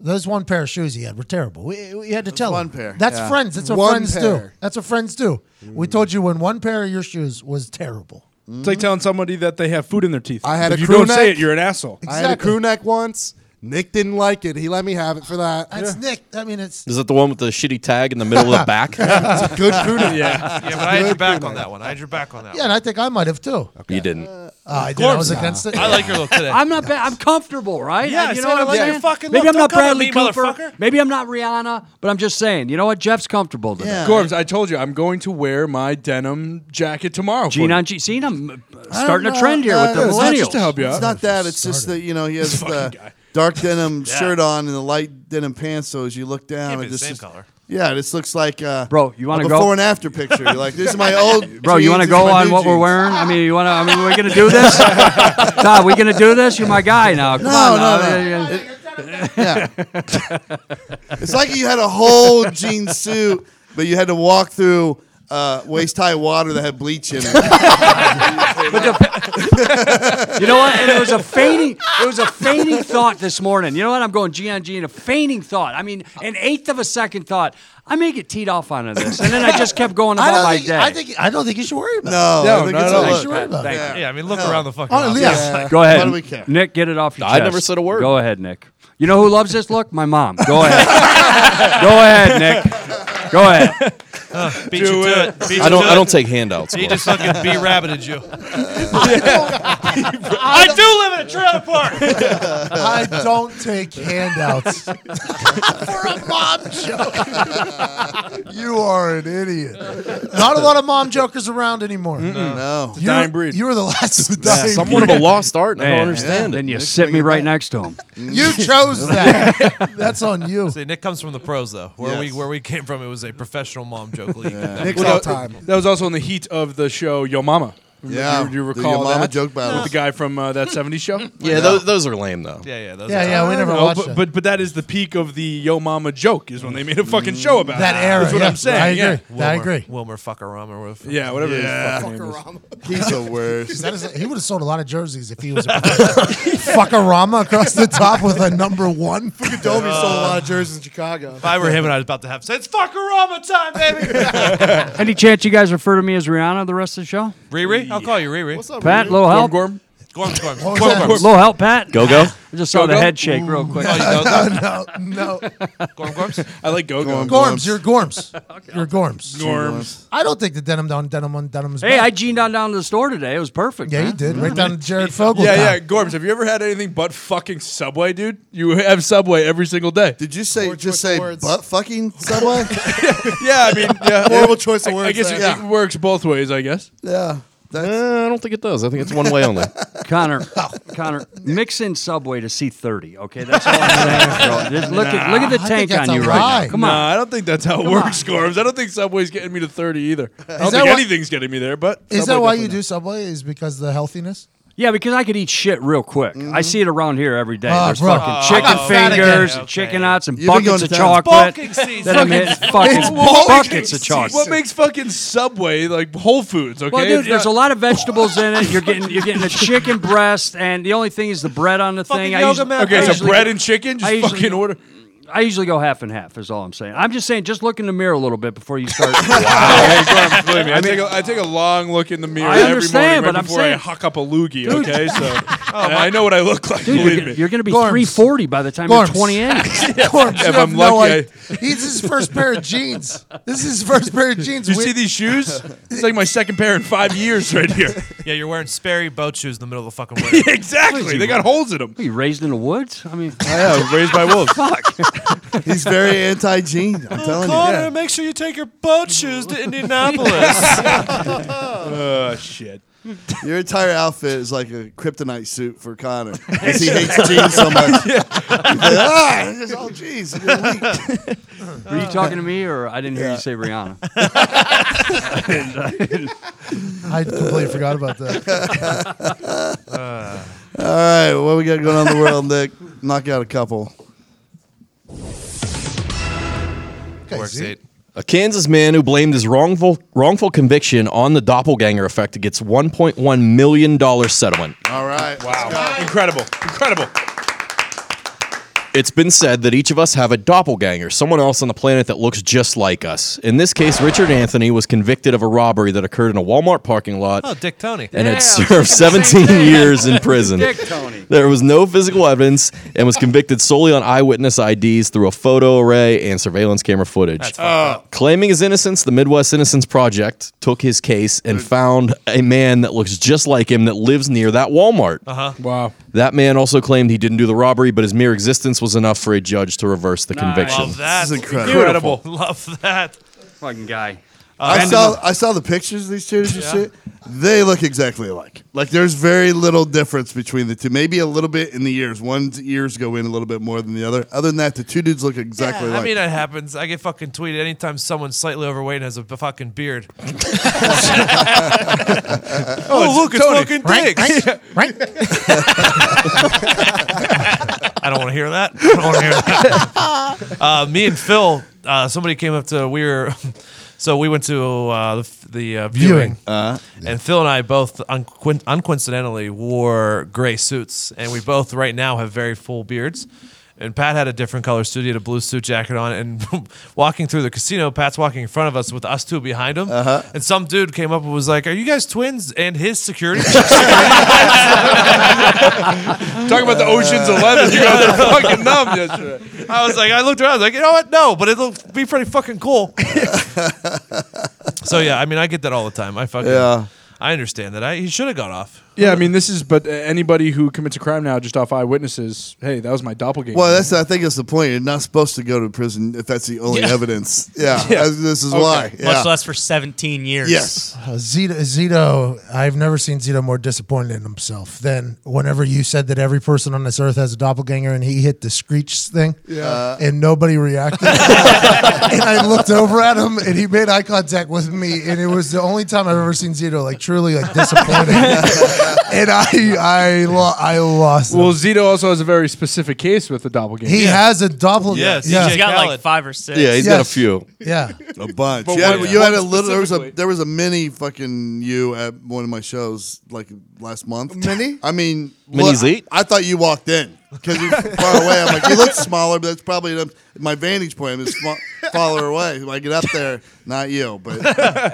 Speaker 7: Those one pair of shoes he had were terrible. We, we had to tell
Speaker 3: one
Speaker 7: him.
Speaker 3: pair.
Speaker 7: That's
Speaker 3: Yeah.
Speaker 7: friends. That's what
Speaker 3: One
Speaker 7: friends do.
Speaker 3: pair.
Speaker 7: That's what friends do. We
Speaker 4: Mm.
Speaker 7: told you when one pair of your shoes was terrible.
Speaker 9: Mm-hmm.
Speaker 6: It's like telling somebody that they have food in their teeth.
Speaker 9: I had
Speaker 6: if
Speaker 9: a
Speaker 6: you
Speaker 9: crew
Speaker 6: don't
Speaker 9: neck.
Speaker 6: say it, you're an asshole.
Speaker 9: I had a crew neck once. Nick didn't like it. He let me have it for that.
Speaker 7: That's Nick. I mean, it's
Speaker 10: Is that the one with the shitty tag in the middle of the back?
Speaker 9: (laughs)
Speaker 7: (laughs)
Speaker 9: It's a
Speaker 4: (laughs)
Speaker 9: good crew neck.
Speaker 4: yeah, but I had your back on that one. I had your back on that.
Speaker 7: yeah, and I think I might have too.
Speaker 10: You didn't.
Speaker 7: Uh, I, did. I was against it.
Speaker 4: I like your look today.
Speaker 14: I'm not bad. I'm comfortable, right?
Speaker 4: Yeah, I
Speaker 14: you
Speaker 4: said
Speaker 14: know what
Speaker 4: I
Speaker 14: I'm
Speaker 4: like your
Speaker 14: saying?
Speaker 4: fucking
Speaker 14: Maybe
Speaker 4: look.
Speaker 14: I'm not
Speaker 4: Don't come at
Speaker 14: Bradley
Speaker 4: me,
Speaker 14: Cooper.
Speaker 4: motherfucker.
Speaker 14: Maybe I'm not Rihanna, but I'm just saying. You know what? Jeff's comfortable today.
Speaker 6: Gorbs, I told you I'm going to wear my denim jacket tomorrow.
Speaker 14: Gene on Gene. See, I'm uh, starting a trend here with the
Speaker 6: millennials.
Speaker 14: millennials.
Speaker 6: Just to help you
Speaker 3: It's
Speaker 6: out.
Speaker 3: not that. It's just that you know he has the dark denim shirt on and the light denim pants. So as you look down,
Speaker 4: Can't be
Speaker 3: it
Speaker 4: the
Speaker 3: just
Speaker 4: same
Speaker 3: is-
Speaker 4: color.
Speaker 3: Yeah, this looks like uh,
Speaker 14: Bro, you wanna
Speaker 3: a
Speaker 14: go?
Speaker 3: before and after picture. You're like, this is my old.
Speaker 14: (laughs) Bro, you
Speaker 3: want to
Speaker 14: go on what we're wearing?
Speaker 3: (laughs)
Speaker 14: I mean, you want to? I mean, we're gonna do this, Todd. We gonna do this? You're my guy now. Come
Speaker 3: No,
Speaker 14: on,
Speaker 3: no,
Speaker 14: now.
Speaker 3: no.
Speaker 14: Yeah, yeah.
Speaker 3: Yeah. it's like you had a whole jean suit, but you had to walk through uh, waist high water that had bleach in
Speaker 14: (laughs)
Speaker 3: it. (laughs)
Speaker 14: You know what? And it was a fainting. It was a fainting thought this morning. You know what? I'm going G on G and a fainting thought. I mean, an eighth of a second thought. I may get teed off onto this, and then
Speaker 3: (laughs)
Speaker 14: I just kept going
Speaker 7: I
Speaker 14: about
Speaker 7: don't
Speaker 14: my
Speaker 7: think,
Speaker 14: day.
Speaker 7: I think I don't think you should worry
Speaker 14: (laughs)
Speaker 7: about
Speaker 3: No,
Speaker 7: it.
Speaker 3: No, I think not it's at all.
Speaker 7: You
Speaker 3: all.
Speaker 7: should worry about it.
Speaker 4: Yeah, I mean, look
Speaker 3: Hell.
Speaker 4: around the fucking.
Speaker 7: Oh,
Speaker 4: house.
Speaker 7: yeah.
Speaker 14: Go
Speaker 4: Why
Speaker 14: ahead.
Speaker 4: do we care?
Speaker 14: Nick, get it off your
Speaker 4: I
Speaker 14: chest.
Speaker 4: never said a word.
Speaker 14: Go ahead, Nick. You
Speaker 4: (laughs)
Speaker 14: know who loves this look? My mom. Go ahead. Go ahead, Nick. Go ahead.
Speaker 4: Uh, beat
Speaker 1: Do
Speaker 4: you to
Speaker 1: it.
Speaker 4: it. Beat
Speaker 1: I
Speaker 4: you
Speaker 10: don't-
Speaker 4: to
Speaker 10: I
Speaker 4: it.
Speaker 10: don't take handouts,
Speaker 4: He
Speaker 10: Gordon.
Speaker 4: just fucking be rabbited you.
Speaker 2: I do live in a trailer park.
Speaker 7: (laughs) (laughs) I don't take (laughs) handouts. For
Speaker 2: a
Speaker 7: mom joke. (laughs) you are an idiot. Not a lot of mom jokers around anymore.
Speaker 3: No. No.
Speaker 7: You,
Speaker 3: Dying
Speaker 7: breed. You were the last of the dying
Speaker 10: somewhat of
Speaker 7: breed.
Speaker 10: a lost art, and I
Speaker 14: Man,
Speaker 10: don't understand
Speaker 14: Then
Speaker 10: it.
Speaker 14: you sit me right next to him.
Speaker 4: (laughs)
Speaker 7: You chose that. That's on you.
Speaker 4: See, Nick comes from the pros though. Where
Speaker 14: Yes.
Speaker 4: we where we came from, it was a professional mom joke league.
Speaker 6: Well, that- That was also in the heat of the show Yo Mama. do
Speaker 4: Yeah,
Speaker 6: you, do you
Speaker 4: the
Speaker 6: recall
Speaker 4: Yo Mama
Speaker 6: that?
Speaker 4: joke battle.
Speaker 6: with the guy from uh, that '70s
Speaker 7: (laughs)
Speaker 6: show.
Speaker 10: Yeah, Yeah. tho- those are lame though.
Speaker 4: Yeah, yeah,
Speaker 7: those Yeah, are- yeah, we
Speaker 6: I
Speaker 7: never
Speaker 6: know,
Speaker 7: watched
Speaker 6: Oh, but,
Speaker 7: that.
Speaker 6: But but that is the peak of the Yo Mama joke is when they made a fucking show about
Speaker 7: That
Speaker 6: it.
Speaker 7: era,
Speaker 6: That's what
Speaker 7: yeah.
Speaker 6: I'm saying.
Speaker 7: I
Speaker 6: yeah.
Speaker 7: agree. I agree.
Speaker 4: Wilmer Fuckerama. Or fuck-
Speaker 6: Yeah, whatever his fucking name is. (laughs)
Speaker 3: He's the worst.
Speaker 7: That is- he would have sold a lot of jerseys if he was a (laughs) fuckerama across the top with a number one. Fucking
Speaker 9: Domi sold a lot of jerseys in Chicago.
Speaker 4: Uh, If I were him, and I was about to have said, "It's Fuckerama time, baby."
Speaker 14: Any chance you guys refer to me as Rihanna the rest of the show?
Speaker 4: Riri, I'll call you Riri. What's up,
Speaker 14: Pat, little help. Gorm,
Speaker 4: Gorm, Gorm.
Speaker 14: Gorm.
Speaker 4: Gorm, Gorm.
Speaker 14: Little help, Pat.
Speaker 10: Go go.
Speaker 14: I just saw
Speaker 10: Go,
Speaker 14: the
Speaker 10: go?
Speaker 14: head shake real (laughs) quick.
Speaker 7: No,
Speaker 4: (laughs)
Speaker 7: no, no,
Speaker 4: Gorm, Gorms.
Speaker 6: I like go go.
Speaker 14: (laughs)
Speaker 7: Gorms, you're Gorms. You're Gorms.
Speaker 6: Gorms.
Speaker 7: I don't think the denim down denim on denim is
Speaker 14: Hey,
Speaker 7: bad.
Speaker 14: I jeaned on down to the store today. It was perfect.
Speaker 7: (laughs) Yeah, you
Speaker 14: man.
Speaker 7: did. Right down to Jared Fogle.
Speaker 6: Yeah, yeah,
Speaker 7: time.
Speaker 6: Gorms. Have you ever had anything but fucking Subway, dude? You have Subway every single day.
Speaker 3: Did you say just say butt fucking subway?
Speaker 6: yeah, I mean,
Speaker 7: (laughs)
Speaker 6: yeah.
Speaker 3: Horrible choice of
Speaker 6: I- I
Speaker 3: words
Speaker 6: guess
Speaker 3: there.
Speaker 6: it,
Speaker 3: Yeah.
Speaker 6: it works both ways. I guess.
Speaker 3: Yeah.
Speaker 10: Uh, I don't think it does. I think it's one way only.
Speaker 14: (laughs)
Speaker 7: (laughs)
Speaker 14: Connor, Connor, mix in Subway to C thirty. Okay, that's all I'm gonna ask, (laughs) bro. Just look at look at the tank on you right now. Come
Speaker 6: nah,
Speaker 14: on.
Speaker 6: I don't think that's how it
Speaker 14: Come
Speaker 6: works, Gorms. I don't think Subway's getting me to 30 either. I don't
Speaker 7: that
Speaker 6: think
Speaker 7: why-
Speaker 6: anything's getting me there, but.
Speaker 7: Is
Speaker 6: Subway
Speaker 7: that why
Speaker 6: definitely-
Speaker 7: you do Subway? Is because of the healthiness?
Speaker 14: Yeah, because I could eat shit real quick. I see it around here every day.
Speaker 7: Oh,
Speaker 14: There's
Speaker 7: Mm-hmm. bro.
Speaker 14: fucking
Speaker 7: Oh, I
Speaker 14: chicken
Speaker 7: got fat again.
Speaker 14: fingers,
Speaker 7: Yeah,
Speaker 14: and
Speaker 7: okay.
Speaker 14: chicken nuts, and
Speaker 7: You've been
Speaker 14: buckets
Speaker 7: going
Speaker 14: of
Speaker 7: to town.
Speaker 14: chocolate.
Speaker 6: Bulking season.
Speaker 14: That I'm hitting fucking
Speaker 6: It's bulking
Speaker 14: buckets of
Speaker 6: season.
Speaker 14: chocolate.
Speaker 6: What makes fucking Subway
Speaker 7: (laughs)
Speaker 6: like Whole Foods? Okay,
Speaker 14: Well, dude,
Speaker 6: It's
Speaker 14: there's
Speaker 6: not-
Speaker 14: a lot of vegetables in it. You're getting you're getting a chicken breast, and the only thing is the bread on the thing. I usually- I
Speaker 6: Okay, so
Speaker 14: usually-
Speaker 6: bread and chicken, just
Speaker 14: I usually-
Speaker 6: fucking order.
Speaker 14: I usually go half and half. Is all I'm saying. I'm just saying, just look in the mirror a little bit before you
Speaker 6: (laughs)
Speaker 14: start. (laughs)
Speaker 6: Hey, Gorms, believe me, I,
Speaker 14: I mean-
Speaker 6: take a, I take a long look in the mirror
Speaker 14: I
Speaker 6: every morning
Speaker 14: understand,
Speaker 6: right
Speaker 14: but I'm
Speaker 6: before I
Speaker 14: saying-
Speaker 6: huck up a loogie.
Speaker 14: Dude.
Speaker 6: Okay,
Speaker 14: (laughs)
Speaker 6: so
Speaker 7: Oh,
Speaker 6: and I know what I look like.
Speaker 14: Dude, you're
Speaker 6: believe
Speaker 14: gonna-
Speaker 6: me,
Speaker 14: you're gonna be
Speaker 7: Gorms.
Speaker 14: 340 by the time
Speaker 7: Gorms.
Speaker 14: you're
Speaker 6: (laughs)
Speaker 14: 28.
Speaker 7: Gorms,
Speaker 6: If
Speaker 7: you
Speaker 6: I'm
Speaker 7: have no
Speaker 6: lucky,
Speaker 7: idea.
Speaker 6: I-
Speaker 7: He's his first pair of jeans. This is his first pair of jeans.
Speaker 6: You
Speaker 7: We-
Speaker 6: see these
Speaker 7: (laughs)
Speaker 6: shoes? It's like my second pair in five years right here. (laughs)
Speaker 4: Yeah, you're wearing Sperry boat shoes in the middle of the fucking winter.
Speaker 6: exactly. They got holes in them.
Speaker 14: Are you raised in the woods? I
Speaker 3: (laughs)
Speaker 14: mean,
Speaker 6: Yeah, raised by wolves.
Speaker 3: He's very anti Gene.
Speaker 14: Oh,
Speaker 3: I'm
Speaker 6: Oh,
Speaker 3: telling you.
Speaker 4: Connor, make sure you take your boat shoes to Indianapolis.
Speaker 6: (laughs)
Speaker 4: (laughs)
Speaker 6: Oh shit.
Speaker 3: Your entire outfit is like a kryptonite suit for Connor
Speaker 14: (laughs)
Speaker 3: because he hates jeans so (laughs) much. He's like, ah, it's just all jeans. You're weak."
Speaker 14: Were you talking to me, or I didn't hear you say
Speaker 3: (laughs)
Speaker 14: Rihanna?
Speaker 7: (laughs) I completely forgot about that.
Speaker 3: (laughs) All right, what we got going on in the world, Nick? Knock out a couple.
Speaker 4: Works eight.
Speaker 10: A Kansas man who blamed his wrongful wrongful conviction on the doppelganger effect gets 1.1 million dollar settlement.
Speaker 3: All right.
Speaker 6: Wow. Incredible. Incredible.
Speaker 10: It's been said that each of us have a doppelganger, someone else on the planet that looks just like us. In this case, Richard Anthony was convicted of a robbery that occurred in a Walmart parking lot.
Speaker 4: Oh, Dick Tony.
Speaker 10: And
Speaker 4: Yeah,
Speaker 10: had
Speaker 4: (laughs)
Speaker 10: served 17 years in prison.
Speaker 4: Dick Tony.
Speaker 10: There was no physical evidence and was convicted solely on eyewitness IDs through a photo array and surveillance camera footage.
Speaker 4: Oh.
Speaker 10: Claiming his innocence, the Midwest Innocence Project took his case and found a man that looks just like him that lives near that Walmart.
Speaker 4: Uh huh.
Speaker 6: Wow.
Speaker 10: That man also claimed he didn't do the robbery, but his mere existence was enough for a judge to reverse the conviction.
Speaker 4: Love that.
Speaker 3: This is incredible.
Speaker 4: Incredible. Love that.
Speaker 14: Fucking guy.
Speaker 3: I saw I saw the pictures of these two and
Speaker 4: Yeah.
Speaker 3: shit. They look exactly alike. Like there's very little difference between the two. Maybe a little bit in the ears. One's ears go in a little bit more than the other. Other than that, the two dudes look exactly
Speaker 4: I
Speaker 3: alike.
Speaker 4: mean, that happens. I get fucking tweeted anytime someone's slightly overweight and has a b- fucking beard. (laughs) oh, look, it's
Speaker 6: Tony.
Speaker 4: fucking
Speaker 6: Right,
Speaker 4: Dick.
Speaker 6: right,
Speaker 4: I don't want to hear that. I don't want to hear that. Uh, me and Phil, uh, somebody came up to, we were, (laughs) so we went to uh, the, f- the uh, viewing.
Speaker 7: Viewing.
Speaker 4: And Phil and I both unquin- uncoincidentally wore gray suits, and we both right now have very full beards. And Pat had a different color suit. He had a blue suit jacket on. And (laughs) walking through the casino, Pat's walking in front of us with us two behind him. Uh-huh. And some dude came up and was like, "Are you guys twins?" And his (laughs) security.
Speaker 1: Talking about the Ocean's Eleven, you
Speaker 4: (laughs)
Speaker 1: guys are fucking numb yesterday.
Speaker 4: I was like, I looked around. I was like, you know what? No, but it'll be pretty fucking
Speaker 3: (laughs)
Speaker 4: cool. so yeah, I mean, I get that all the time. I fucking.
Speaker 1: Yeah.
Speaker 4: I understand that. I he should have got off.
Speaker 6: Yeah, I mean, this is, but uh, anybody who commits a crime now just off eyewitnesses, hey, that was my doppelganger.
Speaker 3: Well,
Speaker 6: (laughs)
Speaker 3: that's I think that's the point. You're not supposed to go to prison if that's the only
Speaker 2: Yeah.
Speaker 3: evidence. Yeah,
Speaker 2: (laughs) Yeah.
Speaker 3: that's- this is
Speaker 2: Okay.
Speaker 3: why. Yeah.
Speaker 2: Much less for 17 years.
Speaker 3: Yes.
Speaker 7: Uh, Zito, Zito, I've never seen Zito more disappointed in himself than whenever you said that every person on this earth has a doppelganger and he hit the screech thing Uh,
Speaker 3: Yeah.
Speaker 7: and nobody reacted. and I looked over at him and he made eye contact with me and it was the only time I've ever seen Zito like truly like disappointed. and I I, lo- I lost.
Speaker 6: Well, Zito also has a very specific case with the doppelganger.
Speaker 7: He has a doppelganger.
Speaker 2: He's got like five or six.
Speaker 10: Yeah, he's
Speaker 7: he's
Speaker 10: got a few.
Speaker 7: Yeah.
Speaker 3: (laughs) a bunch.
Speaker 10: But
Speaker 3: yeah,
Speaker 10: one-
Speaker 3: you had
Speaker 10: one
Speaker 3: a little. There was a
Speaker 10: specifically.
Speaker 3: there was a mini fucking you at one of my shows like last month. Mini? I mean,
Speaker 10: Mini
Speaker 3: look,
Speaker 10: Zeke?
Speaker 3: I thought you walked in because you're far away. I'm like, you look smaller, but that's probably the- my vantage point. I'm just fa- farther away. When I get up there, not you, but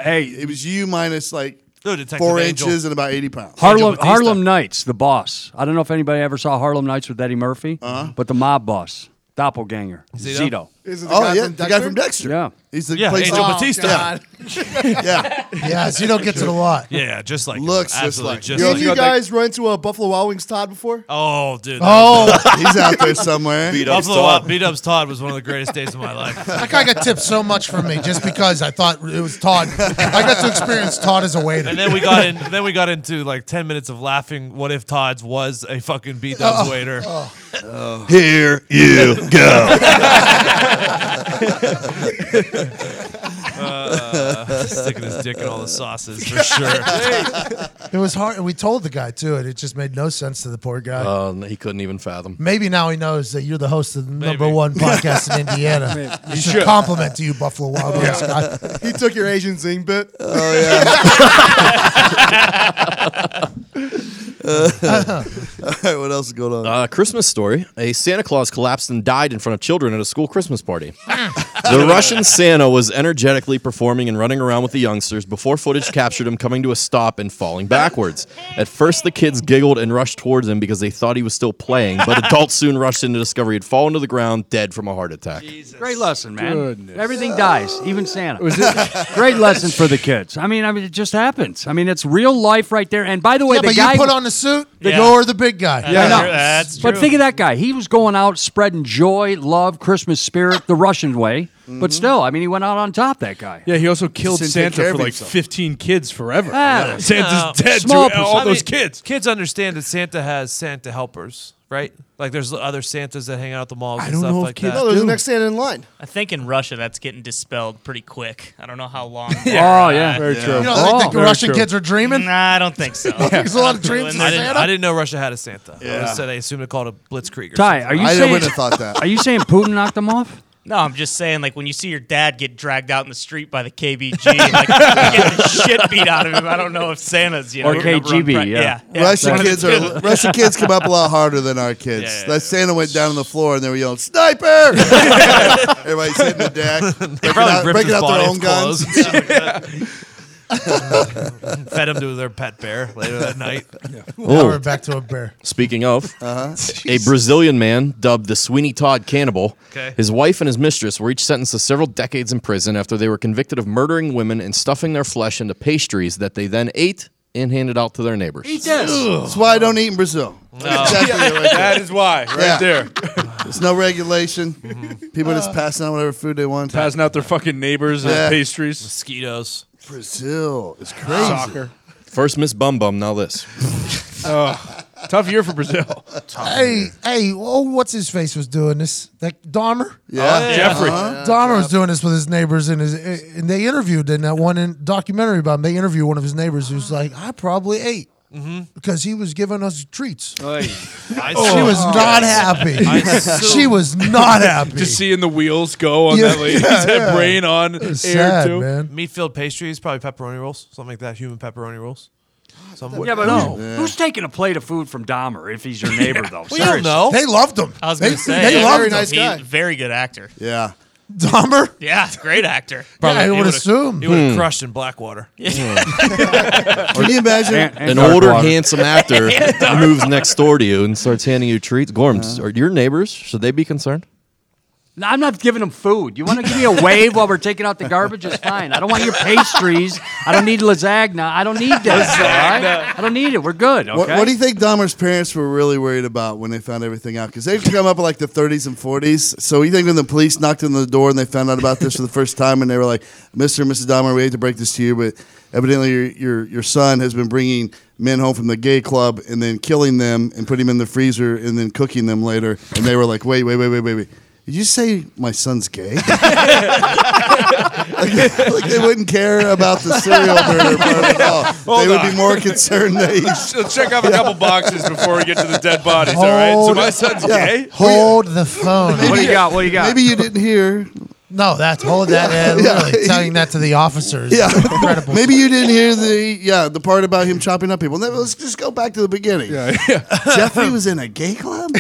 Speaker 3: hey, it was you minus like
Speaker 2: Dude, Detective
Speaker 3: four
Speaker 2: Angel.
Speaker 3: inches and about eighty pounds.
Speaker 14: Harlem Harlem Nights, the boss. I don't know if anybody ever saw Harlem Nights with Eddie Murphy,
Speaker 3: Uh-huh.
Speaker 14: but the mob boss, doppelganger, Zito.
Speaker 3: Is
Speaker 14: it
Speaker 3: the oh guy yeah, the guy from Dexter.
Speaker 14: Yeah.
Speaker 3: he's the
Speaker 14: Yeah,
Speaker 3: place
Speaker 14: Angel
Speaker 3: Oh,
Speaker 14: Batista.
Speaker 3: Yeah.
Speaker 13: (laughs)
Speaker 3: yeah,
Speaker 7: Yeah, Zito gets it a lot.
Speaker 4: Yeah, just like
Speaker 3: Looks
Speaker 4: him.
Speaker 3: just
Speaker 4: Absolutely
Speaker 3: like
Speaker 4: just
Speaker 3: him.
Speaker 4: like
Speaker 13: you
Speaker 4: him.
Speaker 13: guys run to a Buffalo Wild Wings Todd before?
Speaker 4: Oh, dude. (laughs)
Speaker 7: Oh.
Speaker 3: (laughs) He's out there somewhere.
Speaker 4: Buffalo Wild- B Dubs Todd was one of the greatest days of my life.
Speaker 7: (laughs) That guy got tipped so much from me just because I thought it was Todd. I got to experience Todd as a waiter.
Speaker 4: And then
Speaker 3: (laughs)
Speaker 4: we got in. Then we got into like ten minutes of laughing. What if Todd's was a fucking B Dubs
Speaker 7: Oh,
Speaker 4: waiter?
Speaker 11: Oh.
Speaker 4: (laughs)
Speaker 10: Here you go.
Speaker 4: (laughs) Uh, sticking his dick in all the sauces for sure.
Speaker 7: It was hard. We told the guy too, and it just made no sense to the poor guy.
Speaker 10: (laughs) Uh, he couldn't even fathom.
Speaker 7: Maybe now he knows that you're the host of the number one podcast in
Speaker 13: Maybe.
Speaker 7: Indiana.
Speaker 13: You
Speaker 7: It's a
Speaker 13: should.
Speaker 7: compliment to you, Buffalo Wild Wings
Speaker 13: (laughs)
Speaker 7: guy.
Speaker 13: he took your Asian zing bit.
Speaker 3: Oh yeah.
Speaker 13: (laughs)
Speaker 7: (laughs)
Speaker 3: Uh, (laughs) All right, what else is going on?
Speaker 10: Uh, Christmas story. A Santa Claus collapsed and died in front of children at a school Christmas party. the Russian Santa was energetically performing and running around with the youngsters before footage captured him coming to a stop and falling backwards. At first, the kids giggled and rushed towards him because they thought he was still playing, but adults soon rushed in to discover he'd fallen to the ground dead from a heart attack.
Speaker 14: Great lesson, man.
Speaker 10: Goodness.
Speaker 14: Everything dies, even Santa. Great lesson for the kids. I mean, I mean, it just happens. I mean, it's real life right there. And by the way,
Speaker 7: yeah,
Speaker 14: the
Speaker 7: but
Speaker 14: guy
Speaker 7: you put on the suit,
Speaker 14: Yeah.
Speaker 7: you're the big guy.
Speaker 14: I know. But think of that guy. He was going out spreading joy, love, Christmas spirit, the Russian way. But still, I mean, he went out on top. That guy.
Speaker 6: Yeah, he also killed
Speaker 14: didn't take care
Speaker 6: Santa
Speaker 14: of
Speaker 6: for like
Speaker 14: himself.
Speaker 6: 15 kids forever.
Speaker 14: Ah,
Speaker 6: Santa's
Speaker 4: No.
Speaker 6: dead to all
Speaker 4: I
Speaker 6: those
Speaker 4: mean,
Speaker 6: kids.
Speaker 4: Kids understand that Santa has Santa helpers, right? Like there's other Santas that hang out at the malls. I and
Speaker 2: don't
Speaker 4: stuff
Speaker 2: know if
Speaker 4: like
Speaker 2: kids
Speaker 4: that.
Speaker 13: No, there's the next stand in line.
Speaker 2: I think in Russia that's getting dispelled pretty quick. I don't know
Speaker 14: (laughs)
Speaker 2: how long.
Speaker 13: Oh, yeah. Very
Speaker 7: true. You don't
Speaker 14: Oh,
Speaker 7: think the Very Russian true. kids are dreaming?
Speaker 2: Nah, I don't think
Speaker 7: (laughs)
Speaker 2: so.
Speaker 7: There's a lot of dreams in
Speaker 4: I didn't,
Speaker 7: Santa.
Speaker 4: I didn't know Russia had a Santa. I
Speaker 2: Yeah.
Speaker 4: just said I assumed they called it a blitzkrieg. Or
Speaker 14: Ty,
Speaker 4: something.
Speaker 14: are you saying? Are you saying Putin knocked him off?
Speaker 2: No, I'm just saying, like when you see your dad get dragged out in the street by the KBG, and, like getting the shit beat out of him. I don't know if Santa's, you know,
Speaker 14: Or
Speaker 2: number one
Speaker 14: KGB,
Speaker 2: pri-
Speaker 14: yeah.
Speaker 2: yeah,
Speaker 3: Russian
Speaker 2: One of the
Speaker 3: kids
Speaker 2: two.
Speaker 3: are (laughs) Russian kids come up a lot harder than our kids. that Santa went down on the floor and they were yelling "sniper!" (laughs) Everybody's hitting the
Speaker 4: (laughs)
Speaker 3: deck, breaking
Speaker 4: probably
Speaker 3: out,
Speaker 4: ripped
Speaker 3: breaking
Speaker 4: his
Speaker 3: out
Speaker 4: body
Speaker 3: their
Speaker 4: of
Speaker 3: own guns. (laughs)
Speaker 4: clothes and (laughs) Fed him to their pet bear later that night.
Speaker 7: Now we're back to a bear.
Speaker 10: Speaking of, (laughs) a Brazilian man dubbed the Sweeney Todd Cannibal,
Speaker 7: Okay.
Speaker 10: his wife and his mistress were each sentenced to several decades in prison after they were convicted of murdering women and stuffing their flesh into pastries that they then ate and handed out to their neighbors.
Speaker 3: Eat That's why I don't eat in Brazil. Exactly right there.
Speaker 1: That is why, right there.
Speaker 3: There's no regulation. People are just passing out whatever food they want.
Speaker 6: Passing out their fucking neighbors
Speaker 3: Yeah.
Speaker 6: and pastries.
Speaker 4: Mosquitoes.
Speaker 3: Brazil is crazy.
Speaker 6: Soccer.
Speaker 10: First Miss Bum Bum, now
Speaker 6: (laughs)
Speaker 10: this.
Speaker 6: tough year for Brazil.
Speaker 7: Hey, hey, oh, what's his face was doing this? That Dahmer?
Speaker 6: Yeah. Oh, yeah. Jeffrey.
Speaker 7: Dahmer was doing this with his neighbors, and his and they interviewed in that one in documentary about him. They interviewed one of his neighbors who's like, I probably ate
Speaker 1: Mm-hmm.
Speaker 7: because he was giving us treats.
Speaker 1: Oh,
Speaker 7: Oh, she was not (laughs) happy. she was not happy.
Speaker 6: Just seeing the wheels go Oh, on
Speaker 7: Yeah,
Speaker 6: that
Speaker 1: (laughs)
Speaker 6: lady's
Speaker 7: yeah,
Speaker 6: head,
Speaker 7: yeah.
Speaker 6: brain on
Speaker 7: It's
Speaker 6: air
Speaker 7: sad,
Speaker 6: too.
Speaker 7: man.
Speaker 4: Meat filled pastries, probably pepperoni rolls, something like that, human pepperoni rolls. Somewhere.
Speaker 14: Yeah, but
Speaker 4: No.
Speaker 14: who's, who's taking a plate of food from Dahmer if he's your neighbor, though?
Speaker 4: Well, you don't know. They loved him.
Speaker 2: I was going
Speaker 14: They-
Speaker 2: to say,
Speaker 14: they
Speaker 2: yeah,
Speaker 14: loved
Speaker 2: very
Speaker 14: him.
Speaker 2: nice
Speaker 14: He-
Speaker 2: guy. very good actor.
Speaker 3: Yeah.
Speaker 7: Dahmer?
Speaker 2: Yeah, great actor.
Speaker 4: Probably
Speaker 2: He
Speaker 4: he
Speaker 2: would've-
Speaker 4: would've- He would have
Speaker 14: Hmm.
Speaker 4: crushed in Blackwater.
Speaker 3: Can you imagine?
Speaker 10: An older,
Speaker 6: (laughs)
Speaker 10: handsome actor moves next door to you and starts handing you treats. Gorms, are your neighbors? Should they be concerned?
Speaker 14: No, I'm not giving them food. You want to give me a wave while we're taking out the garbage? It's fine. I don't want your pastries. I don't need lasagna. I don't need this. all right? I don't need it. We're good. Okay.
Speaker 3: What, what do you think Dahmer's parents were really worried about when they found everything out? Because they come up in like the 30s and 40s. So you think when the police knocked on the door and they found out about this for the first time, and they were like, "Mr. and Mrs. Dahmer, we hate to break this to you, but evidently your your, your son has been bringing men home from the gay club and then killing them and putting them in the freezer and then cooking them later." And they were like, "Wait, wait, wait, wait, wait, wait." Did you say my son's gay? (laughs) like they wouldn't care about the serial murder part at all. they would be more concerned that
Speaker 1: (laughs)
Speaker 3: he's
Speaker 1: Let's check off a couple boxes before we get to the dead bodies.
Speaker 7: Hold,
Speaker 1: all right. So my son's
Speaker 7: yeah,
Speaker 1: gay.
Speaker 7: Hold the phone.
Speaker 1: What do you got? What do you got?
Speaker 3: Maybe you didn't hear.
Speaker 7: No, that's hold that.
Speaker 3: (laughs) Yeah,
Speaker 7: uh, literally
Speaker 3: yeah.
Speaker 7: telling that to the officers.
Speaker 3: Yeah, maybe you didn't hear the yeah the part about him chopping up people. Let's just go back to the beginning. Yeah, (laughs) Jeffrey was in a
Speaker 2: (laughs)
Speaker 3: gay club.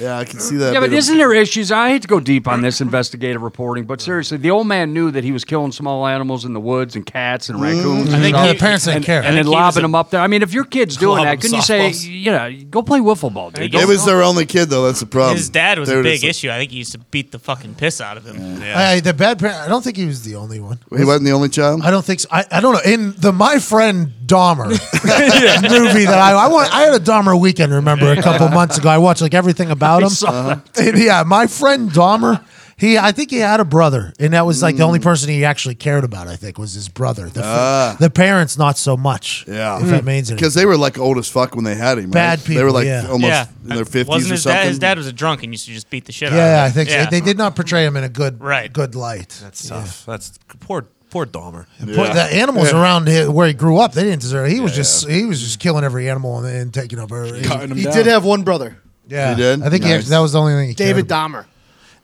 Speaker 3: yeah, I can see that.
Speaker 14: Yeah, but
Speaker 3: bit of-
Speaker 14: isn't there issues? I hate to go deep on this investigative reporting, but seriously, the old man knew that he was killing small animals in the woods and cats and raccoons.
Speaker 7: Mm. I
Speaker 14: and
Speaker 7: think
Speaker 14: stuff,
Speaker 7: he- the parents didn't
Speaker 14: and,
Speaker 7: care.
Speaker 14: And
Speaker 7: I think
Speaker 14: then
Speaker 7: he was
Speaker 14: lobbing
Speaker 7: a-
Speaker 14: them up there. I mean, if your kid's doing
Speaker 7: Club
Speaker 14: that, couldn't you say,
Speaker 7: softballs.
Speaker 14: you know, go play wiffle ball, dude?
Speaker 3: it was their only kid though. That's the
Speaker 14: Hmm.
Speaker 2: (laughs)
Speaker 3: problem.
Speaker 2: His dad was
Speaker 3: They
Speaker 2: a
Speaker 3: were
Speaker 2: big
Speaker 3: just like-
Speaker 2: issue. I think he used to beat the fucking piss out of him.
Speaker 7: I, the bad parent. I don't think he was the only one.
Speaker 3: He wasn't the only child.
Speaker 7: I don't think so. I, I don't know. In the My Friend
Speaker 3: (laughs)
Speaker 7: Dahmer (laughs) movie that I I want, I had a Dahmer weekend. Remember a couple months ago, I watched like everything about
Speaker 3: I
Speaker 7: him.
Speaker 3: saw that.
Speaker 7: And, yeah, my friend Dahmer. He, I think he had a brother, and that was like the only person he actually cared about. I think was his brother. The,
Speaker 3: Mm. Ah.
Speaker 7: the parents not so much.
Speaker 3: Yeah, Hmm.
Speaker 7: if
Speaker 2: Hmm.
Speaker 7: that means anything.
Speaker 3: because they were like old as fuck when they had him. right?
Speaker 7: Bad
Speaker 3: They were
Speaker 7: people,
Speaker 3: like
Speaker 7: yeah.
Speaker 3: almost in their
Speaker 2: Uh,
Speaker 3: fifties
Speaker 2: Wasn't
Speaker 3: or
Speaker 2: his
Speaker 3: something.
Speaker 2: dad? His dad was a drunk and used to just beat the shit out of him.
Speaker 7: Yeah, I think so. they did not portray him in a good
Speaker 2: Right.
Speaker 7: good light.
Speaker 4: That's tough. That's poor, poor Dahmer.
Speaker 7: But the animals around hi- where he grew up, they didn't deserve. He was just he was just killing every animal and, and taking over.
Speaker 13: Cutting 'em He down. did have one brother.
Speaker 7: Yeah,
Speaker 13: He did?
Speaker 7: I think he
Speaker 13: Nice.
Speaker 7: actually, that was the only thing. He
Speaker 13: David
Speaker 7: cared
Speaker 13: Dahmer.
Speaker 7: about.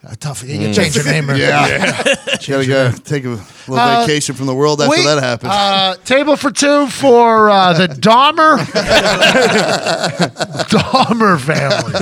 Speaker 7: Uh, tough. You can
Speaker 3: Mm.
Speaker 7: change your name. Or
Speaker 3: yeah, (laughs) gotta go take a little
Speaker 7: Uh,
Speaker 3: vacation from the world after
Speaker 7: Wait,
Speaker 3: that happened.
Speaker 7: Uh, table for two for uh,
Speaker 13: (laughs)
Speaker 7: the Dahmer Dahmer family.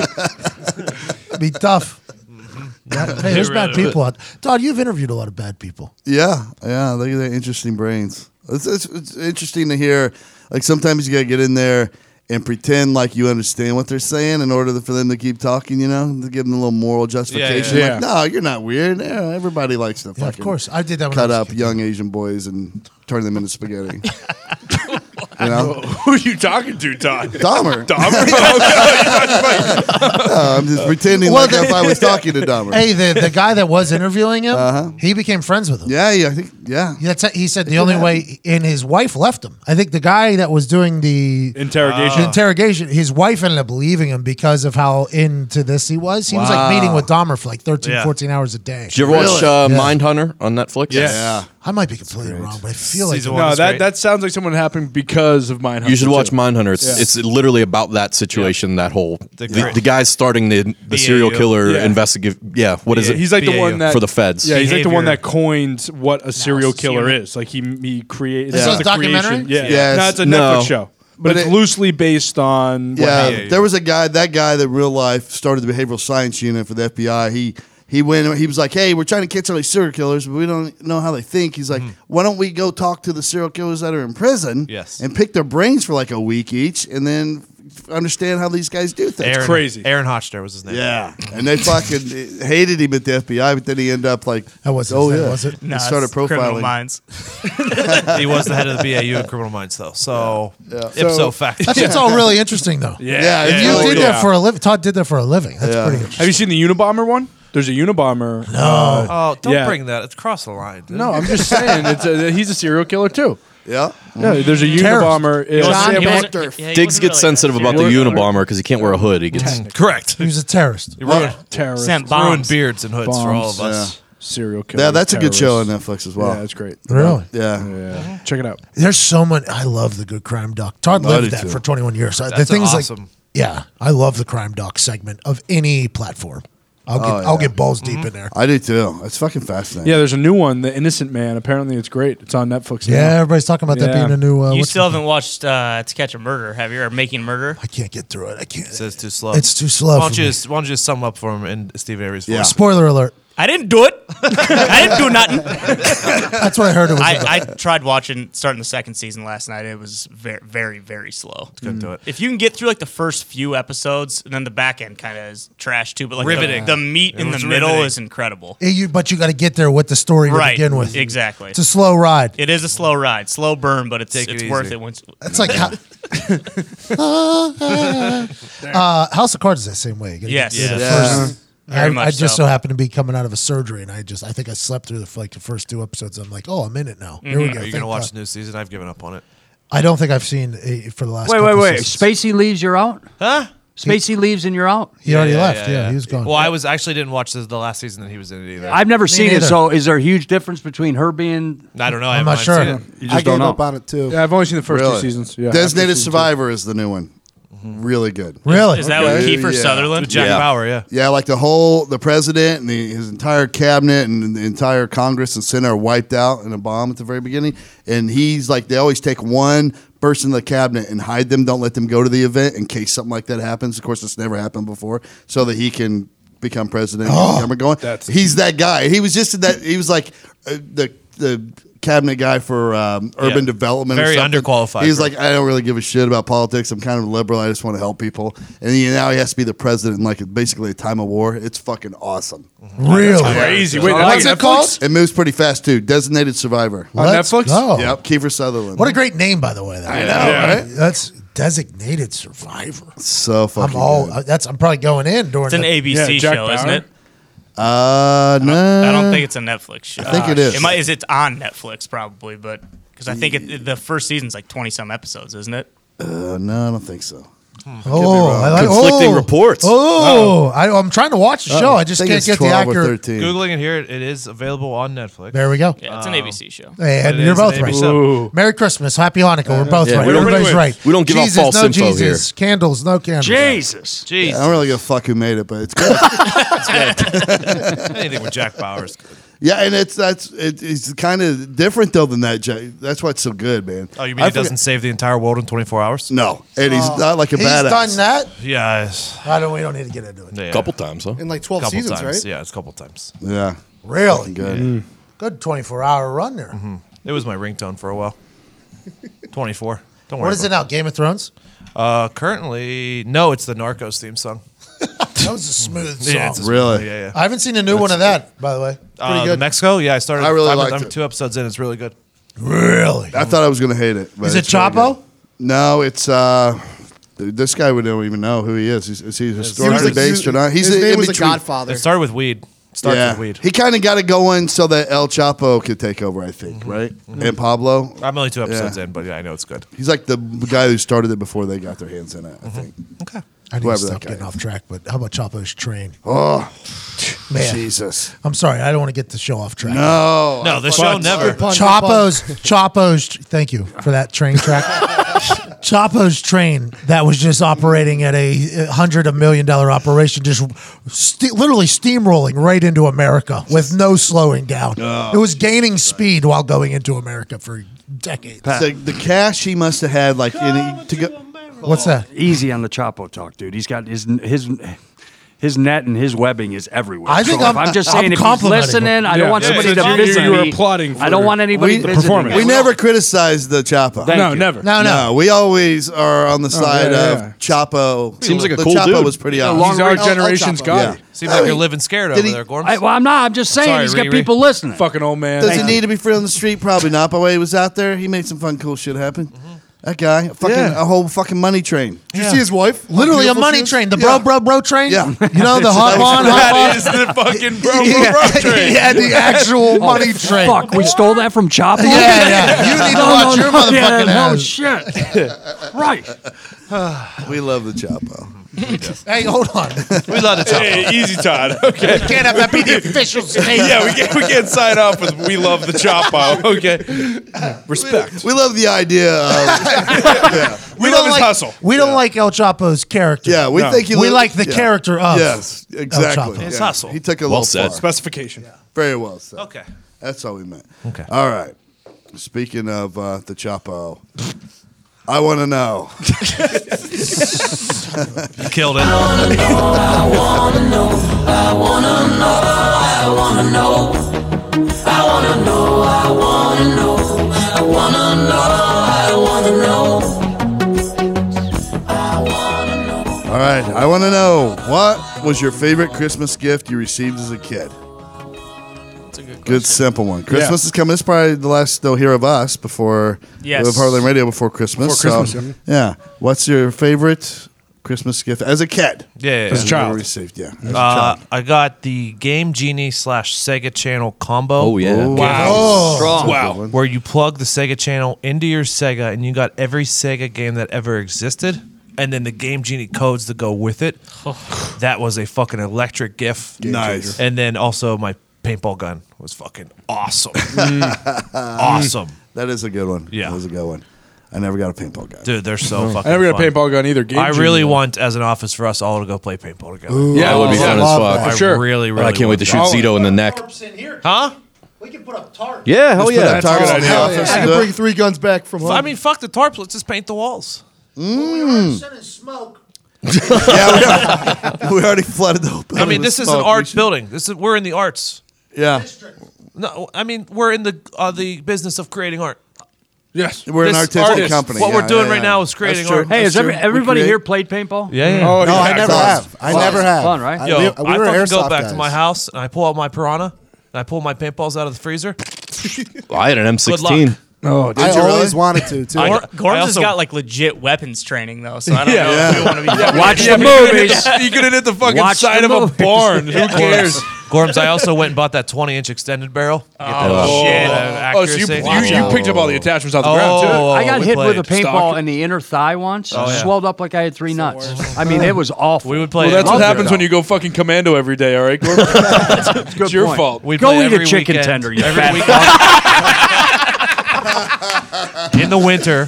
Speaker 7: Be tough.
Speaker 13: Mm-hmm.
Speaker 7: Yeah, hey, there's
Speaker 3: Get
Speaker 7: bad
Speaker 3: rid of
Speaker 7: people
Speaker 3: it.
Speaker 7: out. Todd, you've interviewed a lot of bad people.
Speaker 3: Yeah, yeah, they they're interesting brains. It's, it's, it's interesting to hear. Like sometimes you gotta get in there and pretend like you understand what they're saying in order for them to keep talking. You know, to give them a little moral justification.
Speaker 7: yeah.
Speaker 3: Like, no, you're not weird. Yeah, everybody likes to
Speaker 7: Yeah,
Speaker 3: fucking
Speaker 7: of course, I did that. When I
Speaker 3: cut
Speaker 7: was a
Speaker 3: up young Asian boys and turn them into spaghetti. you know,
Speaker 1: Who are you talking to, Todd?
Speaker 3: Dahmer.
Speaker 1: Dahmer.
Speaker 3: No, I'm just pretending
Speaker 7: Uh, Well,
Speaker 3: like
Speaker 7: the-
Speaker 3: if I was
Speaker 7: (laughs)
Speaker 3: talking to Dahmer. Uh-huh.
Speaker 7: Hey, the, the guy that was interviewing him, he became friends with him.
Speaker 3: Yeah, yeah, I think, yeah.
Speaker 7: That's he said the only way, and his wife left him. I think the guy that was doing the
Speaker 1: (laughs) Interrogation.
Speaker 7: the interrogation, his wife ended up believing him because of how into this he was. He was like meeting
Speaker 10: Wow.
Speaker 7: with Dahmer for like 13,
Speaker 10: Yeah.
Speaker 7: 14 hours a day.
Speaker 10: Did you ever watch uh, Mindhunter on Netflix?
Speaker 1: Yes. Yeah.
Speaker 7: I might be completely wrong, but I feel like
Speaker 1: no, that, that sounds like someone happened because of mine.
Speaker 10: You should watch Mindhunter. It's, it's literally about that situation, that whole the,
Speaker 1: The
Speaker 10: the,
Speaker 1: great-
Speaker 10: guy's starting the, the serial
Speaker 1: BAU.
Speaker 10: killer
Speaker 1: Yeah.
Speaker 10: investigative. Yeah, what is it?
Speaker 1: He's like the one that
Speaker 10: for the feds.
Speaker 1: Yeah, he's like the one that coined what a serial killer is. Like he he created.
Speaker 10: This
Speaker 1: that
Speaker 10: is
Speaker 1: was
Speaker 10: a
Speaker 1: the creation.
Speaker 10: documentary?
Speaker 1: Yeah,
Speaker 10: Yes.
Speaker 1: no, it's a
Speaker 10: No.
Speaker 1: Netflix show, but,
Speaker 3: But
Speaker 1: it's
Speaker 3: it-
Speaker 1: loosely based on. What
Speaker 3: Yeah,
Speaker 1: happened.
Speaker 3: there was a guy. That guy that real life started the behavioral science unit for the FBI. He he went. He was like, "Hey, we're trying to catch all these serial killers, but we don't know how they think." He's like,
Speaker 4: Mm-hmm.
Speaker 3: "Why don't we go talk to the serial killers that are in prison?
Speaker 2: Yes.
Speaker 3: and pick their brains for like a week each, and then f- understand how these guys do things."
Speaker 4: Aaron, crazy. Aaron Hotchner was his name.
Speaker 3: Yeah, and they fucking hated him at the FBI, but then he ended up like,
Speaker 7: That wasn't
Speaker 3: oh
Speaker 7: his name,
Speaker 3: yeah,
Speaker 7: was it?
Speaker 3: He
Speaker 4: Nah,
Speaker 3: started
Speaker 4: it's Criminal
Speaker 3: profiling.
Speaker 4: Minds. he was the head of the BAU in Criminal Minds, though. So, ipso
Speaker 10: (laughs)
Speaker 7: So-
Speaker 4: facto.
Speaker 7: That shit's all really interesting, though.
Speaker 4: Yeah, Yeah,
Speaker 7: If
Speaker 4: it's
Speaker 7: you
Speaker 4: really-
Speaker 7: did
Speaker 4: yeah.
Speaker 7: that for a living. Todd did that for a living. That's pretty.
Speaker 1: Have you seen the Unabomber one? There's a Unabomber. No.
Speaker 6: uh,
Speaker 4: oh, don't bring that. It's cross the line. dude.
Speaker 1: No, I'm just saying. It's a, he's a serial killer too.
Speaker 3: Yeah.
Speaker 1: Yeah. There's a
Speaker 4: Terrorist.
Speaker 1: Unabomber.
Speaker 4: He wasn't- John he wasn't- Bector. yeah, he
Speaker 10: Diggs gets sensitive about the Unabomber because he can't wear a hood. He gets
Speaker 4: (laughs) correct. He
Speaker 7: was a terrorist.
Speaker 4: He ruined,
Speaker 1: terrorists.
Speaker 4: Sent bombs. Ruined beards and hoods for all of
Speaker 3: Bombs,
Speaker 4: us.
Speaker 1: Serial killer.
Speaker 3: Yeah, that's a good show on
Speaker 1: terrorists.
Speaker 3: Netflix as well.
Speaker 1: Yeah, it's great.
Speaker 7: Really?
Speaker 3: Yeah.
Speaker 1: Check it out.
Speaker 7: There's so much. I love the good crime doc. Todd
Speaker 3: I do
Speaker 7: lived that
Speaker 3: too.
Speaker 7: for 21 years. I- the
Speaker 4: That's
Speaker 7: things
Speaker 4: awesome.
Speaker 7: like, yeah, I love the crime doc segment of any platform. I'll get
Speaker 3: Oh,
Speaker 7: I'll
Speaker 3: yeah.
Speaker 7: get balls
Speaker 4: Mm-hmm.
Speaker 7: deep in there.
Speaker 3: I do too. It's fucking fascinating.
Speaker 6: Yeah, there's a new one, The Innocent Man. Apparently, it's great. It's on Netflix.
Speaker 7: Yeah,
Speaker 6: now.
Speaker 7: everybody's talking about that being a new, uh,
Speaker 2: you
Speaker 7: what's
Speaker 2: still haven't watched uh, To Catch a Murderer, have you? Or Making Murder? I
Speaker 7: can't get through it. I can't.
Speaker 4: Says too slow.
Speaker 7: It's too slow
Speaker 4: Why
Speaker 7: for
Speaker 4: don't you just, why don't you just sum up for him in Steve Avery's voice?
Speaker 7: Spoiler alert.
Speaker 2: I didn't do it. I didn't do nothing.
Speaker 7: (laughs) That's what I heard it was about.
Speaker 2: I, I tried watching, starting the second season last night. It was very, very, very slow.
Speaker 4: Couldn't
Speaker 7: Mm.
Speaker 4: do it.
Speaker 2: If you can get through like the first few episodes, and then the back end kind of is trash too. But like the-
Speaker 4: Riveting.
Speaker 2: The, meat
Speaker 4: It
Speaker 2: in the
Speaker 4: was
Speaker 2: middle
Speaker 4: riveting.
Speaker 2: is incredible.
Speaker 7: Eh, you- but you got to get there with the story to
Speaker 2: right.
Speaker 7: begin with.
Speaker 2: Exactly.
Speaker 7: It's a slow ride.
Speaker 2: It is a slow ride, slow burn, but it's
Speaker 7: Take it
Speaker 2: it's worth
Speaker 7: easy.
Speaker 2: it once.
Speaker 7: It's like
Speaker 2: (laughs)
Speaker 7: how- uh, House of Cards is that same way. You gotta
Speaker 2: Yes.
Speaker 7: get through the
Speaker 2: Yes.
Speaker 7: first-
Speaker 2: Very
Speaker 7: I,
Speaker 2: much
Speaker 7: I just
Speaker 2: so.
Speaker 7: so. happened to be coming out of a surgery, and I just I think I slept through the like the first two episodes. I'm like, oh, I'm in it now. Here we go.
Speaker 4: Mm-hmm. Are you
Speaker 7: Thank
Speaker 4: gonna watch
Speaker 7: God.
Speaker 4: the new season? I've given up on it.
Speaker 7: I don't think I've seen it for the last.
Speaker 14: Wait, wait,
Speaker 7: couple
Speaker 14: wait.
Speaker 7: seasons.
Speaker 14: Spacey leaves, you're out?
Speaker 4: Huh?
Speaker 14: Spacey leaves and you're out?
Speaker 7: He already left. Yeah, he was gone.
Speaker 4: Well, I was actually didn't watch the, the last season that he was in it either.
Speaker 14: I've never seen it, so is there a huge difference between her being?
Speaker 4: I don't know, I I'm not haven't sure. seen it.
Speaker 14: You just don't know.
Speaker 9: on it too.
Speaker 6: Yeah, I've only seen the first
Speaker 3: Really?
Speaker 6: two seasons. Yeah, I've
Speaker 3: Designated
Speaker 6: seen two.
Speaker 3: Survivor is the new one. Really good.
Speaker 7: Really?
Speaker 2: Is that with Kiefer Sutherland? With Jack Bauer, yeah.
Speaker 3: Yeah, like the whole the president and the, his entire cabinet and the entire Congress and Senate are wiped out in a bomb at the very beginning. And he's like, they always take one person in the cabinet and hide them, don't let them go to the event in case something like that happens. Of course, it's never happened before, so that he can become president. and
Speaker 7: Oh.
Speaker 2: (gasps)
Speaker 3: become a going. he's that guy. He was just in that. He was like uh, the the cabinet guy for um, urban
Speaker 4: Yeah.
Speaker 3: development.
Speaker 4: Very
Speaker 3: or something.
Speaker 4: underqualified
Speaker 3: He's
Speaker 4: for-
Speaker 3: like, I don't really give a shit about politics. I'm kind of liberal. I just want to help people. And he, now he has to be the president in like basically a time of war. It's fucking awesome.
Speaker 7: Mm-hmm. Really?
Speaker 3: Yeah.
Speaker 7: Crazy.
Speaker 3: Yeah.
Speaker 7: Wait, that's on Netflix?
Speaker 3: It moves pretty fast too. Designated Survivor
Speaker 7: On Let's Netflix? go.
Speaker 3: Yep. Kiefer Sutherland.
Speaker 7: What a great name, by the way. Though.
Speaker 3: I know, Yeah. right?
Speaker 7: That's designated survivor.
Speaker 3: so fucking.
Speaker 7: I'm all
Speaker 3: good.
Speaker 7: uh, that's. I'm probably going in during.
Speaker 2: It's an
Speaker 7: the-
Speaker 2: ABC show, isn't it?
Speaker 3: Uh, no.
Speaker 2: I don't think it's a Netflix show.
Speaker 3: I
Speaker 7: Uh,
Speaker 3: think it is.
Speaker 2: It might, is it on Netflix probably, but because I think it, the first season's like twenty some episodes, isn't it?
Speaker 3: Uh, no, I don't think so.
Speaker 7: Oh, I like,
Speaker 3: Conflicting
Speaker 7: oh.
Speaker 3: reports.
Speaker 7: Oh, I, I'm trying to watch the
Speaker 3: Uh-oh.
Speaker 7: show. I just
Speaker 3: Think
Speaker 7: can't
Speaker 3: it's
Speaker 7: get the
Speaker 3: 12 or
Speaker 7: accurate.
Speaker 3: 13.
Speaker 4: Googling it here, it is available on Netflix. Um,
Speaker 7: There we go.
Speaker 2: Yeah, it's an ABC show.
Speaker 7: Hey, and
Speaker 4: It
Speaker 7: you're
Speaker 4: is an
Speaker 7: both right.
Speaker 4: ABC show.
Speaker 7: Merry Christmas, Happy Hanukkah. We're both
Speaker 3: Yeah,
Speaker 7: right.
Speaker 3: we don't-
Speaker 7: Everybody's
Speaker 3: wait, wait.
Speaker 7: right.
Speaker 3: We don't give out
Speaker 7: Jesus,
Speaker 3: false
Speaker 7: no
Speaker 3: info
Speaker 7: Jesus. Candles, no candles.
Speaker 14: Jesus,
Speaker 3: I don't really give a fuck who made it, but
Speaker 4: (laughs)
Speaker 3: it's good. It's (laughs) good.
Speaker 4: Anything with Jack Bauer's.
Speaker 3: Yeah, and it's that's it, it's kind of different though than that. Jack. That's why it's so good, man.
Speaker 4: Oh, you mean
Speaker 3: I
Speaker 4: it
Speaker 3: forget-
Speaker 4: doesn't save the entire world in 24 hours?
Speaker 3: No, and he's
Speaker 7: Oh.
Speaker 3: not like a
Speaker 7: He's
Speaker 3: badass.
Speaker 7: done that.
Speaker 4: Yes.
Speaker 7: I don't. We don't need to get into it.
Speaker 4: Yeah.
Speaker 3: Couple times, huh? In, like, 12
Speaker 4: Couple
Speaker 3: seasons,
Speaker 4: times.
Speaker 3: right?
Speaker 4: Yeah, it's a couple times.
Speaker 3: Yeah,
Speaker 7: Really?
Speaker 3: good.
Speaker 4: Mm.
Speaker 7: Good 24 hour run there.
Speaker 4: It was my ringtone for a
Speaker 7: (laughs)
Speaker 4: while. 24. Don't worry.
Speaker 7: What is it now? Game of Thrones.
Speaker 4: now? Uh, currently, no, it's the Narcos theme song.
Speaker 7: That
Speaker 4: (laughs)
Speaker 7: was a smooth song.
Speaker 4: Yeah, it's a smooth- Yeah, yeah.
Speaker 7: I haven't seen a new
Speaker 4: That's
Speaker 7: one of that, by the way.
Speaker 4: Uh, the Mexico? Yeah, I started.
Speaker 3: I really
Speaker 4: I'm,
Speaker 3: liked
Speaker 4: I'm
Speaker 3: it.
Speaker 4: two episodes in. It's really good.
Speaker 7: Really?
Speaker 3: I thought I was gonna hate it.
Speaker 4: Is it
Speaker 3: Chapo? no, it's uh, dude, this guy would don't even know who he is. He's, is he historically
Speaker 8: like-
Speaker 3: based or not? He's
Speaker 8: his
Speaker 3: in
Speaker 8: name was the
Speaker 3: between-
Speaker 8: Godfather.
Speaker 4: It started with weed. It started
Speaker 3: yeah,
Speaker 4: with weed.
Speaker 3: he kind of got it going so that El Chapo could take over, I think, right? And Pablo.
Speaker 4: Mm-hmm. I'm only two episodes
Speaker 3: Yeah.
Speaker 4: in, but yeah, I know it's good.
Speaker 3: He's like the guy who started it before they got their hands in
Speaker 4: Mm-hmm.
Speaker 3: it. I think. Okay.
Speaker 7: I need to stop getting off track, but how about Chapo's train?
Speaker 3: Oh,
Speaker 7: Man.
Speaker 3: Jesus.
Speaker 7: I'm sorry, I don't want to get the show off track.
Speaker 3: No.
Speaker 4: No, the show never. Good pun, (laughs) good
Speaker 7: Chapo's, Chapo's. Thank you for that
Speaker 4: (laughs)
Speaker 7: train track. Chapo's train that was just operating at a hundred a million dollar operation, just st- literally steamrolling right into America with no slowing down.
Speaker 3: Oh,
Speaker 7: it was gaining speed while going into America for decades.
Speaker 3: So the cash he must have had, like, in, to go.
Speaker 7: What's that?
Speaker 14: Easy on the Chapo talk, dude. He's got his his his net and his webbing is everywhere.
Speaker 7: I think
Speaker 14: So if
Speaker 7: I'm-
Speaker 14: I'm just
Speaker 7: I'm
Speaker 14: saying if he's
Speaker 7: complimenting
Speaker 14: listening,
Speaker 7: him.
Speaker 14: I don't
Speaker 7: Yeah.
Speaker 14: want
Speaker 7: Yeah,
Speaker 14: somebody
Speaker 7: so
Speaker 14: to
Speaker 7: you-
Speaker 14: visit
Speaker 7: you were
Speaker 14: me.
Speaker 7: applauding
Speaker 14: I don't
Speaker 7: for
Speaker 14: want anybody
Speaker 3: we,
Speaker 14: visiting me.
Speaker 3: We never criticize the Chapo.
Speaker 14: Thank No, you. never.
Speaker 7: No, no.
Speaker 3: We always are on the
Speaker 7: Oh,
Speaker 3: side
Speaker 7: yeah,
Speaker 3: of
Speaker 7: yeah.
Speaker 3: Chapo.
Speaker 7: Seems like a
Speaker 3: the
Speaker 7: cool
Speaker 3: Chapo
Speaker 7: dude.
Speaker 3: was pretty
Speaker 7: Yeah,
Speaker 3: awesome.
Speaker 7: long He's our range- El- El
Speaker 4: generation's
Speaker 7: Chapo.
Speaker 4: guy.
Speaker 3: Yeah.
Speaker 4: Seems like you're living scared
Speaker 3: Did
Speaker 4: over
Speaker 3: he-
Speaker 4: there, Gorms.
Speaker 14: I, well, I'm not. I'm just saying
Speaker 4: Sorry,
Speaker 14: he's got
Speaker 4: Riri.
Speaker 14: people listening.
Speaker 6: Fucking old man.
Speaker 3: Does he
Speaker 14: Thank
Speaker 3: need to be free on the street? Probably not. But when he was out there, he made some fun, cool shit happen. That guy, fucking
Speaker 7: Yeah.
Speaker 3: a whole fucking money train. Did
Speaker 7: Yeah. see his
Speaker 3: wife?
Speaker 7: Literally a money train, the bro, bro, bro train.
Speaker 3: (laughs) Yeah.
Speaker 7: you know the hot one, hot
Speaker 3: That
Speaker 7: one.
Speaker 3: is the
Speaker 1: fucking bro,
Speaker 7: (laughs) Yeah.
Speaker 1: bro, bro train.
Speaker 7: He had
Speaker 14: (laughs)
Speaker 7: the actual money train.
Speaker 14: Oh, Fuck, we stole that from Chapo.
Speaker 7: Yeah, yeah. You need
Speaker 14: (laughs)
Speaker 7: to
Speaker 14: No,
Speaker 7: watch
Speaker 14: no,
Speaker 7: your
Speaker 14: no,
Speaker 7: motherfucking
Speaker 14: yeah, No
Speaker 7: ass.
Speaker 14: (laughs) shit. right.
Speaker 7: (laughs)
Speaker 3: we love the Chapo.
Speaker 7: Hey, hold on.
Speaker 4: We love the Chapo.
Speaker 1: Hey, easy, Todd. (laughs) Okay.
Speaker 7: Can't have that be the official statement.
Speaker 1: (laughs) yeah, we can't, we can't sign off with "We
Speaker 14: (laughs)
Speaker 1: love the Chapo." Okay, respect.
Speaker 3: We love the idea of
Speaker 1: We love his
Speaker 7: like,
Speaker 1: hustle.
Speaker 7: We don't like El Chapo's character.
Speaker 1: Yeah, we No. think he
Speaker 7: we
Speaker 1: li-
Speaker 7: like the
Speaker 1: yeah.
Speaker 7: character of.
Speaker 1: Yes,
Speaker 7: El
Speaker 1: exactly.
Speaker 7: Chapo.
Speaker 1: His Yeah. hustle.
Speaker 3: He took a
Speaker 1: Well
Speaker 3: little
Speaker 1: said.
Speaker 3: far.
Speaker 1: Specification.
Speaker 3: Very well said.
Speaker 4: Okay.
Speaker 3: That's all we meant.
Speaker 7: Okay.
Speaker 3: All right. Speaking of uh, the Chapo, I want to know.
Speaker 4: You killed it.
Speaker 7: (laughs)
Speaker 3: All right. I want to know what was your favorite Christmas gift you received as a kid?
Speaker 2: That's a good
Speaker 3: Good simple one. Christmas is coming. It's probably the last they'll hear of us before
Speaker 2: Yes.
Speaker 3: of Heartland Radio before Christmas.
Speaker 2: Before Christmas,
Speaker 3: so, yeah. What's your favorite Christmas gift as a kid?
Speaker 4: Yeah, yeah, yeah.
Speaker 3: As a child, received. Yeah. As a
Speaker 4: Uh, I got the Game Genie slash Sega Channel combo.
Speaker 3: Oh, yeah. Ooh.
Speaker 4: Wow.
Speaker 3: Oh. Strong. Wow.
Speaker 4: Where you plug the Sega Channel into your Sega and you got every Sega game that ever existed and then the Game Genie codes that go with
Speaker 3: (sighs)
Speaker 4: it. that was a fucking electric gift.
Speaker 3: Game Nice. changer.
Speaker 4: And then also my paintball gun was fucking awesome. mm,
Speaker 3: (laughs)
Speaker 4: awesome.
Speaker 3: That is a good one. Yeah, that is a good one. I never got a paintball gun.
Speaker 4: Dude, they're so fucking
Speaker 3: I never
Speaker 1: Mm-hmm. got a
Speaker 4: fun.
Speaker 1: paintball gun either. Game
Speaker 4: I
Speaker 1: Genie,
Speaker 4: really
Speaker 1: though.
Speaker 4: want, as an office, for us all to go play paintball together.
Speaker 1: Ooh. Yeah, it would be fun as fuck.
Speaker 4: I
Speaker 1: For sure.
Speaker 4: really,
Speaker 1: And
Speaker 4: really
Speaker 1: I can't wait to
Speaker 4: want
Speaker 1: shoot
Speaker 4: that.
Speaker 1: Zito in the
Speaker 10: neck.
Speaker 4: Huh?
Speaker 10: Yeah, hell
Speaker 4: Let's put
Speaker 10: yeah.
Speaker 4: that target idea out there.
Speaker 13: I can bring three guns back from
Speaker 4: F-
Speaker 13: home.
Speaker 4: I mean, fuck the tarps. Let's just paint the walls.
Speaker 11: (laughs)
Speaker 7: (laughs)
Speaker 3: we already flooded the.
Speaker 4: I mean, this is an arts building. This is we're in the arts.
Speaker 3: Yeah.
Speaker 4: No, I mean we're in the uh, the business of creating art.
Speaker 1: Yes,
Speaker 3: We're an
Speaker 4: This-
Speaker 3: artistic
Speaker 4: artists.
Speaker 3: company.
Speaker 4: What
Speaker 3: Yeah,
Speaker 4: we're doing
Speaker 3: yeah,
Speaker 4: right
Speaker 3: yeah.
Speaker 4: now is creating
Speaker 3: That's true.
Speaker 4: art.
Speaker 14: Hey,
Speaker 3: That's
Speaker 14: has every,
Speaker 3: true. We
Speaker 14: everybody
Speaker 3: create-
Speaker 14: here played paintball?
Speaker 4: Yeah, yeah. Oh,
Speaker 14: no,
Speaker 4: yeah.
Speaker 14: I never have. I never have. Fun, right?
Speaker 4: Yo,
Speaker 14: we,
Speaker 4: I
Speaker 14: were
Speaker 4: fucking go
Speaker 14: airsoft
Speaker 4: back to
Speaker 14: guys.
Speaker 4: my house and I pull out my piranha and I pull my paintballs out of the freezer.
Speaker 10: I had an
Speaker 4: Good
Speaker 10: M16.
Speaker 4: luck. Oh,
Speaker 9: I always wanted
Speaker 8: Oh.
Speaker 9: to too.
Speaker 2: I,
Speaker 9: Or-
Speaker 2: Gorms
Speaker 9: I
Speaker 2: has
Speaker 9: also-
Speaker 2: got like legit weapons training though, so I don't
Speaker 9: Yeah.
Speaker 2: know if
Speaker 9: Yeah.
Speaker 2: we want to be.
Speaker 9: Yeah,
Speaker 2: fucking-
Speaker 1: (laughs)
Speaker 9: Watch
Speaker 2: (laughs) Yeah,
Speaker 9: the
Speaker 2: but you could've
Speaker 9: movies.
Speaker 2: hit the-
Speaker 1: You could have hit the fucking
Speaker 2: Watch the
Speaker 1: side of a
Speaker 2: movies. (laughs)
Speaker 1: barn. Who cares?
Speaker 4: Gorms, I also went and bought that 20 inch extended barrel. Get
Speaker 1: (laughs)
Speaker 4: that
Speaker 1: Oh.
Speaker 4: shit.
Speaker 1: Oh, so you-
Speaker 4: accuracy.
Speaker 1: you- you picked up all the attachments off the
Speaker 4: Oh,
Speaker 1: ground, too.
Speaker 4: oh,
Speaker 1: I
Speaker 4: oh,
Speaker 1: got
Speaker 4: we
Speaker 14: hit with
Speaker 4: played.
Speaker 14: a paintball in the inner thigh once.
Speaker 1: Oh, yeah.
Speaker 14: Swelled up like I had three nuts. I mean, it
Speaker 7: (laughs)
Speaker 14: was awful. We would
Speaker 1: well, that's what happens when you go fucking commando every day. All
Speaker 3: (laughs)
Speaker 1: right, Gordon? (laughs) it's
Speaker 14: good
Speaker 1: your
Speaker 14: point.
Speaker 1: fault.
Speaker 14: We'd Go play eat a every chicken weekend. tender, you Every fat
Speaker 4: (laughs) in the winter.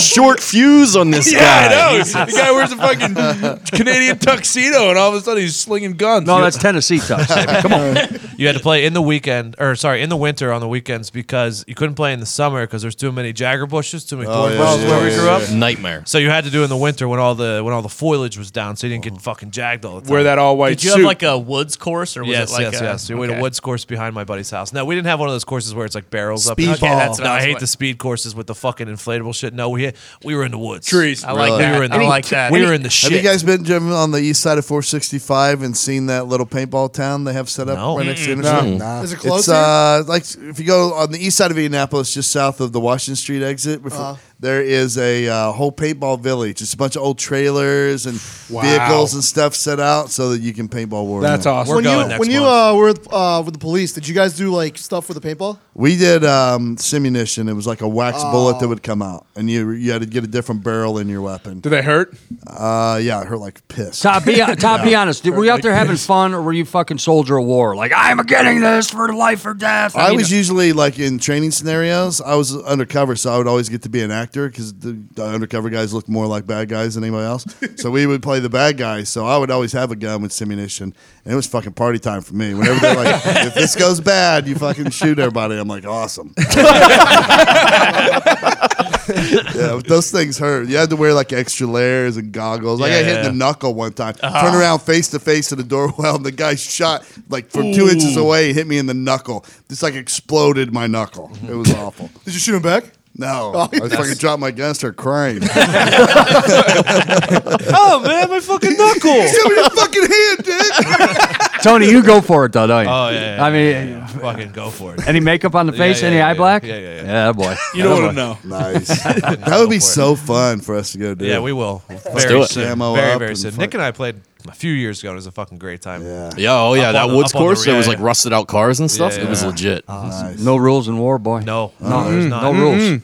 Speaker 10: Short fuse on
Speaker 1: (laughs)
Speaker 10: this
Speaker 1: yeah,
Speaker 10: guy.
Speaker 1: I know. The guy wears a
Speaker 3: (laughs)
Speaker 1: fucking Canadian tuxedo, and all of a sudden he's slinging guns.
Speaker 4: No,
Speaker 1: You-
Speaker 4: that's
Speaker 1: (laughs)
Speaker 4: Tennessee tux, baby. Come on. You had to play in the weekend, or sorry, in the winter on the weekends because you couldn't play in the summer because there's too many jagger bushes, too many thorn
Speaker 10: yeah,
Speaker 4: bushes
Speaker 10: yeah,
Speaker 4: where we
Speaker 10: yeah,
Speaker 4: grew
Speaker 10: yeah.
Speaker 4: up.
Speaker 10: Nightmare.
Speaker 4: So you had to do it in the winter when all the when all the foliage was down, so you didn't get fucking jagged all the time.
Speaker 1: Wear that all-white
Speaker 2: Did you have like a woods course or was
Speaker 4: yes,
Speaker 2: it like
Speaker 4: yes,
Speaker 2: a,
Speaker 4: yes. We had
Speaker 2: okay.
Speaker 4: a woods course behind my buddy's house. Now we didn't have one of those courses where it's like barrels
Speaker 2: Speed
Speaker 4: up.
Speaker 2: Okay, ball. that's what
Speaker 4: no,
Speaker 2: I
Speaker 4: I
Speaker 2: was
Speaker 4: hate
Speaker 2: like-
Speaker 4: the speed courses with the fucking inflatable shit. No, we we were in the woods.
Speaker 1: Trees. I like
Speaker 4: we
Speaker 1: that.
Speaker 4: Were in the,
Speaker 1: I like that.
Speaker 4: We were in the shit.
Speaker 3: Have you guys been driven on the east side of 465 and seen that little paintball town they have set up
Speaker 4: No.
Speaker 3: right next to the
Speaker 4: Mm-mm.
Speaker 3: interstate?
Speaker 4: No. Nah. Is it
Speaker 3: It's,
Speaker 4: close
Speaker 3: uh, like if you go on the east side of Indianapolis, just south of the Washington Street exit, before,
Speaker 13: Uh-huh.
Speaker 3: there is a uh, whole paintball village. It's a bunch of old trailers and
Speaker 13: Wow.
Speaker 3: vehicles and stuff set out so that you can paintball war. in there.
Speaker 13: When you when you uh, were with, uh, with the police, did you guys do like stuff with the paintball?
Speaker 3: We did um, simunition. It was like a wax bullet that would come out, and you you had to get a different barrel in your weapon. Did
Speaker 1: they hurt?
Speaker 3: Uh, yeah, it hurt like piss.
Speaker 14: Todd,
Speaker 4: (laughs)
Speaker 14: be, Todd, be
Speaker 3: Yeah.
Speaker 14: honest. Did, were you out there having fun, or were you fucking soldier of war? Like I'm getting this for life or death.
Speaker 3: (laughs) I,
Speaker 14: mean,
Speaker 3: was usually like in training scenarios. I was undercover, so I would always get to be an actor because the, the undercover guys look more like bad guys than anybody else. so we would play the bad guys. So I would always have a gun with simunition, and it was fucking party time for me. Whenever they're like, "If this goes bad, you fucking shoot everybody," I'm like, "Awesome."
Speaker 11: (laughs)
Speaker 7: (laughs)
Speaker 3: yeah, but those things hurt. You had to wear like extra layers and goggles. Like I
Speaker 1: Yeah,
Speaker 3: hit
Speaker 1: yeah.
Speaker 3: the knuckle one time.
Speaker 1: Uh-huh.
Speaker 3: Turn around face to face to the door well, and the guy shot like from two
Speaker 1: Ooh.
Speaker 3: inches away, hit me in the knuckle. Just like exploded my knuckle. It was awful.
Speaker 13: Did you shoot him back?
Speaker 4: (laughs)
Speaker 3: No,
Speaker 13: Oh,
Speaker 3: I fucking dropped my gun, and started crying.
Speaker 4: oh man, my fucking knuckle.
Speaker 3: Give me your fucking hand, dick.
Speaker 14: Tony, you go for it though, don't you?
Speaker 4: Oh yeah. yeah,
Speaker 14: I mean,
Speaker 4: yeah, yeah. fucking go for it.
Speaker 14: any makeup on the
Speaker 4: Yeah,
Speaker 14: face?
Speaker 4: yeah,
Speaker 14: any
Speaker 4: yeah,
Speaker 14: eye
Speaker 4: yeah.
Speaker 14: black?
Speaker 4: Yeah, yeah, yeah.
Speaker 14: Yeah, boy.
Speaker 4: You don't
Speaker 14: Yeah,
Speaker 4: wanna
Speaker 14: boy.
Speaker 4: know. (laughs)
Speaker 3: Nice. That would be so fun for us to go do.
Speaker 4: Yeah, we will.
Speaker 3: Let's
Speaker 4: very
Speaker 3: do it.
Speaker 4: Soon.
Speaker 3: Camo
Speaker 4: very,
Speaker 3: up
Speaker 4: very
Speaker 3: and
Speaker 4: soon.
Speaker 3: fuck-
Speaker 4: Nick and I played a few years ago. and It was a fucking great time.
Speaker 3: Yeah.
Speaker 10: Yeah, oh yeah,
Speaker 4: Up
Speaker 10: that
Speaker 4: on the-
Speaker 10: woods
Speaker 4: up on the-
Speaker 10: course. there
Speaker 4: yeah,
Speaker 10: was
Speaker 4: yeah.
Speaker 10: like rusted out cars and stuff.
Speaker 4: Yeah,
Speaker 10: It was
Speaker 4: yeah. Oh,
Speaker 10: legit.
Speaker 14: No rules in war, boy.
Speaker 4: No, Mm-hmm.
Speaker 14: no,
Speaker 3: Mm.
Speaker 14: there's
Speaker 3: Mm.
Speaker 14: not.
Speaker 3: Mm-mm.
Speaker 14: no rules.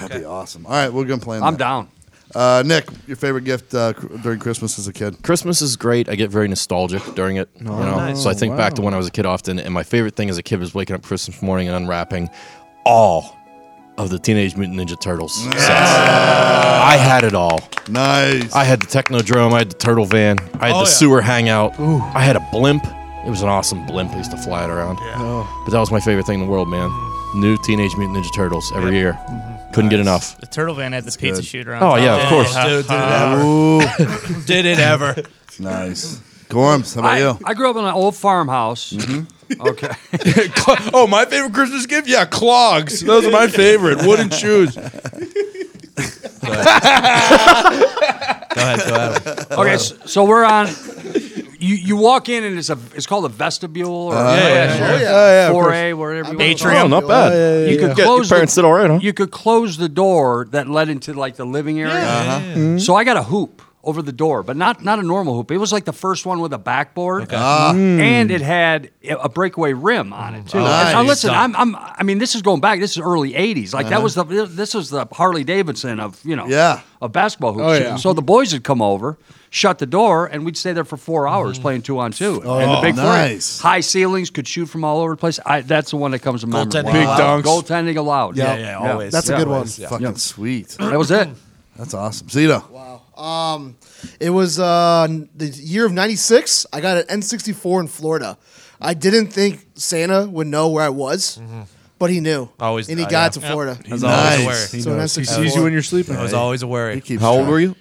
Speaker 3: That'd be awesome. All right, we're gonna play.
Speaker 14: I'm down.
Speaker 3: Uh, Nick, your favorite gift uh, cr- during Christmas as a kid?
Speaker 10: Christmas is great. I get very nostalgic during it. you know?
Speaker 3: nice.
Speaker 10: So I think back to when I was a kid often, and my favorite thing as a kid was waking up Christmas morning and unwrapping all of the Teenage Mutant Ninja Turtles. sets. I had it all.
Speaker 3: Nice.
Speaker 10: I had the Technodrome. I had the Turtle Van. I had
Speaker 3: Oh,
Speaker 10: the
Speaker 3: yeah.
Speaker 10: sewer hangout.
Speaker 3: Ooh.
Speaker 10: I had a blimp. It was an awesome blimp. I used to fly it around. But that was my favorite thing in the world, man. New Teenage Mutant Ninja Turtles every year.
Speaker 3: Mm-hmm.
Speaker 10: Couldn't get enough.
Speaker 2: The turtle van had the pizza shooter on
Speaker 10: Oh,
Speaker 2: top.
Speaker 10: yeah, of
Speaker 2: Dude,
Speaker 10: course.
Speaker 2: did it ever.
Speaker 11: Ooh. Did it ever.
Speaker 3: (laughs) Nice. Gorms, how about
Speaker 14: I,
Speaker 3: you?
Speaker 14: I grew up in an old farmhouse. Okay. (laughs)
Speaker 11: oh, my favorite Christmas gift? Yeah, clogs. Those are my favorite. Wooden shoes.
Speaker 14: go
Speaker 11: ahead, go ahead. Go
Speaker 14: (laughs) Okay,
Speaker 11: ahead.
Speaker 14: so, so we're on. You, you walk in and it's a it's called a vestibule or
Speaker 10: Uh, yeah, yeah, sure.
Speaker 14: foyer,
Speaker 10: Yeah, yeah,
Speaker 14: foyer,
Speaker 10: of course.
Speaker 14: whatever. you
Speaker 10: Oh,
Speaker 14: wanna call
Speaker 10: Atrium.
Speaker 14: it.
Speaker 10: not bad. Yeah, yeah,
Speaker 14: You
Speaker 10: yeah,
Speaker 14: could
Speaker 10: yeah. Your
Speaker 14: close.
Speaker 10: parents
Speaker 14: the,
Speaker 10: did all right, huh?
Speaker 14: You could close the door that led into like the living area.
Speaker 10: Uh-huh.
Speaker 14: So I got a hoop over the door, but not not a normal hoop. It was like the first one with a backboard, Uh-huh.
Speaker 7: Ah.
Speaker 10: Hmm.
Speaker 7: Mm.
Speaker 14: and it had a breakaway rim on it too.
Speaker 7: Oh,
Speaker 14: And-
Speaker 7: nice.
Speaker 14: now listen, I'm, I'm I mean this is going back. This is early '80s. Like that
Speaker 7: Uh-huh.
Speaker 14: was the this was the Harley Davidson of you know
Speaker 7: Yeah.
Speaker 14: of basketball hoops.
Speaker 7: Oh, yeah.
Speaker 14: So the boys would come over, shut the door, and we'd stay there for four
Speaker 3: Mm-hmm.
Speaker 14: hours playing two on two. and the
Speaker 7: Oh,
Speaker 14: big four-
Speaker 7: nice.
Speaker 14: high ceilings could shoot from all over the place. I, that's the one that comes to mind.
Speaker 7: Goaltending Big allowed. dunks.
Speaker 14: Goaltending allowed.
Speaker 7: Yeah, yeah, always. That's a good one. Yeah.
Speaker 3: Fucking sweet.
Speaker 14: That was it.
Speaker 3: That's awesome. Zito.
Speaker 13: Um, it was uh, n- the year of '96. I got an N64 in Florida. I didn't think Santa would know where I was,
Speaker 7: Mm-hmm.
Speaker 13: but he knew.
Speaker 4: Always-
Speaker 13: and he
Speaker 4: uh,
Speaker 13: got
Speaker 4: yeah.
Speaker 13: it to
Speaker 4: Yep.
Speaker 13: Florida.
Speaker 4: He's always Nice. aware. He
Speaker 13: So an
Speaker 4: knows. He
Speaker 13: N64.
Speaker 4: sees you when you're sleeping. I was always aware. He keeps How old track. were you?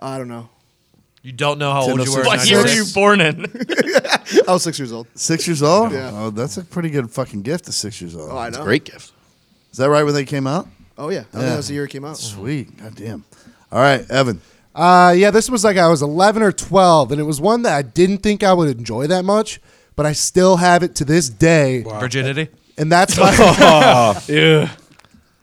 Speaker 13: I don't know.
Speaker 4: You don't know how old you were. in
Speaker 2: What year were you
Speaker 4: 96.
Speaker 2: born in?
Speaker 13: I was six years old.
Speaker 3: Six years old?
Speaker 13: Yeah.
Speaker 3: Oh, that's a pretty good fucking gift to six years old.
Speaker 13: Oh, I It's a know.
Speaker 10: great
Speaker 3: gift. Is that right when they came out?
Speaker 13: Oh yeah, I think that was the year it came out.
Speaker 3: Sweet. God damn. All right, Evan.
Speaker 8: Uh, yeah, this was like I was 11 or 12, and it was one that I didn't think I would enjoy that much, but I still have it to this day.
Speaker 4: Virginity.
Speaker 8: And that's my
Speaker 4: (laughs) yeah.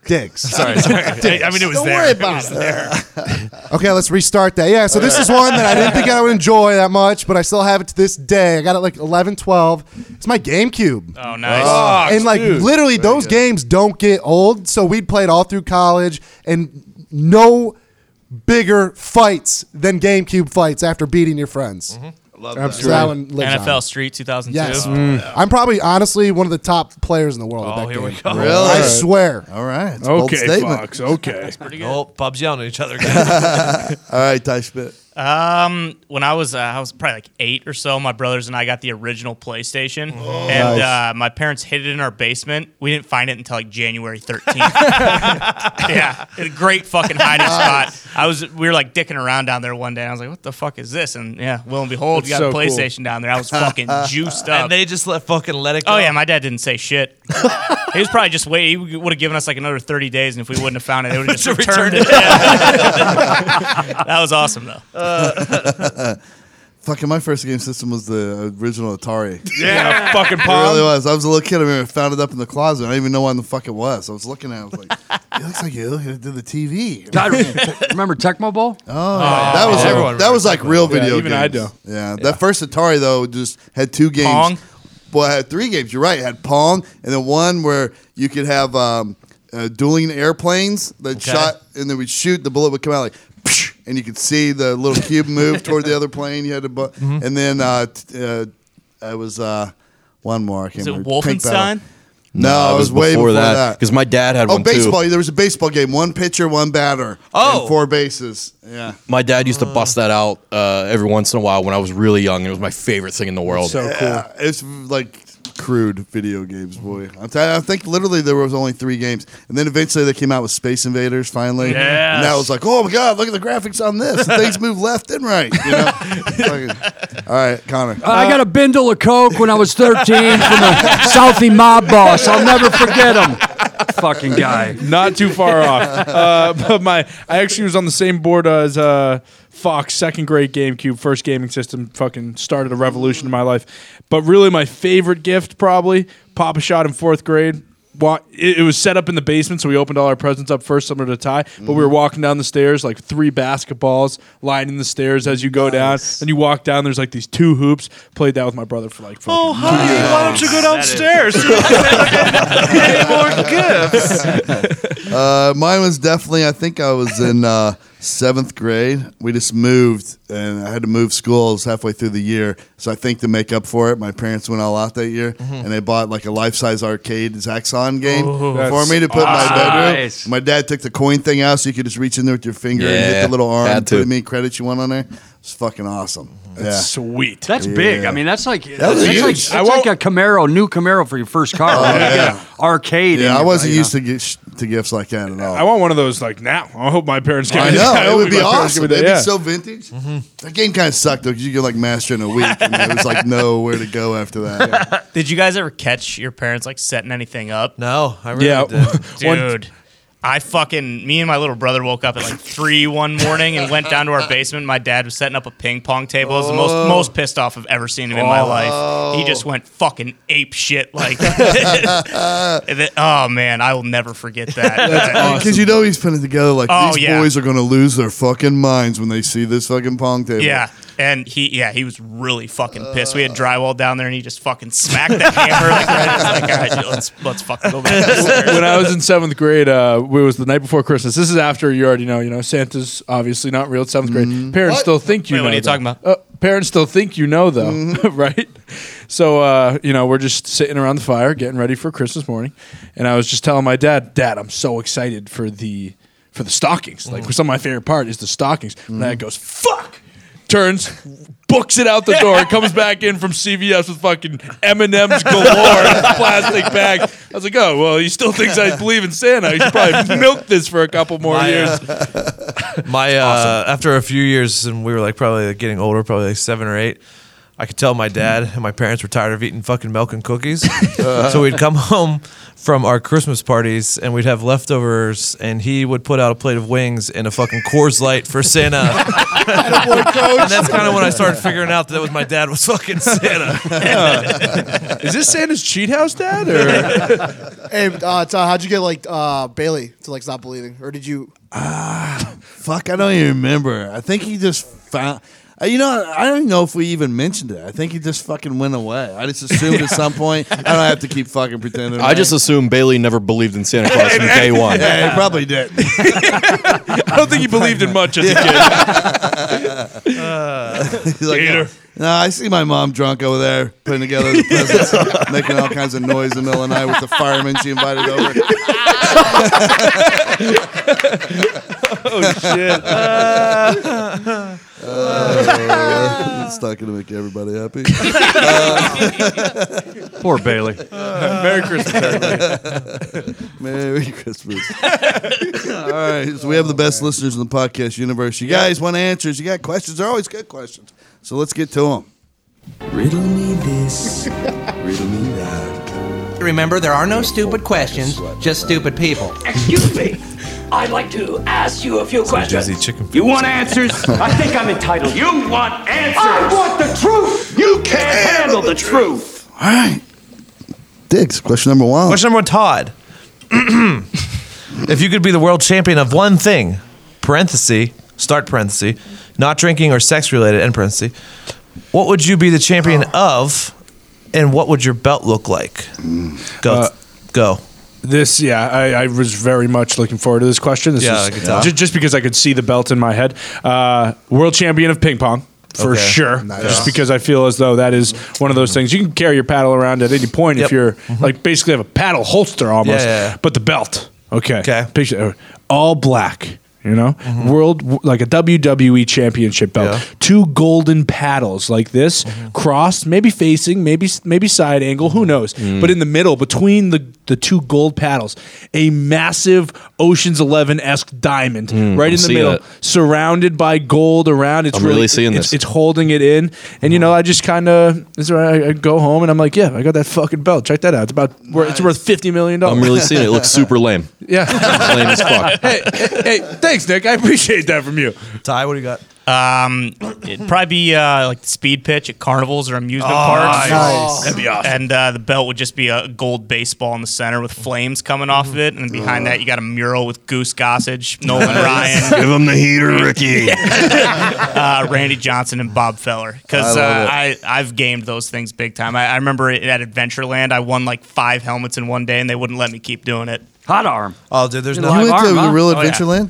Speaker 8: dicks. (laughs)
Speaker 4: Sorry, sorry. I- I mean, it was Don't there. worry It about was it.
Speaker 8: okay, let's restart that. Yeah, so this is one that I didn't think I would enjoy that much, but I still have it to this day. I got it like 11, 12. It's my GameCube.
Speaker 2: Oh, nice.
Speaker 8: Uh, and like
Speaker 2: dude.
Speaker 8: literally, those games don't get old. So we'd played all through college, and no bigger fights than GameCube fights after beating your friends.
Speaker 2: Mm-hmm. Love
Speaker 8: Um, so that one lives on.
Speaker 2: NFL Street 2002.
Speaker 8: Yes, Mm. I'm probably honestly one of the top players in the world. at
Speaker 2: Oh,
Speaker 8: that game. I
Speaker 4: Alright.
Speaker 8: swear.
Speaker 3: All right.
Speaker 4: Okay, Fox. Okay.
Speaker 2: pretty good.
Speaker 4: Oh, Bub's yelling at each (laughs) other.
Speaker 3: All right, Ty Schmidt.
Speaker 2: Um, when I was uh, I was probably like eight or so, my brothers and I got the original PlayStation,
Speaker 4: Oh,
Speaker 2: and
Speaker 7: Nice.
Speaker 2: uh, my parents hid it in our basement. We didn't find it until like January thirteenth.
Speaker 4: (laughs)
Speaker 2: yeah, a great fucking hiding spot. I was we were like dicking around down there one day. and I was like, "What the fuck is this?" And yeah, lo and behold, we
Speaker 4: That's
Speaker 2: got a
Speaker 4: so cool.
Speaker 2: PlayStation down there. I was
Speaker 4: (laughs)
Speaker 2: fucking juiced up.
Speaker 4: And they just let fucking let it go.
Speaker 2: Oh yeah, my dad didn't say
Speaker 4: (laughs)
Speaker 2: shit. he was probably just waiting. He would have given us like another thirty days, and if we wouldn't have found it, they
Speaker 4: (laughs)
Speaker 2: would have just
Speaker 4: Just
Speaker 2: returned
Speaker 4: returned
Speaker 2: it.
Speaker 4: it.
Speaker 2: Yeah. (laughs) that was awesome though.
Speaker 3: fucking my first game system was the original Atari.
Speaker 11: Yeah, fucking
Speaker 3: It really
Speaker 11: Pong.
Speaker 3: was. I was a little kid. I remember I found it up in the closet. I didn't even know why the fuck it was. I was looking at it. I was like, (laughs) it looks like you did the TV. (laughs)
Speaker 14: remember Tecmo Bowl? Uh,
Speaker 3: Oh, yeah. that was
Speaker 14: everyone
Speaker 3: that was like real
Speaker 14: remembers
Speaker 3: video
Speaker 14: Tecmo Bowl.
Speaker 3: games.
Speaker 14: Yeah, even I
Speaker 3: Yeah, that first Atari though just had two games.
Speaker 14: Pong?
Speaker 3: Well, it had three games. You're right. It had Pong, and then one where you could have um, uh, dueling airplanes that
Speaker 7: Okay.
Speaker 3: shot, and they would shoot. The bullet would come out like, (laughs) psh, and you could see the little cube move toward the other plane. You had to, bu-
Speaker 7: Mhm.
Speaker 3: and then uh, t- uh, I was uh, one more. I can't
Speaker 2: Is it
Speaker 3: remember. Pink Battle.
Speaker 2: Wolfenstein?
Speaker 3: No,
Speaker 10: No,
Speaker 3: it
Speaker 10: it was
Speaker 3: was, way
Speaker 10: before
Speaker 3: before
Speaker 10: that,
Speaker 3: that.
Speaker 10: 'cause my dad had
Speaker 3: oh,
Speaker 10: one, too.
Speaker 3: baseball. There was a baseball game. One pitcher, one batter.
Speaker 4: Oh.
Speaker 3: and four bases. Yeah.
Speaker 10: My dad used to bust that out uh, every once in a while when I was really young. It was my favorite thing in the world.
Speaker 3: Yeah, it's like crude video games, boy. I'm t- I think literally there was only three games, and then eventually they came out with Space Invaders. Finally,
Speaker 7: Yes.
Speaker 3: and that was like, oh my god, look at the graphics on this. And things move left and right. You know? Fucking- All right, Connor.
Speaker 14: I got a bindle of coke when I was 13 from a
Speaker 3: (laughs)
Speaker 14: Southie mob boss. I'll never forget him. Fucking guy.
Speaker 6: (laughs) Not too far
Speaker 14: (laughs)
Speaker 6: off. Uh, but my, I actually was on the same board as uh, Fox, second grade GameCube, first gaming system. Fucking started a revolution in my life. But really, my favorite gift probably Papa shot in fourth grade. Wa- It it was set up in the basement, so we opened all our presents up first, similar to Ty. But we
Speaker 14: Mm.
Speaker 6: were walking down the stairs, like three basketballs lining the stairs as you go down. And you walk down, there's like these two hoops. Played that with my brother for like
Speaker 14: (laughs)
Speaker 6: fucking
Speaker 4: Oh, honey, why don't you go downstairs?
Speaker 6: Any more gifts?
Speaker 3: Uh, mine was definitely. I think I was in uh, seventh grade. We just moved, and I had to move schools halfway through the year. So I think to make up for it, my parents went all out that year,
Speaker 13: Mhm.
Speaker 3: and they bought like a life-size arcade Zaxxon game
Speaker 13: Ooh,
Speaker 3: for
Speaker 13: that's
Speaker 3: me to put in
Speaker 13: awesome.
Speaker 3: my bedroom.
Speaker 13: Nice.
Speaker 3: My dad took the coin thing out, so you could just reach in there with your finger and hit
Speaker 10: Yeah,
Speaker 3: the little arm,
Speaker 10: had
Speaker 3: and put
Speaker 10: to.
Speaker 3: how many credits you want on there. It's fucking awesome.
Speaker 10: That's
Speaker 6: sweet.
Speaker 14: That's big. I mean, that's like
Speaker 3: That
Speaker 14: that's,
Speaker 3: was
Speaker 14: that's like,
Speaker 3: huge.
Speaker 14: that's like a Camaro, new Camaro for your first car.
Speaker 3: Oh,
Speaker 14: Like, you
Speaker 3: yeah.
Speaker 14: got an Arcade. in
Speaker 3: Yeah, I
Speaker 14: your-
Speaker 3: wasn't
Speaker 14: you
Speaker 3: used to gi- to gifts like that at all.
Speaker 6: I want one of those like now. I hope my parents give
Speaker 3: I
Speaker 6: me
Speaker 3: know
Speaker 6: that.
Speaker 3: it
Speaker 6: hope
Speaker 3: would be
Speaker 6: my parents
Speaker 3: awesome.
Speaker 6: give me
Speaker 3: It'd
Speaker 6: that,
Speaker 3: be
Speaker 6: yeah. (laughs)
Speaker 3: so (laughs) vintage.
Speaker 2: Mm-hmm.
Speaker 3: That game kind of sucked though, because you could like master in a week, and it was like nowhere to go after that.
Speaker 2: Did you guys ever catch your parents like setting anything up?
Speaker 19: No, I
Speaker 3: really Yeah. didn't.
Speaker 2: dude. I fucking me and my little brother woke up at like three one morning and went down to our basement. My dad was setting up a ping pong table. It was the most
Speaker 19: Oh.
Speaker 2: most pissed off I've ever seen him in my life. He just went fucking ape shit like. (laughs) And then- oh man, I will never forget that.
Speaker 3: Because you know he's putting it together like
Speaker 2: Oh,
Speaker 3: these
Speaker 2: yeah.
Speaker 3: boys are going to lose their fucking minds when they see this fucking pong table.
Speaker 2: Yeah. And he, yeah, he was really fucking pissed. We had drywall down there, and he just fucking smacked the hammer. Like, right, It's like, all right, dude, let's let's fucking go back. upstairs."
Speaker 6: when I was in seventh grade, uh, it was the night before Christmas. This is after you already know, you know, Santa's obviously not real. It's seventh grade.
Speaker 3: Mm-hmm.
Speaker 6: Parents
Speaker 2: What?
Speaker 6: still think you
Speaker 2: Wait,
Speaker 6: know.
Speaker 2: what are you talking
Speaker 6: though. Uh, parents still think you know, though, (laughs)
Speaker 3: Mm-hmm.
Speaker 6: right? So, uh, you know, we're just sitting around the fire getting ready for Christmas morning. And I was just telling my dad, Dad, I'm so excited for the. For the stockings,
Speaker 2: Mm.
Speaker 6: like some of my favorite part is the stockings. My
Speaker 3: Mm-hmm.
Speaker 6: dad goes, "Fuck!" turns, books it out the door, and comes back in from CVS with fucking M and M's galore in
Speaker 19: (laughs)
Speaker 6: a plastic bag. I was like, oh well, he still thinks I believe in Santa. He
Speaker 19: (laughs)
Speaker 6: should probably milk this for a couple more
Speaker 19: My, uh,
Speaker 6: years.
Speaker 19: My uh, after a few years, and we were like probably getting older, probably like seven or eight. I could tell my dad and my parents were tired of eating fucking milk and cookies, so we'd come home from our Christmas parties and we'd have leftovers, and he would put out a plate of wings and a fucking Coors Light for Santa.
Speaker 11: Oh,
Speaker 19: And that's kind of when I started figuring out that it was my dad was fucking Santa.
Speaker 6: Is this Santa's cheat house, Dad? Or
Speaker 13: (laughs) hey, uh, Todd, how'd you get like uh, Bailey to like stop bleeding, or did you?
Speaker 3: Fuck, I don't even remember. I think he just found. uh, You know, I don't even know if we even mentioned it. I think he just fucking went away. I just assumed at some point. I don't have to keep fucking pretending.
Speaker 10: I just assume Bailey never believed in Santa Claus
Speaker 3: (laughs)
Speaker 10: from day one.
Speaker 3: Yeah, he probably did. (laughs)
Speaker 6: I don't think he believed in much as a
Speaker 3: kid. He's like, no, I see my mom drunk over there putting together the presents, making all kinds of noise in the middle of the night with the firemen she invited over.
Speaker 6: oh shit!
Speaker 3: (laughs) Uh, it's not going to make everybody happy.
Speaker 14: Poor
Speaker 3: (laughs)
Speaker 14: Bailey.
Speaker 3: Merry Christmas,
Speaker 14: everybody.
Speaker 3: Merry Christmas. All right, so we have the best listeners in the podcast universe. You guys want answers? You got questions? They're always good questions. So let's get to them. Riddle me this. Riddle me that.
Speaker 20: Remember, there are no stupid questions, just stupid people.
Speaker 11: Excuse me. I'd like to ask you a few questions. You want answers? I think I'm entitled. You want answers? I want the truth. You can't handle the truth.
Speaker 3: All right, (laughs) Diggs. Question number one.
Speaker 19: Question number one, Todd. if you could be the world champion of one thing, parenthesis, start parenthesis, not drinking or sex related, end parenthesis, what would you be the champion of and what would your belt look like? Go. go.
Speaker 6: This, yeah, I, I was very much looking forward to this question. This
Speaker 19: Yeah,
Speaker 6: is
Speaker 19: I could tell.
Speaker 6: ju- just because I could see the belt in my head. Uh, world champion of ping pong. For
Speaker 19: Okay.
Speaker 6: sure,
Speaker 19: Nice.
Speaker 6: just because I feel as though that is one of those things you can carry your paddle around at any point if you're
Speaker 10: Mm-hmm.
Speaker 6: like basically have a paddle holster
Speaker 19: Yeah,
Speaker 6: almost.
Speaker 19: yeah, yeah.
Speaker 6: But the belt, okay, okay, picture uh, all black, you know,
Speaker 10: Mm-hmm.
Speaker 6: world like a WWE championship belt, two golden paddles like this,
Speaker 10: Mm-hmm.
Speaker 6: crossed, maybe facing, maybe maybe side angle, who knows?
Speaker 10: Mm.
Speaker 6: But in the middle, between the the two gold paddles, a massive Ocean's Eleven esque diamond right
Speaker 10: Mm, I'm
Speaker 6: in the
Speaker 10: seeing
Speaker 6: middle,
Speaker 10: it.
Speaker 6: surrounded by gold around. It's
Speaker 10: I'm really seeing
Speaker 6: it's- It's
Speaker 10: this.
Speaker 6: holding it in, and you know, I just kind of is where I, I go home and I'm like, yeah, I got that fucking belt. Check that out. It's about wor- it's worth fifty million dollars. (laughs)
Speaker 10: I'm really seeing it. It looks super lame.
Speaker 6: Yeah.
Speaker 10: (laughs) Lame as fuck.
Speaker 6: Hey, hey, thanks, Nick. I appreciate that from you.
Speaker 19: Ty, what do you got?
Speaker 2: Um, it'd probably be uh, like the speed pitch at carnivals or amusement
Speaker 19: Oh,
Speaker 2: parks.
Speaker 19: nice. That'd be awesome.
Speaker 2: And uh, the belt would just be a gold baseball in the center with flames coming off of it, and behind that you got a mural with Goose Gossage, Nolan
Speaker 21: Nice.
Speaker 2: (laughs)
Speaker 19: (laughs)
Speaker 2: Ryan,
Speaker 21: Give him the heater,
Speaker 10: (laughs)
Speaker 21: Ricky.
Speaker 2: (laughs) uh, Randy Johnson, and Bob Feller. Because
Speaker 21: I
Speaker 2: I,
Speaker 21: love
Speaker 2: uh,
Speaker 21: it.
Speaker 2: I I've gamed those things big time. I, I remember it at Adventureland, I won like five helmets in one day, and they wouldn't let me keep doing it.
Speaker 14: Hot arm.
Speaker 4: Oh, dude, there's
Speaker 14: You
Speaker 4: nothing.
Speaker 14: went to
Speaker 4: Arm, huh?
Speaker 14: the real
Speaker 4: Oh, yeah. (laughs)
Speaker 13: (laughs)
Speaker 14: Adventureland?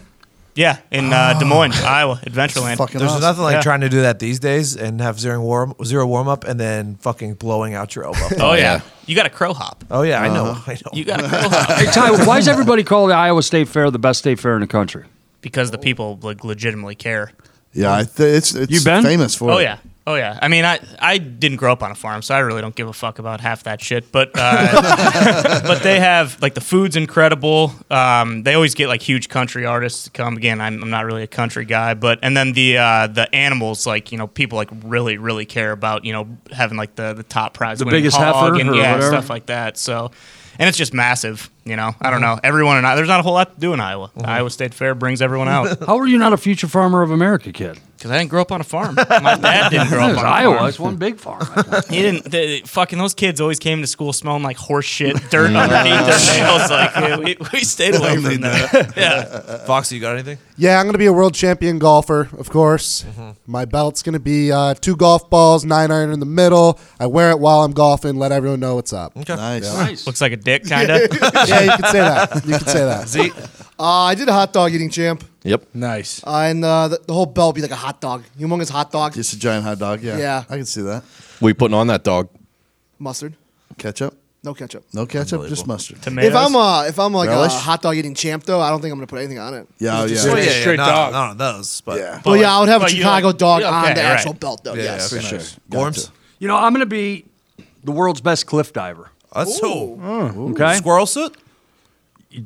Speaker 2: Yeah, in uh, Des
Speaker 4: (gasps)
Speaker 2: Moines, Iowa, Adventureland.
Speaker 4: There's nothing like
Speaker 2: Yeah.
Speaker 4: (laughs) trying to do that these days and have zero warm zero warm up and then fucking blowing out your elbow.
Speaker 2: Oh yeah, you got a crow hop.
Speaker 4: Oh yeah, I know.
Speaker 19: (laughs)
Speaker 4: I know.
Speaker 2: You got a
Speaker 4: (laughs)
Speaker 2: crow hop.
Speaker 14: Hey, Ty, why does everybody call the Iowa State Fair the best state fair in the country?
Speaker 2: Because the people like legitimately care.
Speaker 3: Yeah, I th- it's it's
Speaker 14: You been?
Speaker 3: famous for
Speaker 2: oh
Speaker 3: it.
Speaker 2: yeah. Oh yeah. I mean, I I didn't grow up on a farm, so I really don't give a fuck about half that shit. But
Speaker 3: (laughs)
Speaker 2: uh, but they have like the food's incredible. Um, they always get like huge country artists to come. Again, I'm, I'm not really a country guy, but and then the uh, the animals like you know people like really really care about you know having like the the top prize
Speaker 14: The
Speaker 2: winning
Speaker 14: biggest
Speaker 2: hog
Speaker 14: heifer
Speaker 2: and
Speaker 14: or
Speaker 2: yeah
Speaker 14: whatever?
Speaker 2: stuff like that. So. And it's just massive, you know. I
Speaker 14: Uh-huh.
Speaker 2: don't know. Everyone in I- there's not a whole lot to do in Iowa. The Iowa State Fair brings
Speaker 14: (laughs)
Speaker 2: everyone out.
Speaker 14: How are you not a future farmer of America kid?
Speaker 2: Because I didn't grow up on a farm. My dad
Speaker 14: (laughs)
Speaker 2: didn't grow up
Speaker 14: It's
Speaker 2: on a
Speaker 14: Iowa.
Speaker 2: farm.
Speaker 14: It's one big farm.
Speaker 2: (laughs) He didn't. They, they- fucking those kids always came to school smelling like horse
Speaker 14: (laughs)
Speaker 2: shit, dirt underneath their nails. Like yeah, we, we stayed away
Speaker 4: Don't
Speaker 2: from
Speaker 4: need
Speaker 2: that.
Speaker 4: that.
Speaker 2: (laughs) yeah.
Speaker 4: Foxy, you got anything?
Speaker 8: Yeah, I'm going to be a world champion golfer, of course.
Speaker 2: Mm-hmm.
Speaker 8: My belt's going to be uh, two golf balls, nine iron in the middle. I wear it while I'm golfing, let everyone know what's up.
Speaker 2: Yeah.
Speaker 8: Yeah.
Speaker 2: Looks like a dick, kinda.
Speaker 3: (laughs)
Speaker 8: yeah, you can say that. You can say
Speaker 4: (laughs)
Speaker 8: that.
Speaker 13: Uh, I did a hot dog eating champ.
Speaker 10: Yep.
Speaker 22: Nice.
Speaker 13: Uh, and uh, the, the whole belt would be like a hot dog, humongous hot dog,
Speaker 3: Just a giant hot dog. Yeah.
Speaker 13: Yeah.
Speaker 3: I can see that.
Speaker 10: What are you putting on that dog?
Speaker 13: mustard,
Speaker 3: Ketchup.
Speaker 13: no ketchup.
Speaker 3: No ketchup, just mustard.
Speaker 13: If I'm uh, if I'm like
Speaker 3: Relish?
Speaker 13: a hot dog eating champ though, I don't think I'm gonna put anything on it.
Speaker 3: yeah, oh, yeah.
Speaker 4: Just
Speaker 13: Straight-
Speaker 3: straight
Speaker 4: not,
Speaker 3: dog.
Speaker 4: Not on those, but yeah.
Speaker 13: Well, yeah, I would have a Chicago dog on the actual belt though. yes,
Speaker 4: for sure.
Speaker 14: You know, I'm going to be the world's best cliff diver.
Speaker 4: Oh, That's so.
Speaker 3: Oh,
Speaker 14: Okay.
Speaker 4: Squirrel suit?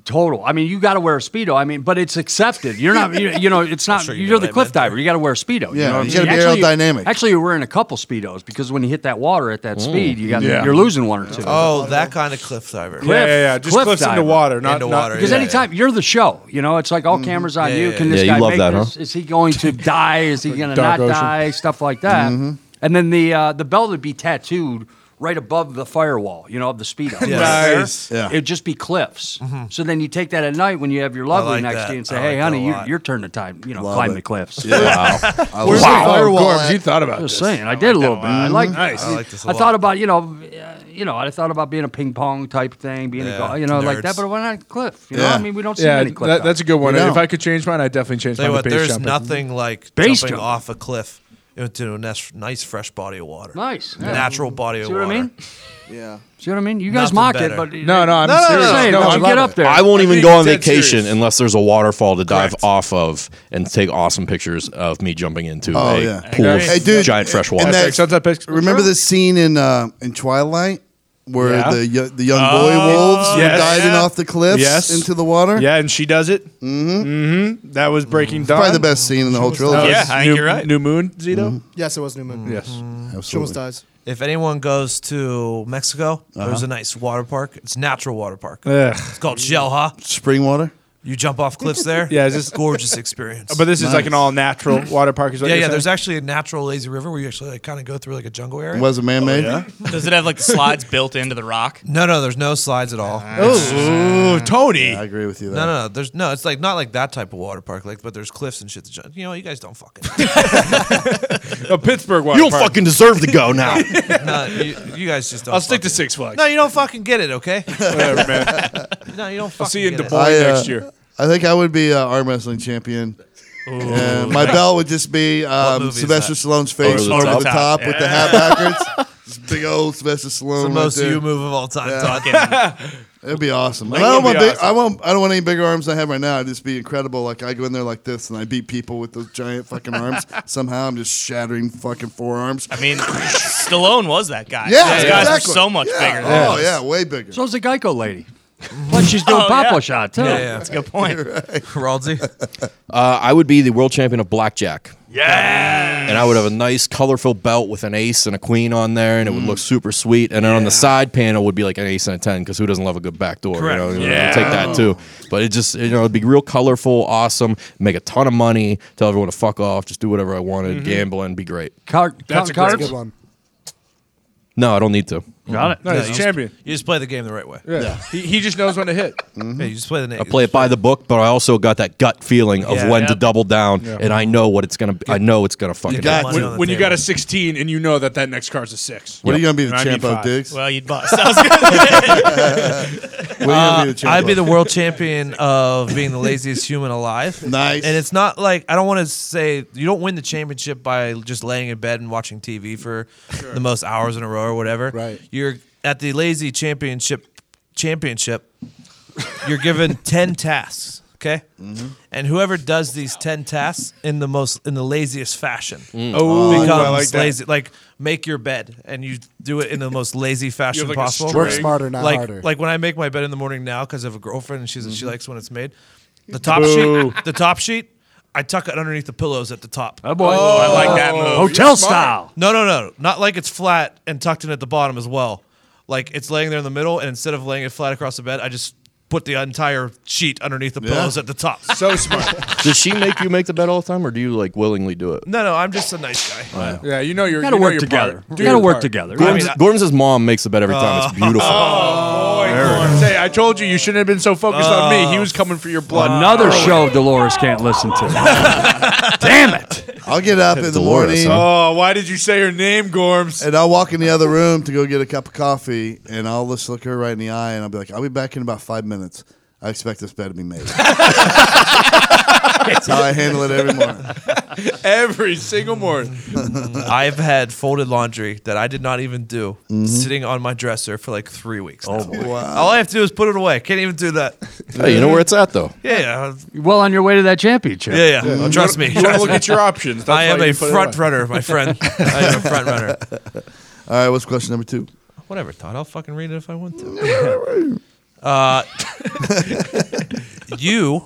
Speaker 14: Total. I mean, you got to wear a speedo. I mean, but it's accepted. You're not. You, you know, it's not.
Speaker 4: you
Speaker 14: you
Speaker 4: know
Speaker 14: are the
Speaker 4: what I
Speaker 14: cliff diver. You got to wear a speedo.
Speaker 3: Yeah,
Speaker 14: know what
Speaker 3: you
Speaker 14: I'm
Speaker 3: gotta
Speaker 14: saying?
Speaker 3: be
Speaker 14: Actually,
Speaker 3: aerodynamic.
Speaker 14: Actually, you're wearing a couple speedos because when you hit that water at that
Speaker 4: Mm.
Speaker 14: speed, you got
Speaker 4: Yeah.
Speaker 14: you're losing one or two.
Speaker 4: Oh, that kind of cliff diver.
Speaker 14: Cliff, cliff diver. because
Speaker 4: yeah.
Speaker 14: anytime you're the show, you know, it's like all
Speaker 4: Mm-hmm.
Speaker 14: cameras on
Speaker 4: Yeah,
Speaker 14: you.
Speaker 4: yeah,
Speaker 14: Can
Speaker 4: yeah.
Speaker 14: this
Speaker 4: Yeah,
Speaker 14: guy
Speaker 4: you love
Speaker 14: make
Speaker 4: that,
Speaker 14: this? Is he going
Speaker 4: (laughs)
Speaker 14: to die? Is he going to
Speaker 4: Dark
Speaker 14: not
Speaker 4: Ocean.
Speaker 14: die? Stuff like that.
Speaker 4: Mhm.
Speaker 14: And then the uh, the belt would be tattooed right above the firewall, (laughs) you know, of the speedo.
Speaker 4: Yeah.
Speaker 14: Right
Speaker 4: Nice. Mm-hmm.
Speaker 14: there.
Speaker 4: Yeah.
Speaker 14: It'd just be cliffs. So then you take that at night when you have your lovely
Speaker 4: like
Speaker 14: next
Speaker 4: that.
Speaker 14: to you and say,
Speaker 4: I
Speaker 14: "Hey,
Speaker 4: like that a
Speaker 14: honey, you,
Speaker 4: lot.
Speaker 14: your turn to time, you know,
Speaker 4: Love
Speaker 14: climb
Speaker 4: it.
Speaker 14: the cliffs." (laughs)
Speaker 4: Yeah. Wow. I
Speaker 14: Where's
Speaker 4: love
Speaker 14: the
Speaker 4: it.
Speaker 14: firewall
Speaker 4: Wow, Gorbs,
Speaker 14: at?
Speaker 4: you thought about
Speaker 14: Just
Speaker 4: this.
Speaker 14: saying, I did a little bit. I like.
Speaker 4: Oh, Nice. I like this a
Speaker 14: I
Speaker 4: lot.
Speaker 14: thought about you know, uh, you know, I thought about being a ping pong type thing, being a
Speaker 4: Yeah.
Speaker 14: go- you know like
Speaker 4: Nerds.
Speaker 14: that. But why not cliff? You know, I mean, we don't see
Speaker 6: yeah,
Speaker 14: many cliff.
Speaker 6: that- that's a good one.
Speaker 4: You
Speaker 6: If
Speaker 4: don't.
Speaker 6: I could change mine, I'd definitely change
Speaker 4: Tell you
Speaker 6: mine.
Speaker 4: what,
Speaker 6: to base
Speaker 4: there's
Speaker 6: jumping.
Speaker 4: nothing like
Speaker 6: Base
Speaker 4: jumping
Speaker 6: jump.
Speaker 4: off a cliff into a nice, nice fresh body of water.
Speaker 14: Nice, yeah.
Speaker 4: Natural body of
Speaker 14: See what
Speaker 4: water.
Speaker 14: I mean?
Speaker 13: Yeah.
Speaker 14: See what I mean? You guys
Speaker 4: Nothing
Speaker 14: mock
Speaker 4: better.
Speaker 14: it, but
Speaker 4: No, no, I'm
Speaker 14: I'm
Speaker 4: serious.
Speaker 14: saying,
Speaker 4: No,
Speaker 14: but
Speaker 4: I
Speaker 14: you
Speaker 4: love
Speaker 14: get
Speaker 4: it.
Speaker 14: up there.
Speaker 10: I won't even
Speaker 4: think
Speaker 10: go
Speaker 4: it's
Speaker 10: on
Speaker 4: dead
Speaker 10: vacation
Speaker 4: serious.
Speaker 10: unless there's a waterfall to dive off of and take awesome pictures of me jumping into
Speaker 3: Oh
Speaker 10: a
Speaker 3: yeah,
Speaker 10: pool of
Speaker 3: Hey, dude,
Speaker 10: giant fresh water.
Speaker 3: and that- remember the scene in uh, in Twilight where
Speaker 6: Yeah. Oh,
Speaker 3: the yo- the young boy
Speaker 14: Oh,
Speaker 3: wolves were
Speaker 6: yes.
Speaker 3: diving
Speaker 6: Yeah.
Speaker 3: off the cliffs
Speaker 6: Yes.
Speaker 3: into the water?
Speaker 6: Yeah, and she does it. Mm-hmm. mm-hmm. That was Breaking Dawn.
Speaker 3: Probably the best scene in the whole trilogy. Hmm. Mm-hmm.
Speaker 6: That was New- New Moon, Zito. Hmm.
Speaker 13: Yes, it was New Moon.
Speaker 6: Yes.
Speaker 13: She almost dies.
Speaker 4: If anyone goes to Mexico, there's
Speaker 6: Uh-huh.
Speaker 4: a nice water park. It's natural water park.
Speaker 6: Ugh.
Speaker 4: It's called Shelha.
Speaker 3: Spring water.
Speaker 4: You jump off cliffs
Speaker 3: (laughs)
Speaker 4: there.
Speaker 6: Yeah, it's
Speaker 4: it's
Speaker 6: just-
Speaker 4: a gorgeous experience.
Speaker 6: But this is like an all
Speaker 4: (laughs)
Speaker 6: natural water park. Is what
Speaker 4: yeah, yeah.
Speaker 6: you're
Speaker 4: There's
Speaker 6: saying?
Speaker 4: actually a natural lazy river where you actually like, kind of go through like a jungle area. Oh,
Speaker 3: Was it man-made?
Speaker 2: Does it have like the slides built into the rock?
Speaker 4: No, no. There's no slides at all.
Speaker 2: Ooh, Tony. Yeah, I
Speaker 3: agree with you
Speaker 4: No, no, no. There's no. It's like not like that type of water park. Like, but there's cliffs and shit. To jump. You know, you guys
Speaker 15: (laughs)
Speaker 4: don't fucking.
Speaker 6: a Pittsburgh water
Speaker 10: You don't
Speaker 6: park.
Speaker 10: fucking deserve to go now.
Speaker 4: (laughs) no, you, you guys just don't.
Speaker 6: I'll stick
Speaker 4: fucking-
Speaker 6: to Six Flags.
Speaker 4: No, you don't fucking get it. Okay.
Speaker 6: (laughs) Whatever, man.
Speaker 4: (laughs) No, you don't. Fucking
Speaker 6: I'll see you in Des
Speaker 4: get it.
Speaker 6: Moines
Speaker 3: I, uh,
Speaker 6: next year.
Speaker 3: I think I would be uh, arm wrestling champion. And my belt would just be um,
Speaker 4: movie is
Speaker 3: Sylvester
Speaker 4: that?
Speaker 3: Stallone's face over the top, with the hat
Speaker 2: (laughs)
Speaker 4: (laughs)
Speaker 3: backwards. This big old Sylvester Stallone.
Speaker 4: It's the
Speaker 3: right
Speaker 4: most
Speaker 3: there.
Speaker 4: you move of all time. Talking.
Speaker 3: (laughs) It'd be awesome.
Speaker 4: Like,
Speaker 3: And I
Speaker 4: it'd
Speaker 3: don't want
Speaker 4: be
Speaker 3: big, I won't. I don't want any bigger arms than I have right now. I'd just be incredible. Like I go in there like this and I beat people with those giant
Speaker 2: (laughs)
Speaker 3: fucking arms. Somehow I'm just shattering fucking forearms.
Speaker 2: I
Speaker 3: (laughs)
Speaker 2: mean, Stallone was that guy.
Speaker 3: Yeah,
Speaker 2: Those guys
Speaker 3: exactly.
Speaker 2: are so much
Speaker 3: Yeah.
Speaker 2: bigger. Than
Speaker 3: Oh
Speaker 2: us.
Speaker 3: yeah, way bigger.
Speaker 14: So's the Geico lady. Plus, she's doing
Speaker 2: Oh,
Speaker 14: Papa
Speaker 2: yeah.
Speaker 14: shot too.
Speaker 2: Yeah, yeah. That's a good
Speaker 3: (laughs)
Speaker 2: point.
Speaker 4: Geraldi.
Speaker 10: Uh, I would be the world champion of blackjack.
Speaker 2: Yeah.
Speaker 10: And I would have a nice colorful belt with an ace and a queen on there, and it would look super sweet. And then on the side panel would be like an ace and a ten, because who doesn't love a good backdoor?
Speaker 4: Correct.
Speaker 10: You know, You
Speaker 4: Yeah.
Speaker 10: take that too. But it just you know it'd be real colorful, awesome, make a ton of money, tell everyone to fuck off, just do whatever I wanted,
Speaker 14: Mhm.
Speaker 10: gambling, be great.
Speaker 14: Card,
Speaker 10: That's
Speaker 14: card,
Speaker 10: a great one. No, I don't need to.
Speaker 4: Got it.
Speaker 6: No,
Speaker 4: Yeah,
Speaker 6: he's
Speaker 4: you
Speaker 6: a
Speaker 4: just-
Speaker 6: champion.
Speaker 4: you just play the game the right way.
Speaker 6: Yeah. He, he just knows when to hit.
Speaker 4: (laughs) Yeah, you just play the
Speaker 10: I play it by the book, but I also got that gut feeling of
Speaker 6: Yeah.
Speaker 10: when to
Speaker 6: Yep.
Speaker 10: double down,
Speaker 6: Yeah.
Speaker 10: and I know what it's gonna. Be. I know it's gonna fucking. happen.
Speaker 6: when, when you got a 16 and you know that that next card's a six.
Speaker 10: What are you gonna be,
Speaker 6: And
Speaker 10: the
Speaker 6: I need
Speaker 10: champ of
Speaker 6: five.
Speaker 10: dicks?
Speaker 2: Well, you'd bust. (laughs) I was gonna-
Speaker 4: Uh, I'd be the world champion of being the laziest human alive.
Speaker 3: Nice.
Speaker 4: And it's not like I don't want to say you don't win the championship by just laying in bed and watching TV for the most hours in a row or whatever. Right. You're at the lazy championship championship. You're given (laughs) ten tasks. Okay. And whoever does these ten tasks in the most in the laziest fashion
Speaker 6: Oh, I
Speaker 4: becomes
Speaker 6: like that.
Speaker 4: lazy. Like make your bed and you do it in the most lazy fashion
Speaker 6: like, a
Speaker 4: possible.
Speaker 6: string. Work smarter, not
Speaker 4: like,
Speaker 6: harder.
Speaker 4: Like when I make my bed in the morning now because I have a girlfriend and she's she likes when it's made. The top
Speaker 6: Boo.
Speaker 4: sheet, the top sheet, I tuck it underneath the pillows at the top. Oh
Speaker 14: boy. Oh.
Speaker 4: I like that move.
Speaker 14: Hotel You're smart. style.
Speaker 4: No, no, no, not like it's flat and tucked in at the bottom as well. Like it's laying there in the middle, and instead of laying it flat across the bed, I just put the entire sheet underneath the
Speaker 10: Yeah.
Speaker 4: pillows at the top. So smart.
Speaker 10: Does she make you make the bed all the time, or do you like willingly do it?
Speaker 4: (laughs) no, no, I'm just a nice guy.
Speaker 10: Wow.
Speaker 6: Yeah, you know you're.
Speaker 4: Gotta
Speaker 6: you know
Speaker 4: work
Speaker 6: your
Speaker 4: together.
Speaker 6: Part.
Speaker 4: We
Speaker 6: Do
Speaker 4: gotta
Speaker 6: your
Speaker 4: work
Speaker 6: part.
Speaker 4: together.
Speaker 10: Gorms, Gorms' mom makes the bed every time. It's
Speaker 4: (laughs)
Speaker 10: beautiful.
Speaker 4: uh,
Speaker 6: Oh, Say, I told you you shouldn't have been so focused on me. He was
Speaker 2: Uh,
Speaker 6: coming for your blood.
Speaker 14: Another show Dolores can't listen to.
Speaker 3: I'll get up in the
Speaker 6: Dolores,
Speaker 3: morning.
Speaker 6: huh? Oh, why did you say her name, Gorms?
Speaker 3: And I'll walk in the other room to go get a cup of coffee, and I'll just look her right in the eye, and I'll be like, "I'll be back in about five minutes. I expect this bed to
Speaker 4: (laughs)
Speaker 3: be made." That's how I handle it every morning.
Speaker 6: (laughs) Every single morning.
Speaker 4: I've had folded laundry that I did not even do
Speaker 10: Mm-hmm.
Speaker 3: Mhm.
Speaker 4: sitting on my dresser for like three weeks. Oh,
Speaker 3: Wow.
Speaker 4: All I have to do is put it away. Can't even do that.
Speaker 10: Hey, you know where it's at though.
Speaker 4: Yeah, yeah.
Speaker 14: well on your way to that championship.
Speaker 4: Yeah, yeah. Oh, Trust me.
Speaker 10: You wanna
Speaker 4: (laughs) Trust
Speaker 10: look
Speaker 4: me.
Speaker 10: at your options. That's why
Speaker 4: I am
Speaker 10: you
Speaker 4: a
Speaker 10: put it
Speaker 4: front
Speaker 10: away.
Speaker 4: runner, my friend. I am a front
Speaker 10: (laughs)
Speaker 4: runner.
Speaker 3: All right, what's question number two?
Speaker 4: Whatever, Todd. I'll fucking read it if I want to. (laughs) uh, you,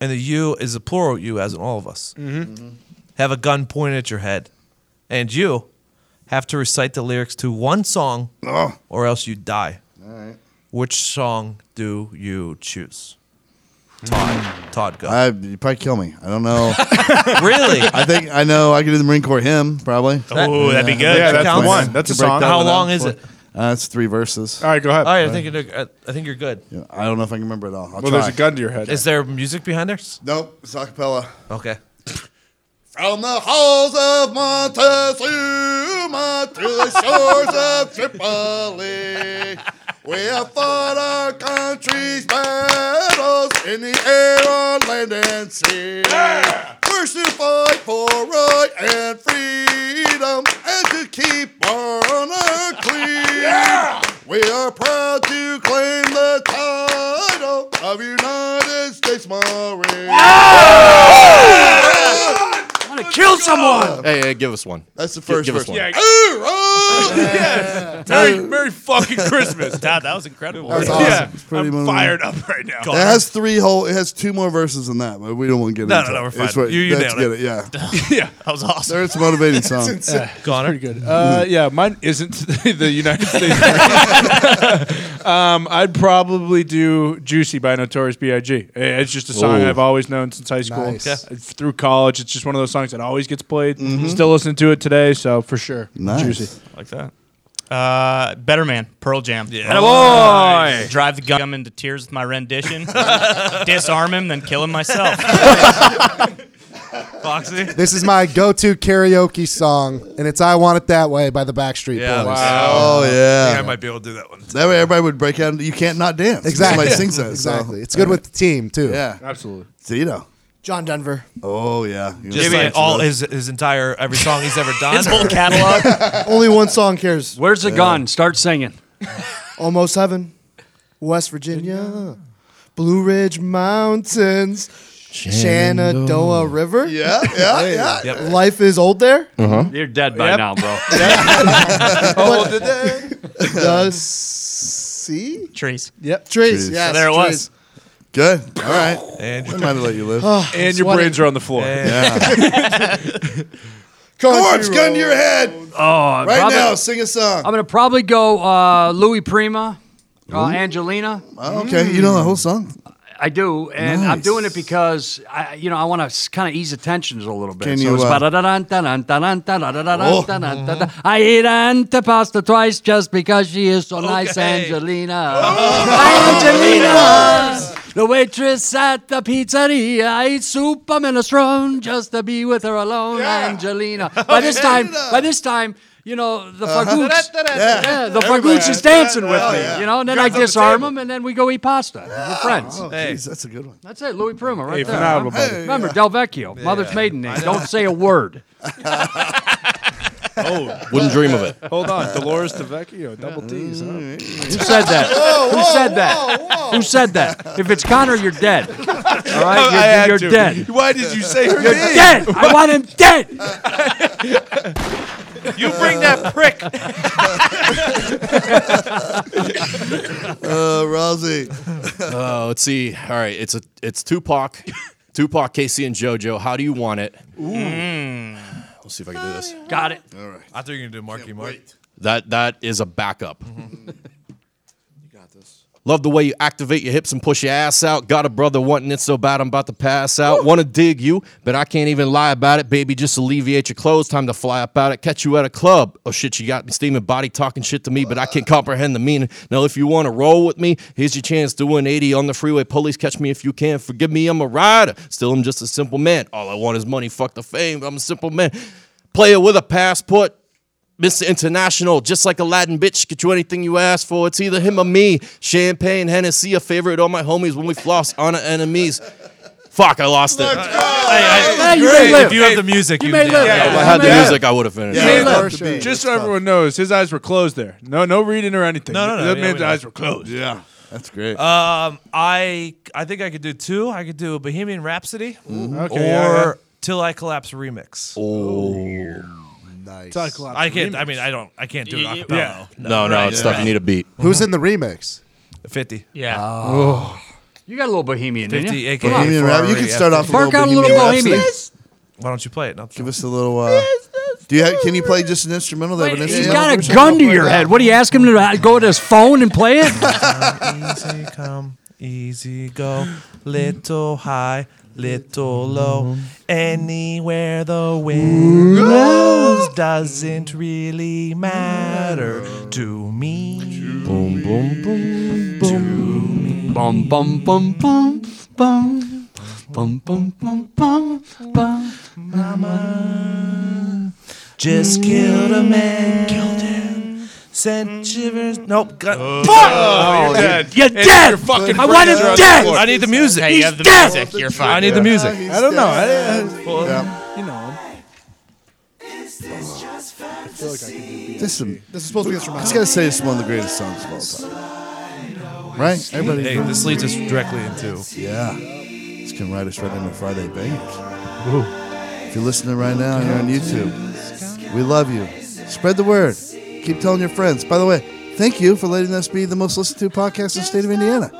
Speaker 4: and the you is a plural you, as in all of us,
Speaker 10: Mm-hmm.
Speaker 4: have a gun pointed at your head, and you have to recite the lyrics to one song, or else you die.
Speaker 3: All right.
Speaker 4: Which song do you choose?
Speaker 10: Hmm.
Speaker 4: Todd. Todd, go.
Speaker 3: I you probably kill me. I don't know.
Speaker 4: (laughs) Really?
Speaker 3: I think I know. I could do the Marine Corps hymn probably.
Speaker 4: Oh, that'd be good. Yeah, that's the one. That's a
Speaker 3: Break
Speaker 4: song.
Speaker 3: that
Speaker 4: How
Speaker 3: one
Speaker 4: long
Speaker 3: out
Speaker 4: is
Speaker 3: for-
Speaker 4: it?
Speaker 3: Uh, it's three verses.
Speaker 6: All right, go ahead.
Speaker 4: All right, I think you're, I think you're good.
Speaker 3: Yeah, I don't know if I can remember it all. I'll
Speaker 6: Well,
Speaker 3: try.
Speaker 6: there's a gun to your head.
Speaker 4: Is there music behind this?
Speaker 3: Nope, it's acapella.
Speaker 4: Okay.
Speaker 3: From the halls of Montezuma to the shores of Tripoli, we have fought our country's battles in the air, on land, and sea. First to fight for right and freedom, and to keep our honor clean. We are proud to claim the title of United States Marine.
Speaker 14: I want to kill someone.
Speaker 10: Hey, hey, give us one.
Speaker 3: That's the
Speaker 10: Gi-
Speaker 3: first
Speaker 10: give us
Speaker 3: verse.
Speaker 10: one.
Speaker 3: Yeah.
Speaker 6: (laughs) Merry, Merry fucking Christmas. (laughs) Dad, that was incredible.
Speaker 3: That was awesome.
Speaker 6: Yeah,
Speaker 3: It's pretty
Speaker 6: I'm
Speaker 3: moving.
Speaker 6: fired up right now.
Speaker 3: It has three whole. It has two more verses than that, but we don't want to get
Speaker 6: No,
Speaker 3: into
Speaker 6: no, no,
Speaker 3: it.
Speaker 6: we're fine.
Speaker 3: It's what-
Speaker 6: You- you
Speaker 3: let's
Speaker 6: nailed it.
Speaker 3: get it. Yeah,
Speaker 6: yeah, (laughs)
Speaker 2: Oh,
Speaker 6: that was awesome.
Speaker 3: It's a motivating song. Mm-hmm.
Speaker 6: Uh, Pretty good. Uh, yeah, mine isn't (laughs) the United States. (laughs) um, I'd probably do "Juicy" by Notorious B.I.G. Eh, It's just a song
Speaker 10: Ooh.
Speaker 6: I've always known since high school,
Speaker 10: Nice. Yeah.
Speaker 6: through college. It's just one of those songs that always gets played.
Speaker 10: Mm-hmm.
Speaker 6: Still listening to it today, so for sure. Juicy.
Speaker 2: like that. Uh, Better Man, Pearl Jam.
Speaker 6: Yeah. Atta boy.
Speaker 2: Drive the gum into tears with
Speaker 6: (laughs)
Speaker 2: my rendition. Disarm him, then kill him myself.
Speaker 4: Foxy.
Speaker 8: This is my go-to karaoke song, and it's "I Want It That Way" by the Backstreet Boys.
Speaker 3: Oh yeah.
Speaker 4: I think I might be able to do that one.
Speaker 3: That way, everybody would break out. into- You can't not dance.
Speaker 8: Exactly.
Speaker 3: Somebody (laughs) sings that. so-
Speaker 8: Exactly. It's good with the team too.
Speaker 3: Yeah.
Speaker 6: Absolutely.
Speaker 3: Zito.
Speaker 13: John
Speaker 3: (laughs)
Speaker 13: Denver.
Speaker 3: Oh yeah.
Speaker 4: Just like all his his entire every song he's ever done.
Speaker 13: His whole
Speaker 4: (laughs)
Speaker 13: catalog. Only one song cares.
Speaker 14: Where's the gun? Start singing.
Speaker 13: (laughs) Almost Heaven, West Virginia, Blue Ridge Mountains, Shenandoah,
Speaker 14: Shenandoah.
Speaker 13: River.
Speaker 3: Yeah,
Speaker 13: (laughs)
Speaker 3: yeah,
Speaker 13: Hey,
Speaker 3: yeah.
Speaker 13: Life is old there.
Speaker 14: Uh-huh.
Speaker 6: (laughs)
Speaker 14: You're dead by
Speaker 13: Yep.
Speaker 14: now, bro. (laughs)
Speaker 3: (laughs)
Speaker 13: But-
Speaker 14: did
Speaker 13: The sea?
Speaker 2: Trees.
Speaker 13: Yep. Trees,
Speaker 3: Trees.
Speaker 13: yes.
Speaker 3: There it was.
Speaker 13: trees.
Speaker 3: Good. All right.
Speaker 4: And
Speaker 3: I might have let you live.
Speaker 13: Oh, I'm
Speaker 6: and your
Speaker 13: sweating.
Speaker 6: brains are on the floor.
Speaker 3: Yeah.
Speaker 13: Country
Speaker 3: Corpse, gun to your head.
Speaker 14: Oh,
Speaker 3: right
Speaker 14: probably-
Speaker 3: now, sing a song.
Speaker 14: I'm gonna probably go uh, Louis Prima, uh,
Speaker 3: Ooh.
Speaker 14: Angelina.
Speaker 3: Oh, okay, you know the whole song.
Speaker 14: I do, and I'm
Speaker 13: Nice.
Speaker 14: doing it because I, you know, I want to kind of ease the tensions a little bit.
Speaker 13: Can
Speaker 14: so
Speaker 13: you,
Speaker 14: it's
Speaker 13: uh,
Speaker 14: ba-da-da-dun, dun-dun, dun-dun, dun-dun,
Speaker 13: Oh.
Speaker 14: dun-dun, dun-dun, dun-dun. I ate antipasta twice just because she is so nice, Angelina. Angelina. The waitress at the pizzeria, I ate soup a minestrone just to be with her alone, Angelina. By this time, by this time, you know the
Speaker 11: Uh-huh.
Speaker 14: Fagoots,
Speaker 11: Yeah.
Speaker 14: yeah, the
Speaker 11: Everybody.
Speaker 14: Fagoots is dancing with
Speaker 11: Oh,
Speaker 14: me,
Speaker 11: yeah.
Speaker 14: you know. And then I
Speaker 11: Guys on the
Speaker 14: disarm
Speaker 11: table.
Speaker 14: them, and then we go eat pasta. We're friends.
Speaker 3: Oh, jeez, that's a good one.
Speaker 14: That's it, Louis Prima, right
Speaker 3: Hey,
Speaker 14: there.
Speaker 3: phenomenal,
Speaker 14: huh?
Speaker 3: buddy.
Speaker 14: Remember
Speaker 3: Yeah.
Speaker 14: Del Vecchio, mother's
Speaker 3: Yeah.
Speaker 14: maiden name.
Speaker 3: I know.
Speaker 14: Don't say a word.
Speaker 6: Oh,
Speaker 10: Wouldn't dream of it.
Speaker 6: Hold on, Dolores DeVecchio, double D's. Huh?
Speaker 10: Mm-hmm.
Speaker 14: Who said that? Who said that? Who said that? If it's Connor, you're dead. All
Speaker 6: (laughs) I- I
Speaker 14: right,
Speaker 6: had
Speaker 14: you're, you're
Speaker 6: to.
Speaker 14: dead.
Speaker 6: Why did you say her
Speaker 14: You're
Speaker 6: name?
Speaker 14: dead. I want him dead.
Speaker 11: You bring that prick.
Speaker 3: (laughs) uh, Rosie.
Speaker 10: Uh, let's see. All right, it's a it's Tupac, Tupac, Casey, and JoJo. How do you want it? Let's see if I can do this.
Speaker 14: Mm. Got it.
Speaker 4: All right. I thought you were gonna do Marky Mark.
Speaker 10: That that is a backup. Love the way you activate your hips and push your ass out. Got a brother wanting it so bad I'm about to pass out. Want to dig you, but I can't even lie about it. Baby, just alleviate your clothes. Time to fly up out it. Catch you at a club. Oh shit, you got me steaming body talking shit to me, but I can't comprehend the meaning. Now, if you want to roll with me, here's your chance. Doing 80 on the freeway. Police catch me if you can. Forgive me, I'm a rider. Still, I'm just a simple man. All I want is money. Fuck the fame. I'm a simple man. Player with a passport. Mr. International, just like Aladdin, bitch, get you anything you ask for. It's either him or me. Champagne, Hennessy, a favorite, all my homies when we floss (laughs) on our enemies. Fuck, I lost it.
Speaker 6: Hey, you may Great. live. If you have the music, You you may did. live.
Speaker 10: Yeah, if I
Speaker 6: You
Speaker 10: had
Speaker 6: may
Speaker 10: the
Speaker 6: live.
Speaker 10: music, I would have finished. it.
Speaker 6: Just so everyone knows, his eyes were closed there. No, no reading or anything.
Speaker 4: No, no, no,
Speaker 6: That
Speaker 4: yeah,
Speaker 6: man's
Speaker 4: we know.
Speaker 6: eyes were closed.
Speaker 4: Yeah,
Speaker 6: that's great.
Speaker 4: Um, I I think I could do two. I could do Bohemian Rhapsody
Speaker 6: Mm-hmm. Okay,
Speaker 4: or
Speaker 6: yeah, yeah.
Speaker 4: Till I Collapse remix.
Speaker 10: Oh,
Speaker 4: nice.
Speaker 8: Till I Collapse
Speaker 4: I can't. I
Speaker 8: remix.
Speaker 4: mean, I don't. I can't do it.
Speaker 8: Y- y-
Speaker 4: acapella.
Speaker 8: yeah.
Speaker 10: No, no, it's tough. You need a beat.
Speaker 8: Who's in the remix?
Speaker 4: Fifty.
Speaker 14: Yeah.
Speaker 8: Oh.
Speaker 14: You got a little Bohemian, didn't
Speaker 4: 50,
Speaker 14: you?
Speaker 4: aka
Speaker 14: Come on.
Speaker 4: Bohemian Rhapsody.
Speaker 3: You can start off.
Speaker 14: Bark
Speaker 3: a
Speaker 14: out a
Speaker 3: little
Speaker 14: little
Speaker 3: Bohemian
Speaker 14: Bohemian.
Speaker 3: Rhapsody.
Speaker 4: Why don't you play it? Give
Speaker 3: us a little. Uh, do you? Ha- can you play just an instrumental? They have an
Speaker 14: He's
Speaker 3: instrumental
Speaker 14: got a
Speaker 3: version?
Speaker 14: gun to your head. What do you ask him to uh, go to his phone and play it?
Speaker 4: easy come, easy go, little high, little low. Anywhere the wind blows doesn't really matter to me. Boom, boom, boom, boom.
Speaker 14: (laughs) Bum, bum, bum, bum, bum. Bum, bum, bum, bum, bum.
Speaker 4: Mama just killed a man, killed him, sent shivers. Nope, got.
Speaker 11: Oh, you're dead. You're It's dead. your fucking I want him brains are on the dead. floor.
Speaker 4: I need the music.
Speaker 11: Hey, you He's have the dead. music. You're fine.
Speaker 4: I need the
Speaker 11: Yeah.
Speaker 4: music.
Speaker 11: He's I don't
Speaker 4: (laughs)
Speaker 11: know. I- dead. I-
Speaker 4: Well,
Speaker 11: Yeah.
Speaker 4: You know.
Speaker 3: This is, this is supposed to be instrumental. I just gotta say, this is one of the greatest songs of all time. Right? Everybody.
Speaker 4: Hey, this leads us directly into.
Speaker 3: Yeah. This can ride us right into Friday Bangers. If you're listening right now, you're on YouTube. We love you. Spread the word. Keep telling your friends. By the way, thank you for letting us be the most listened to podcast in the state of Indiana.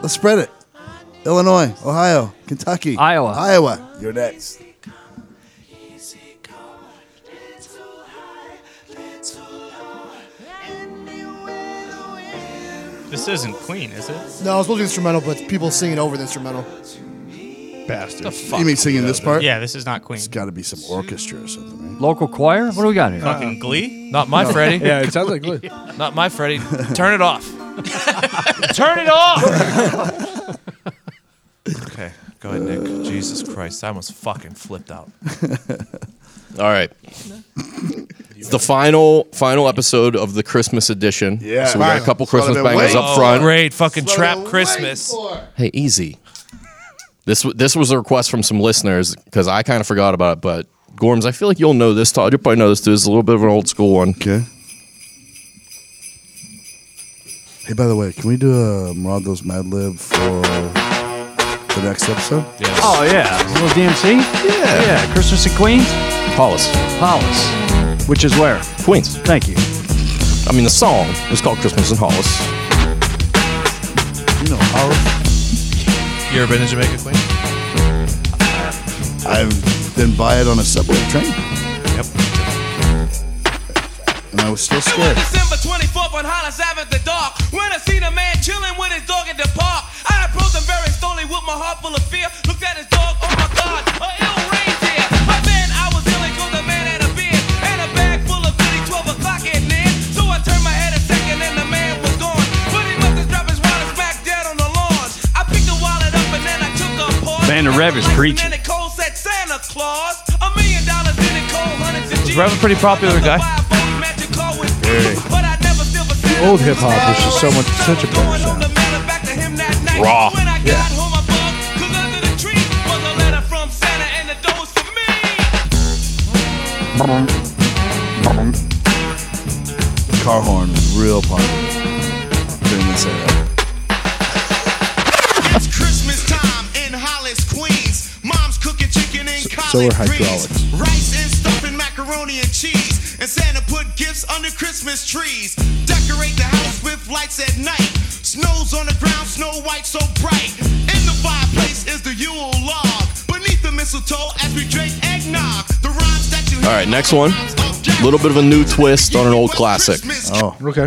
Speaker 3: Let's spread it. Illinois, Ohio, Kentucky,
Speaker 14: Iowa.
Speaker 3: Iowa. You're next.
Speaker 2: This isn't Queen, is it?
Speaker 13: No, it's supposed to be instrumental, but people singing over the instrumental.
Speaker 3: Bastard.
Speaker 2: The fuck?
Speaker 3: You mean singing this part?
Speaker 2: Yeah, this is not Queen.
Speaker 3: It's got to be some orchestra or something. Right?
Speaker 14: Local choir? What do we got here?
Speaker 2: Fucking Glee?
Speaker 4: Not my
Speaker 3: No.
Speaker 4: Freddy.
Speaker 3: Yeah, it sounds like
Speaker 4: Glee. (laughs) Not my Freddy. Turn it off. (laughs) Turn it off. (laughs) okay, go ahead, Nick. Jesus Christ, I almost fucking flipped out.
Speaker 10: All right. It's the final final episode of the Christmas edition.
Speaker 4: Yeah.
Speaker 10: So we got a
Speaker 4: Fine.
Speaker 10: couple
Speaker 4: That's what I've
Speaker 10: Christmas
Speaker 4: been
Speaker 10: bangers
Speaker 4: waiting
Speaker 10: up
Speaker 4: for.
Speaker 10: front.
Speaker 4: Oh, Great fucking That's what I've trap been Christmas. waiting
Speaker 10: Hey, easy. This w- this was a request from some listeners because I kind of forgot about it, but Gorms, I feel like you'll know this. Todd, you probably know this too. It's a little bit of an old school one.
Speaker 3: Okay. Hey, by the way, can we do a Marado's Mad Lib for the next episode?
Speaker 14: Oh, yeah. A little DMC? Yeah. Yeah. Christmas at Queens?
Speaker 10: Paulus.
Speaker 14: Paulus. Which is where?
Speaker 10: Queens.
Speaker 14: Thank you.
Speaker 10: I mean, the song is called Christmas in Hollis.
Speaker 3: You know Hollis.
Speaker 4: You ever been to Jamaica, Queen?
Speaker 3: I've been by it on a subway train. Yep. And I was still scared.
Speaker 23: December 24th on Hollis Avenue, the dark. When I seen a man chilling with his dog in the park, I approached
Speaker 21: Man, the Rev is preaching.
Speaker 4: Was Rev a pretty popular guy?
Speaker 6: Old hip hop was just so much such a better sound.
Speaker 10: Raw.
Speaker 6: Yeah.
Speaker 24: Car horn was real popular during this era.
Speaker 6: So were hydraulics.
Speaker 25: Snow's on the ground, snow white so bright. In the fireplace is the Yule log. Beneath the mistletoe as we drink eggnog. The rhymes that you
Speaker 10: All right, next one. A little bit of a new twist on an old classic.
Speaker 24: Oh,
Speaker 6: okay.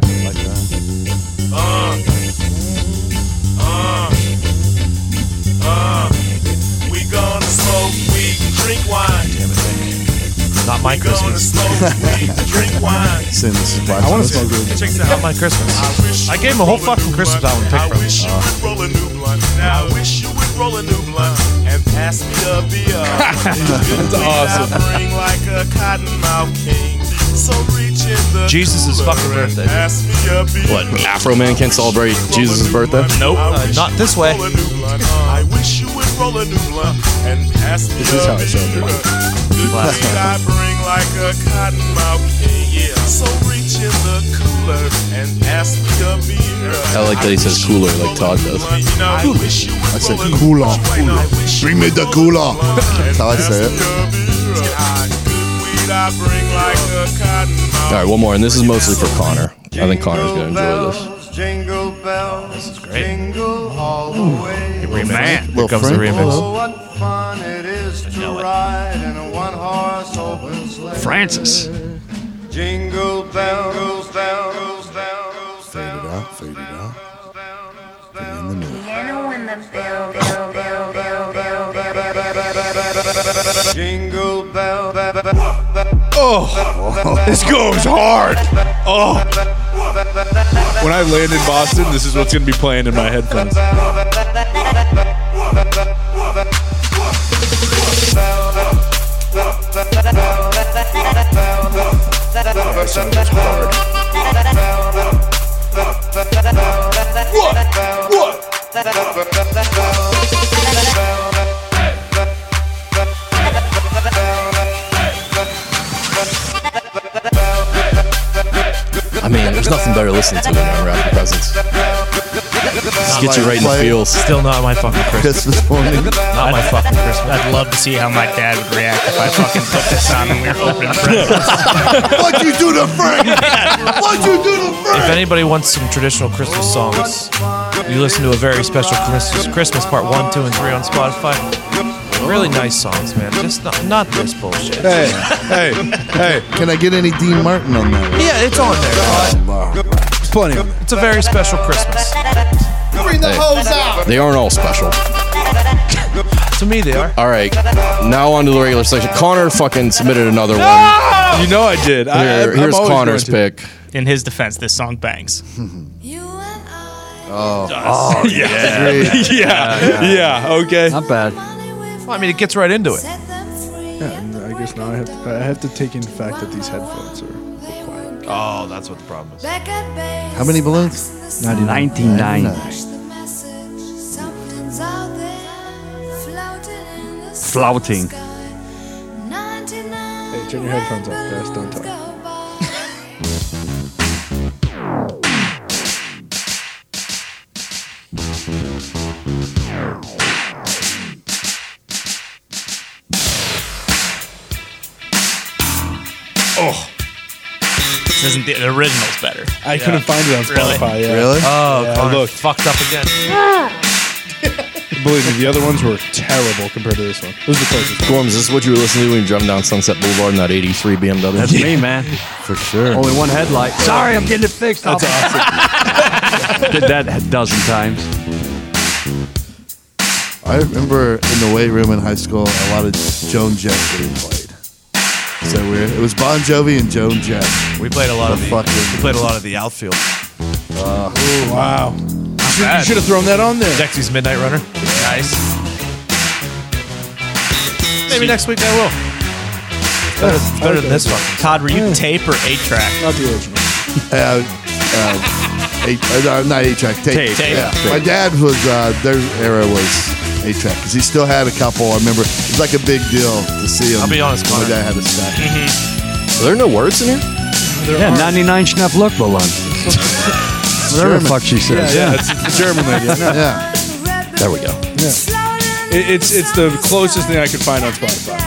Speaker 11: We gonna smoke weed, drink wine.
Speaker 4: Not my Christmas. (laughs)
Speaker 24: Sin, this is
Speaker 4: I want to smoke weed. Check this out. Not my Christmas. I gave him a whole fucking Christmas album to pick from.
Speaker 11: Roll a new blunt. Now I wish you would roll a new blunt and pass me a beer.
Speaker 6: That's
Speaker 11: awesome. Bring like a cottonmouth king. So reach in the
Speaker 19: Jesus' fucking birthday.
Speaker 11: Pass me a beer.
Speaker 10: What? Afro Man can't celebrate Jesus' birthday?
Speaker 19: Nope. Uh, not this way.
Speaker 11: Roll a new blunt. I wish you would roll a new blunt and pass me
Speaker 24: This is
Speaker 11: a
Speaker 24: how I celebrate.
Speaker 11: Good weed I bring like a cottonmouth king. Yeah. So reach in the cooler and pass me a beer.
Speaker 10: I like that he says cooler like Todd does.
Speaker 11: You know, I wish you would
Speaker 24: I said cooler. Bring me the cooler. That's how I say it.
Speaker 11: weed I bring like a cottonmouth
Speaker 10: All right, one more, and this is mostly for Connor. I think Connor's going to enjoy this.
Speaker 11: Jingle bells, this is great. jingle all the way.
Speaker 10: remix. Man.
Speaker 19: Here comes the remix.
Speaker 11: Oh, what fun it is to ride in a one-horse open sleigh.
Speaker 21: Francis.
Speaker 11: Jingle bells, bells,
Speaker 24: Fade it out, fade it out.
Speaker 11: jingle bell,
Speaker 1: Oh, (laughs) this goes hard. Oh,
Speaker 6: When I land in Boston, this is what's going to be playing in my headphones.
Speaker 10: I mean, there's nothing better listening to than unwrapping presents. Just get you right in the feels.
Speaker 19: Still not my fucking Christmas.
Speaker 24: morning.
Speaker 19: Not my fucking Christmas.
Speaker 2: I'd love to see how my dad would react if I fucking put this on and we were
Speaker 24: (laughs)
Speaker 2: opening presents.
Speaker 24: (laughs) What'd you do to
Speaker 11: (laughs)
Speaker 24: Frank? What'd you do to
Speaker 19: If
Speaker 24: Frank?
Speaker 19: anybody wants some traditional Christmas songs, you listen to a very special Christmas, Christmas part one, two, and three on Spotify. Really nice songs, man. Just not, not this bullshit.
Speaker 24: Hey, hey, hey.
Speaker 3: Can I get any Dean Martin on that?
Speaker 19: Yeah, it's on there.
Speaker 24: Plenty.
Speaker 19: It's a very special Christmas.
Speaker 13: Bring the
Speaker 10: Hey.
Speaker 13: hose out.
Speaker 10: They aren't all special.
Speaker 19: to me, they are.
Speaker 10: All right, now on to the regular section. Connor fucking submitted another one.
Speaker 6: You know I did. I-
Speaker 10: Here,
Speaker 6: I'm
Speaker 10: here's
Speaker 6: always
Speaker 10: Connor's
Speaker 6: going
Speaker 10: pick.
Speaker 2: In his defense, this song bangs.
Speaker 24: Oh,
Speaker 2: Oh,
Speaker 6: (laughs) yeah. yeah. Yeah. Okay.
Speaker 14: Not bad.
Speaker 19: Well, I mean, it gets right into it.
Speaker 6: Yeah, and I guess now I have to, I have to take in the fact that these headphones are.
Speaker 19: Oh, that's what the problem is.
Speaker 3: How many balloons?
Speaker 21: 99. Flouting.
Speaker 6: Hey, turn your headphones off, guys. Don't talk.
Speaker 2: Oh. This isn't the, the original's better.
Speaker 6: I couldn't find it on
Speaker 2: Really?
Speaker 6: Spotify. Yeah.
Speaker 3: Really?
Speaker 19: Oh,
Speaker 6: yeah,
Speaker 19: Connor
Speaker 6: look.
Speaker 19: fucked up again.
Speaker 6: Believe me, the other ones were terrible compared to this one. This is the closest.
Speaker 10: Gorms, this is what you were listening to when you drove down Sunset Boulevard in that 83 BMW.
Speaker 21: That's me, man.
Speaker 10: For sure.
Speaker 21: Only one headlight. Sorry, I'm getting it fixed. That's awesome. Did that a dozen times.
Speaker 3: I remember in the weight room in high school, a lot of Joan Jett getting played. Is that weird? It was Bon Jovi and Joan Jett.
Speaker 19: We played a lot of the.
Speaker 3: fucking-
Speaker 19: We played a lot of the outfield.
Speaker 6: wow. You
Speaker 19: bad.
Speaker 6: should have thrown that on there.
Speaker 19: Dexy's Midnight Runner.
Speaker 2: Nice.
Speaker 4: Maybe next week I will.
Speaker 2: better, it's better than this one. Todd, were you tape or eight track?
Speaker 6: Not the original.
Speaker 3: Uh, uh, eight, uh, not eight track
Speaker 2: Tape.
Speaker 3: tape.
Speaker 2: Tape.
Speaker 3: Yeah.
Speaker 2: Tape.
Speaker 3: My dad was uh, their era was eight track because he still had a couple. I remember it was like a big deal to see him.
Speaker 19: I'll be honest,
Speaker 3: um, my
Speaker 19: Connor.
Speaker 3: dad had a stack.
Speaker 2: Mm-hmm.
Speaker 10: Are there no words in here?
Speaker 21: yeah, 99 Schnepp Look (laughs) Ballon. Whatever the fuck she says.
Speaker 6: Yeah, it's, it's the German lady. isn't it?
Speaker 10: There we go.
Speaker 6: It, it's it's the closest thing I could find on Spotify.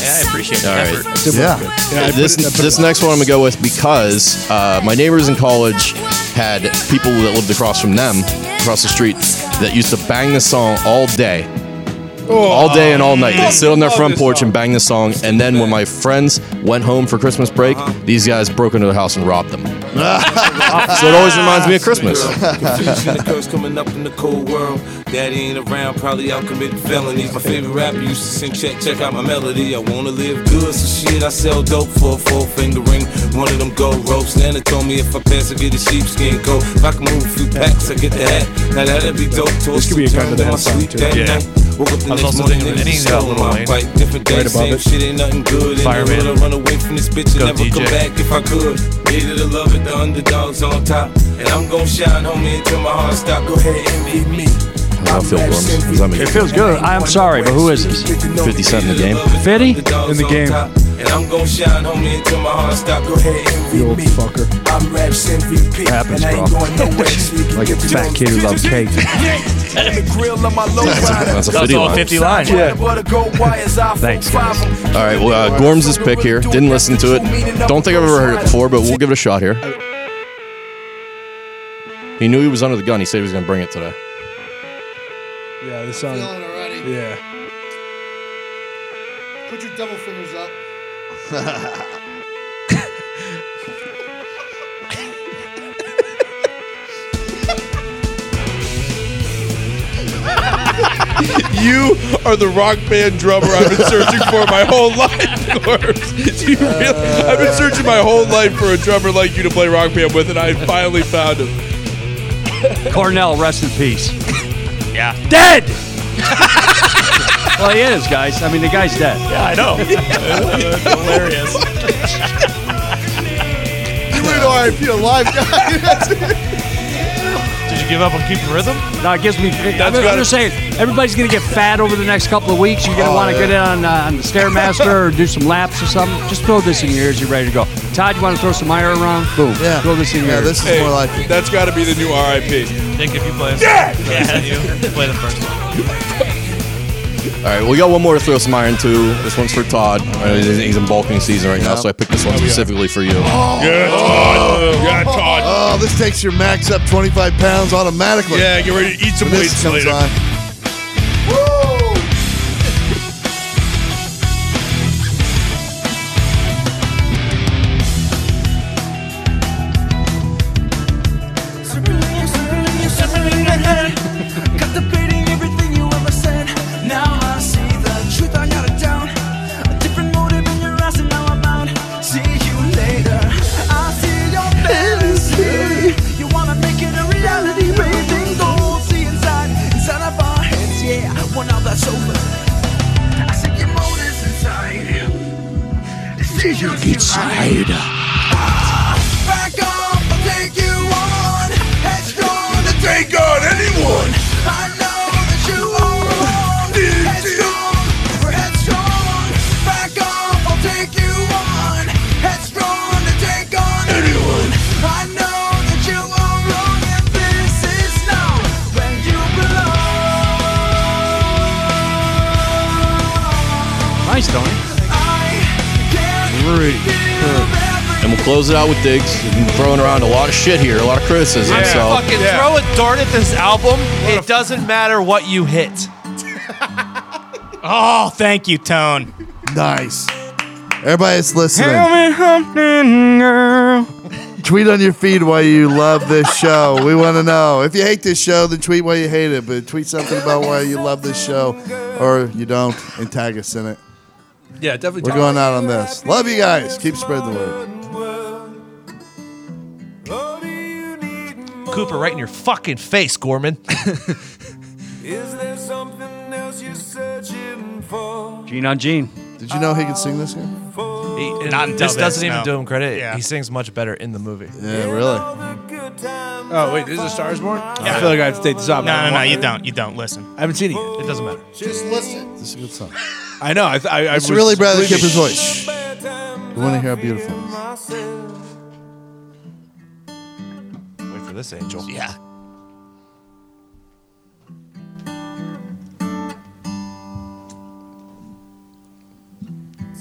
Speaker 2: Yeah, I appreciate
Speaker 10: All
Speaker 2: that.
Speaker 10: right.
Speaker 3: Yeah.
Speaker 6: Yeah, I put
Speaker 10: this
Speaker 6: it- I put
Speaker 10: this next one I'm gonna go with because uh, my neighbors in college had people that lived across from them, across the street, that used to bang this song all day,
Speaker 24: Oh.
Speaker 10: all day and all night. They sit on their front porch and bang this song, and then when my friends went home for Christmas break, these guys broke into the house and robbed (laughs) them. so it always reminds me of Christmas.
Speaker 15: Confusion and curse coming up in the cold world. Daddy ain't around, probably out committing felonies. My favorite rapper used to sing, check, check out my melody. I wanna live good, so shit, I sell dope for a four finger ring. One of them gold ropes. Nana told me if I pass, I get a sheepskin coat. If I can move a few packs, I get the hat. Now that'd be dope. This could be a kind of that song, too.
Speaker 19: Yeah.
Speaker 15: Woke up
Speaker 19: I
Speaker 15: the
Speaker 19: was
Speaker 15: next
Speaker 19: also
Speaker 15: morning,
Speaker 19: thinking of
Speaker 15: niggas
Speaker 19: any
Speaker 15: was
Speaker 19: of
Speaker 15: stolen
Speaker 19: Lil
Speaker 15: my
Speaker 19: Wayne.
Speaker 15: bike. Different day,
Speaker 19: Right above
Speaker 15: same
Speaker 19: it.
Speaker 15: shit, ain't nothing good.
Speaker 19: Fireman.
Speaker 15: And I run away from this bitch
Speaker 19: Go
Speaker 15: and never come
Speaker 19: DJ.
Speaker 15: back if I could. Hated to love it, the underdogs on top. And I'm gon' shine, homie, until my heart stop. Go ahead, envy me.
Speaker 10: I feel warm. Does that make
Speaker 21: It feels good. I'm sorry, but who is this?
Speaker 10: 50 Cent in the game.
Speaker 21: 50? In
Speaker 15: the game. And I'm gon' shine, homie, until my heart stop. Go ahead, envy
Speaker 21: You old
Speaker 15: me.
Speaker 21: fucker.
Speaker 15: I'm Raps MVP.
Speaker 21: Happens,
Speaker 15: and I ain't
Speaker 21: bro.
Speaker 15: going nowhere. So you can
Speaker 21: Like a
Speaker 15: get to
Speaker 21: fat
Speaker 15: know
Speaker 21: kid who loves
Speaker 11: (laughs)
Speaker 21: cake.
Speaker 15: And the grill of my low rider.
Speaker 10: that's a 50 line.
Speaker 15: Yeah. Thanks, guys.
Speaker 10: All right, well, uh, Gorm's his pick here. Didn't listen to it. Don't think I've ever heard it before, but we'll give it a shot here. He knew he was under the gun. He said he was going to bring it today.
Speaker 6: Yeah, the song.
Speaker 11: (laughs)
Speaker 6: Yeah.
Speaker 3: Put your double fingers up.
Speaker 1: you are the rock band drummer I've been searching for my whole life. Corbs. Do you really? I've been searching my whole life for a drummer like you to play rock band with, and I finally found him.
Speaker 21: Cornell, rest in peace.
Speaker 2: Yeah.
Speaker 21: Dead! (laughs) well, he is, guys. I mean, the guy's dead.
Speaker 2: Yeah,
Speaker 6: (laughs)
Speaker 11: (laughs)
Speaker 2: I know. Hilarious.
Speaker 3: You went RIP alive, guy.
Speaker 21: Did you give up on keeping rhythm? No, it gives me. I'm,
Speaker 15: gotta-
Speaker 21: I'm just saying, everybody's gonna get fat over the next couple of weeks. You're gonna
Speaker 15: Oh,
Speaker 21: want to
Speaker 15: yeah.
Speaker 21: get in on, uh, on the stairmaster or do some laps or something. Just throw this in your ears. You're ready to go. Todd, you want to throw some iron around? Boom. Yeah. Throw this in your ears.
Speaker 1: Hey, That's got to be the new RIP.
Speaker 19: Nick, if you play,
Speaker 1: yeah,
Speaker 19: you play the first one.
Speaker 10: All right, we got one more to throw some iron to. This one's for Todd. All right, He's he's in bulking season right now, so I picked this one specifically for you.
Speaker 1: Good, Todd. Good, Todd.
Speaker 3: Oh, this takes your max up 25 pounds automatically.
Speaker 1: Yeah, get ready to eat some
Speaker 3: When this
Speaker 1: weights
Speaker 3: comes
Speaker 1: later.
Speaker 3: on.
Speaker 11: Contemplating everything you ever said. Now I see the truth. I got it down. A different motive in your eyes, and now I'm out. See you later. I see your fantasy. You wanna make it a reality, baby. Go see inside, inside of our heads. Yeah, one of that's over. I see your motives inside. Decisions you made. Back off, I'll take you on. Headstrong to take on anyone. I know that you are wrong. Headstrong, we're headstrong. Back off, I'll take you on. Headstrong to take on anyone. I know that you are wrong, and this is not where you belong.
Speaker 21: Nice, Tony.
Speaker 10: And we'll close it out with Diggs. We've been throwing around a lot of shit here, a lot of criticism.
Speaker 4: I'm
Speaker 10: So
Speaker 4: fucking throw a dart at this album. It doesn't matter what you hit.
Speaker 2: Oh, thank you, Tone.
Speaker 3: Nice. Everybody's listening.
Speaker 2: something, girl.
Speaker 3: Tweet on your feed why you love this show. We want to know. If you hate this show, then tweet why you hate it, but tweet something about why you love this show or you don't and tag us in it.
Speaker 6: Yeah, definitely.
Speaker 3: We're
Speaker 6: Todd.
Speaker 3: going out on this. Love you guys. Keep spreading the word.
Speaker 19: Cooper, right in your fucking
Speaker 4: (laughs)
Speaker 19: face, Gorman.
Speaker 11: Is there something else you're searching for?
Speaker 26: Gene on Gene.
Speaker 3: Did you know he could sing this year?
Speaker 4: He, and
Speaker 26: Not until
Speaker 4: this doesn't
Speaker 26: this,
Speaker 4: even
Speaker 26: no.
Speaker 4: do him credit.
Speaker 26: Yeah.
Speaker 4: He sings much better in the movie.
Speaker 3: Yeah, really.
Speaker 6: Oh wait, is it Stars Born?
Speaker 4: Yeah.
Speaker 6: I feel like I have to take this
Speaker 2: No,
Speaker 6: up.
Speaker 2: no, no, you don't. You don't listen.
Speaker 6: I haven't seen it. Yet. It doesn't matter.
Speaker 3: Just listen. This is a good song.
Speaker 6: I know. I, th- I, I
Speaker 3: It's
Speaker 6: was
Speaker 3: really Bradley
Speaker 6: sleeping.
Speaker 3: Cooper's voice. We want to hear how beautiful. it is.
Speaker 4: Wait for this angel. Yeah.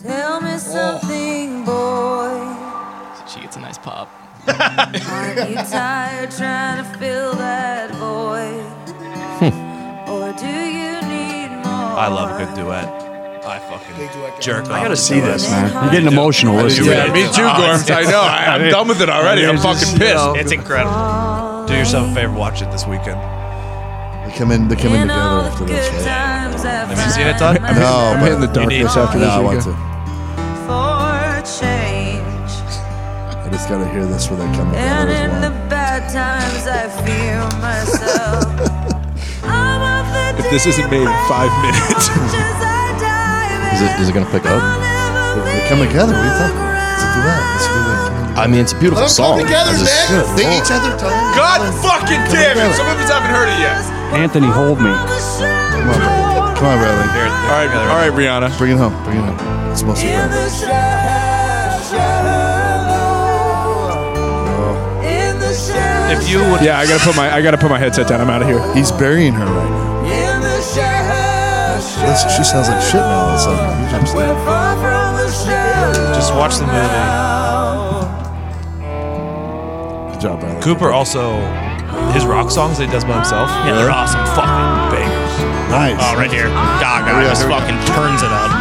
Speaker 11: Tell me something, boy.
Speaker 27: She gets a nice pop.
Speaker 11: Aren't (laughs) you tired trying to fill that void? or do you need more?
Speaker 4: I love a good duet. I fucking jerk.
Speaker 11: I
Speaker 4: off
Speaker 11: gotta
Speaker 4: to
Speaker 11: see
Speaker 4: duets.
Speaker 11: this, man.
Speaker 14: You're getting emotional listening to
Speaker 4: Yeah,
Speaker 14: it.
Speaker 4: me too, Gorms. I know. I- I'm done with it already. I'm fucking pissed.
Speaker 2: It's incredible.
Speaker 4: Do yourself a favor. Watch it this weekend.
Speaker 3: They come in. They come in together after this.
Speaker 4: Have you seen it, Todd?
Speaker 3: No, but
Speaker 6: I'm hitting the darkness after
Speaker 3: no,
Speaker 6: this
Speaker 3: I want
Speaker 6: weekend.
Speaker 3: to.
Speaker 11: For change.
Speaker 3: I just gotta hear this where they come
Speaker 11: And
Speaker 3: together.
Speaker 11: in
Speaker 3: as
Speaker 11: the bad times, I feel myself. I'm of the
Speaker 6: If this isn't made in five minutes,
Speaker 10: Is it, is it going to pick up?
Speaker 3: one. They come together. What do you talking about? It's a duet. It's a duet.
Speaker 10: I mean, it's a Oh. beautiful song. It's just-
Speaker 3: They
Speaker 10: Good
Speaker 3: each
Speaker 10: Lord.
Speaker 3: other time.
Speaker 6: God fucking damn it! Some of us haven't heard it yet.
Speaker 14: Anthony, hold me.
Speaker 3: Come on, Bradley. Come on, Bradley.
Speaker 4: all
Speaker 6: right, all right, Rihanna.
Speaker 3: Bring it home. Bring it home. It's mostly
Speaker 11: In
Speaker 3: Bradley.
Speaker 11: the shadow. In the shadow.
Speaker 6: (laughs) If you would, yeah, I gotta put my I gotta put my headset down. I'm out of here.
Speaker 3: He's burying her right now.
Speaker 11: In the shadow.
Speaker 3: That's, she sounds like shit now. All of a sudden. He jumps
Speaker 11: We're far from the shadow.
Speaker 4: Just watch the movie.
Speaker 3: Good job, Bradley.
Speaker 4: Cooper also his rock songs that he does by himself.
Speaker 2: Yeah, they're awesome.
Speaker 4: Fucking bangers.
Speaker 3: Nice.
Speaker 2: Oh, right here. Gaga
Speaker 4: Here we go,
Speaker 2: just
Speaker 4: here we go.
Speaker 2: fucking turns it up.